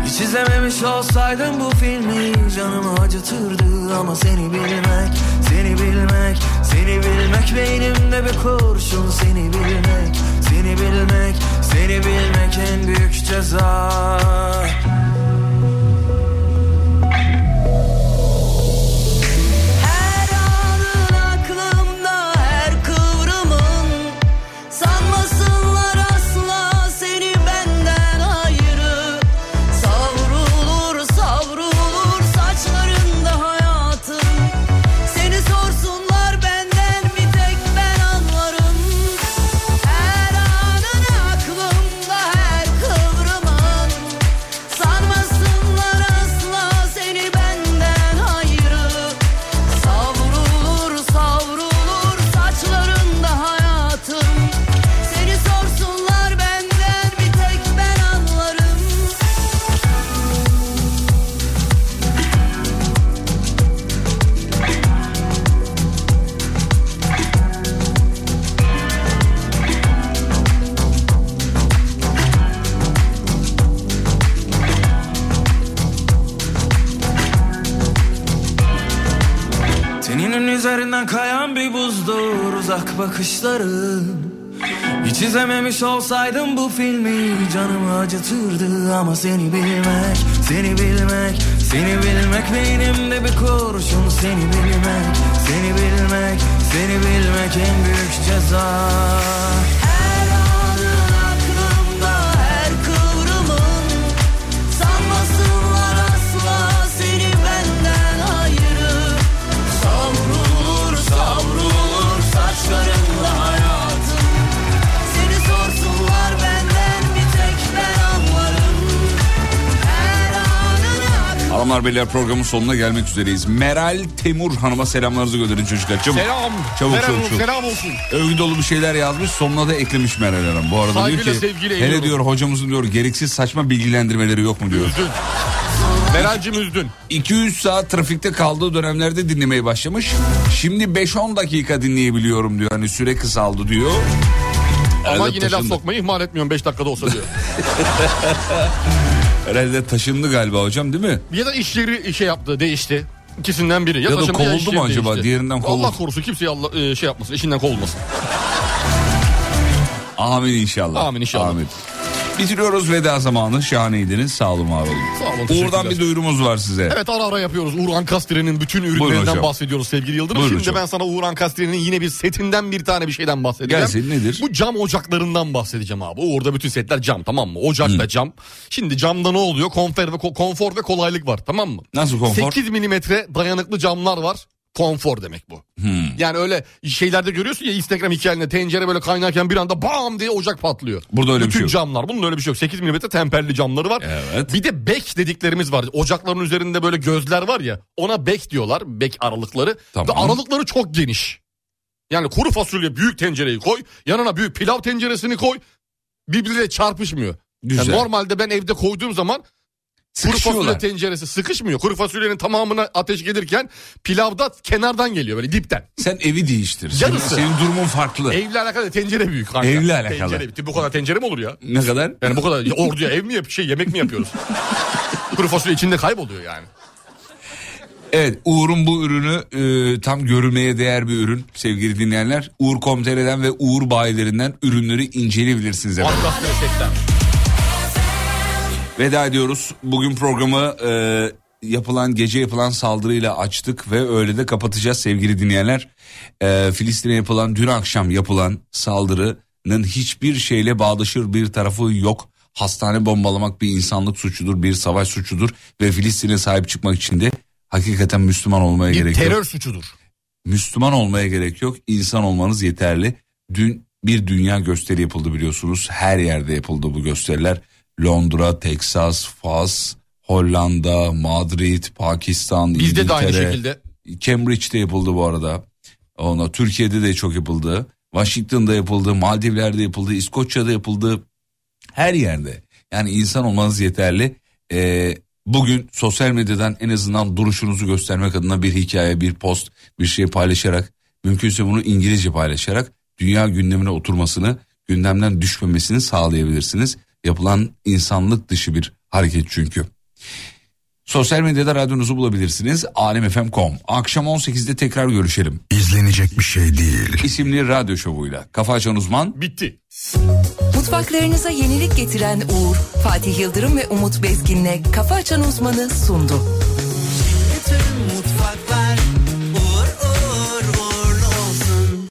Speaker 12: Hiç izlememiş olsaydım bu filmi canımı acıtırdı Ama seni bilmek, seni bilmek, seni bilmek Beynimde bir kurşun seni bilmek, seni bilmek, seni bilmek en büyük ceza
Speaker 11: Her anın aklımda her kıvrımın Sanmasınlar asla seni benden ayrı Savrulur savrulur saçlarında hayatım Seni sorsunlar benden bir tek ben anlarım Her anın aklımda her kıvrımın Sanmasınlar asla seni benden ayrı Savrulur savrulur saçlarında hayatım Seni sorsunlar benden bir tek ben anlarım
Speaker 12: Teninin üzerinden kayan bir buzdur uzak bakışların Hiç izlememiş olsaydım bu filmi canımı acıtırdı Ama seni bilmek, seni bilmek, seni bilmek Beynimde bir kurşun seni bilmek, seni bilmek, seni bilmek en büyük ceza
Speaker 11: Her anın aklımda her kıvrımın Sanmasınlar asla seni benden ayrı Savrulur savrulur saçlarınla hayatım Seni sorsunlar benden bir tek ben anlarım Her anın aklımda
Speaker 5: Hanımlar beyler programın sonuna gelmek üzereyiz. Meral Temur Hanım'a selamlarınızı gönderin çocuklar. Çabuk.
Speaker 8: Selam.
Speaker 5: Çabuk
Speaker 8: selam,
Speaker 5: çabuk çabuk.
Speaker 8: Selam olsun.
Speaker 5: Övgü dolu bir şeyler yazmış sonuna da eklemiş Meral Hanım. Bu arada
Speaker 8: Saygıyla,
Speaker 5: diyor ki
Speaker 8: sevgiyle
Speaker 5: hele
Speaker 8: eğiliyorum."
Speaker 5: diyor hocamızın diyor gereksiz saçma bilgilendirmeleri yok mu diyor.
Speaker 11: Sanmasınlar
Speaker 8: Meral'cim üzdün.
Speaker 5: 200 saat trafikte kaldığı dönemlerde dinlemeye başlamış. Şimdi 5-10 dakika dinleyebiliyorum diyor. Hani süre kısaldı diyor.
Speaker 8: Ama
Speaker 5: Herhalde
Speaker 8: yine laf
Speaker 5: taşındı.
Speaker 8: sokmayı ihmal etmiyorum 5 dakikada olsa diyor.
Speaker 5: Herhalde taşındı galiba hocam değil mi?
Speaker 8: ya da iş yeri şey yaptı değişti. İkisinden biri.
Speaker 5: Ya da
Speaker 8: taşındı
Speaker 5: kovuldu
Speaker 8: iş yeri
Speaker 5: mu acaba?
Speaker 8: değişti.
Speaker 5: Diğerinden kovuldu.
Speaker 8: Allah korusun kimseye Allah- e, şey yapmasın işinden kovulmasın.
Speaker 5: Amin inşallah.
Speaker 8: Amin inşallah.
Speaker 5: Bitiriyoruz veda zamanı. Şahaneydiniz. Sağ olun var olun.
Speaker 8: Sağ olun,
Speaker 5: Uğur'dan
Speaker 8: teşekkürler.
Speaker 5: bir duyurumuz var size.
Speaker 8: Evet ara ara yapıyoruz. Uğur Ankastre'nin bütün
Speaker 5: hocam.
Speaker 8: ürünlerinden bahsediyoruz sevgili Yıldırım.
Speaker 5: Buyurun
Speaker 8: Şimdi
Speaker 5: hocam.
Speaker 8: ben sana Uğur Ankastre'nin yine bir setinden bir tane bir şeyden bahsedeceğim.
Speaker 5: Gelsin, nedir?
Speaker 8: Bu cam ocaklarından bahsedeceğim abi. Uğur'da bütün setler cam tamam mı? Ocak da cam. Şimdi camda ne oluyor? Konfer ve ko- konfor ve kolaylık var tamam mı?
Speaker 5: Nasıl konfor?
Speaker 8: 8 milimetre dayanıklı camlar var. Konfor demek bu.
Speaker 5: Hmm.
Speaker 8: Yani öyle şeylerde görüyorsun ya Instagram hikayelerinde tencere böyle kaynarken bir anda bam diye ocak patlıyor.
Speaker 5: Burada öyle bir
Speaker 8: Bütün
Speaker 5: şey yok.
Speaker 8: camlar bunun öyle bir şey yok. 8 milimetre temperli camları var.
Speaker 5: Evet.
Speaker 8: Bir de bek dediklerimiz var. Ocakların üzerinde böyle gözler var ya ona bek diyorlar. Bek aralıkları.
Speaker 5: Tamam.
Speaker 8: Ve aralıkları çok geniş. Yani kuru fasulye büyük tencereyi koy. Yanına büyük pilav tenceresini koy. Birbiriyle çarpışmıyor. Yani
Speaker 5: Güzel.
Speaker 8: normalde ben evde koyduğum zaman Kuru fasulye
Speaker 5: Sıkışıyorlar.
Speaker 8: tenceresi sıkışmıyor. Kuru fasulyenin tamamına ateş gelirken pilavda kenardan geliyor böyle dipten.
Speaker 5: Sen evi değiştir. Senin,
Speaker 8: Yarısı.
Speaker 5: senin durumun farklı.
Speaker 8: Evle alakalı tencere büyük. kanka.
Speaker 5: Evle alakalı.
Speaker 8: Tencere bitti. Bu kadar tencere mi olur ya?
Speaker 5: Ne kadar?
Speaker 8: Yani bu kadar ya orduya ev mi yap şey yemek mi yapıyoruz? Kuru fasulye içinde kayboluyor yani.
Speaker 5: Evet Uğur'un bu ürünü e, tam görülmeye değer bir ürün sevgili dinleyenler. Uğur.com.tr'den ve Uğur bayilerinden ürünleri inceleyebilirsiniz. efendim.
Speaker 8: Arkasını tekten.
Speaker 5: Veda ediyoruz. Bugün programı e, yapılan gece yapılan saldırıyla açtık ve öyle de kapatacağız sevgili dinleyenler. E, Filistin'e yapılan dün akşam yapılan saldırının hiçbir şeyle bağdaşır bir tarafı yok. Hastane bombalamak bir insanlık suçudur, bir savaş suçudur ve Filistin'e sahip çıkmak için de hakikaten Müslüman olmaya
Speaker 8: Bir
Speaker 5: gerek yok.
Speaker 8: terör suçudur.
Speaker 5: Müslüman olmaya gerek yok. İnsan olmanız yeterli. Dün bir dünya gösteri yapıldı biliyorsunuz. Her yerde yapıldı bu gösteriler. Londra, Teksas, Fas, Hollanda, Madrid, Pakistan,
Speaker 8: Bizde de aynı
Speaker 5: İngiltere.
Speaker 8: şekilde.
Speaker 5: Cambridge'de yapıldı bu arada. Ona Türkiye'de de çok yapıldı. Washington'da yapıldı, Maldivler'de yapıldı, İskoçya'da yapıldı. Her yerde. Yani insan olmanız yeterli. Ee, bugün sosyal medyadan en azından duruşunuzu göstermek adına bir hikaye, bir post, bir şey paylaşarak, mümkünse bunu İngilizce paylaşarak dünya gündemine oturmasını, gündemden düşmemesini sağlayabilirsiniz. Yapılan insanlık dışı bir hareket çünkü. Sosyal medyada radyonuzu bulabilirsiniz. Alemfm.com. Akşam 18'de tekrar görüşelim.
Speaker 13: İzlenecek bir şey değil.
Speaker 5: İsimli radyo şovuyla. Kafa Açan Uzman.
Speaker 8: Bitti.
Speaker 1: Mutfaklarınıza yenilik getiren Uğur, Fatih Yıldırım ve Umut Bezgin'le Kafa Açan Uzman'ı sundu.
Speaker 11: Tüm mutfaklar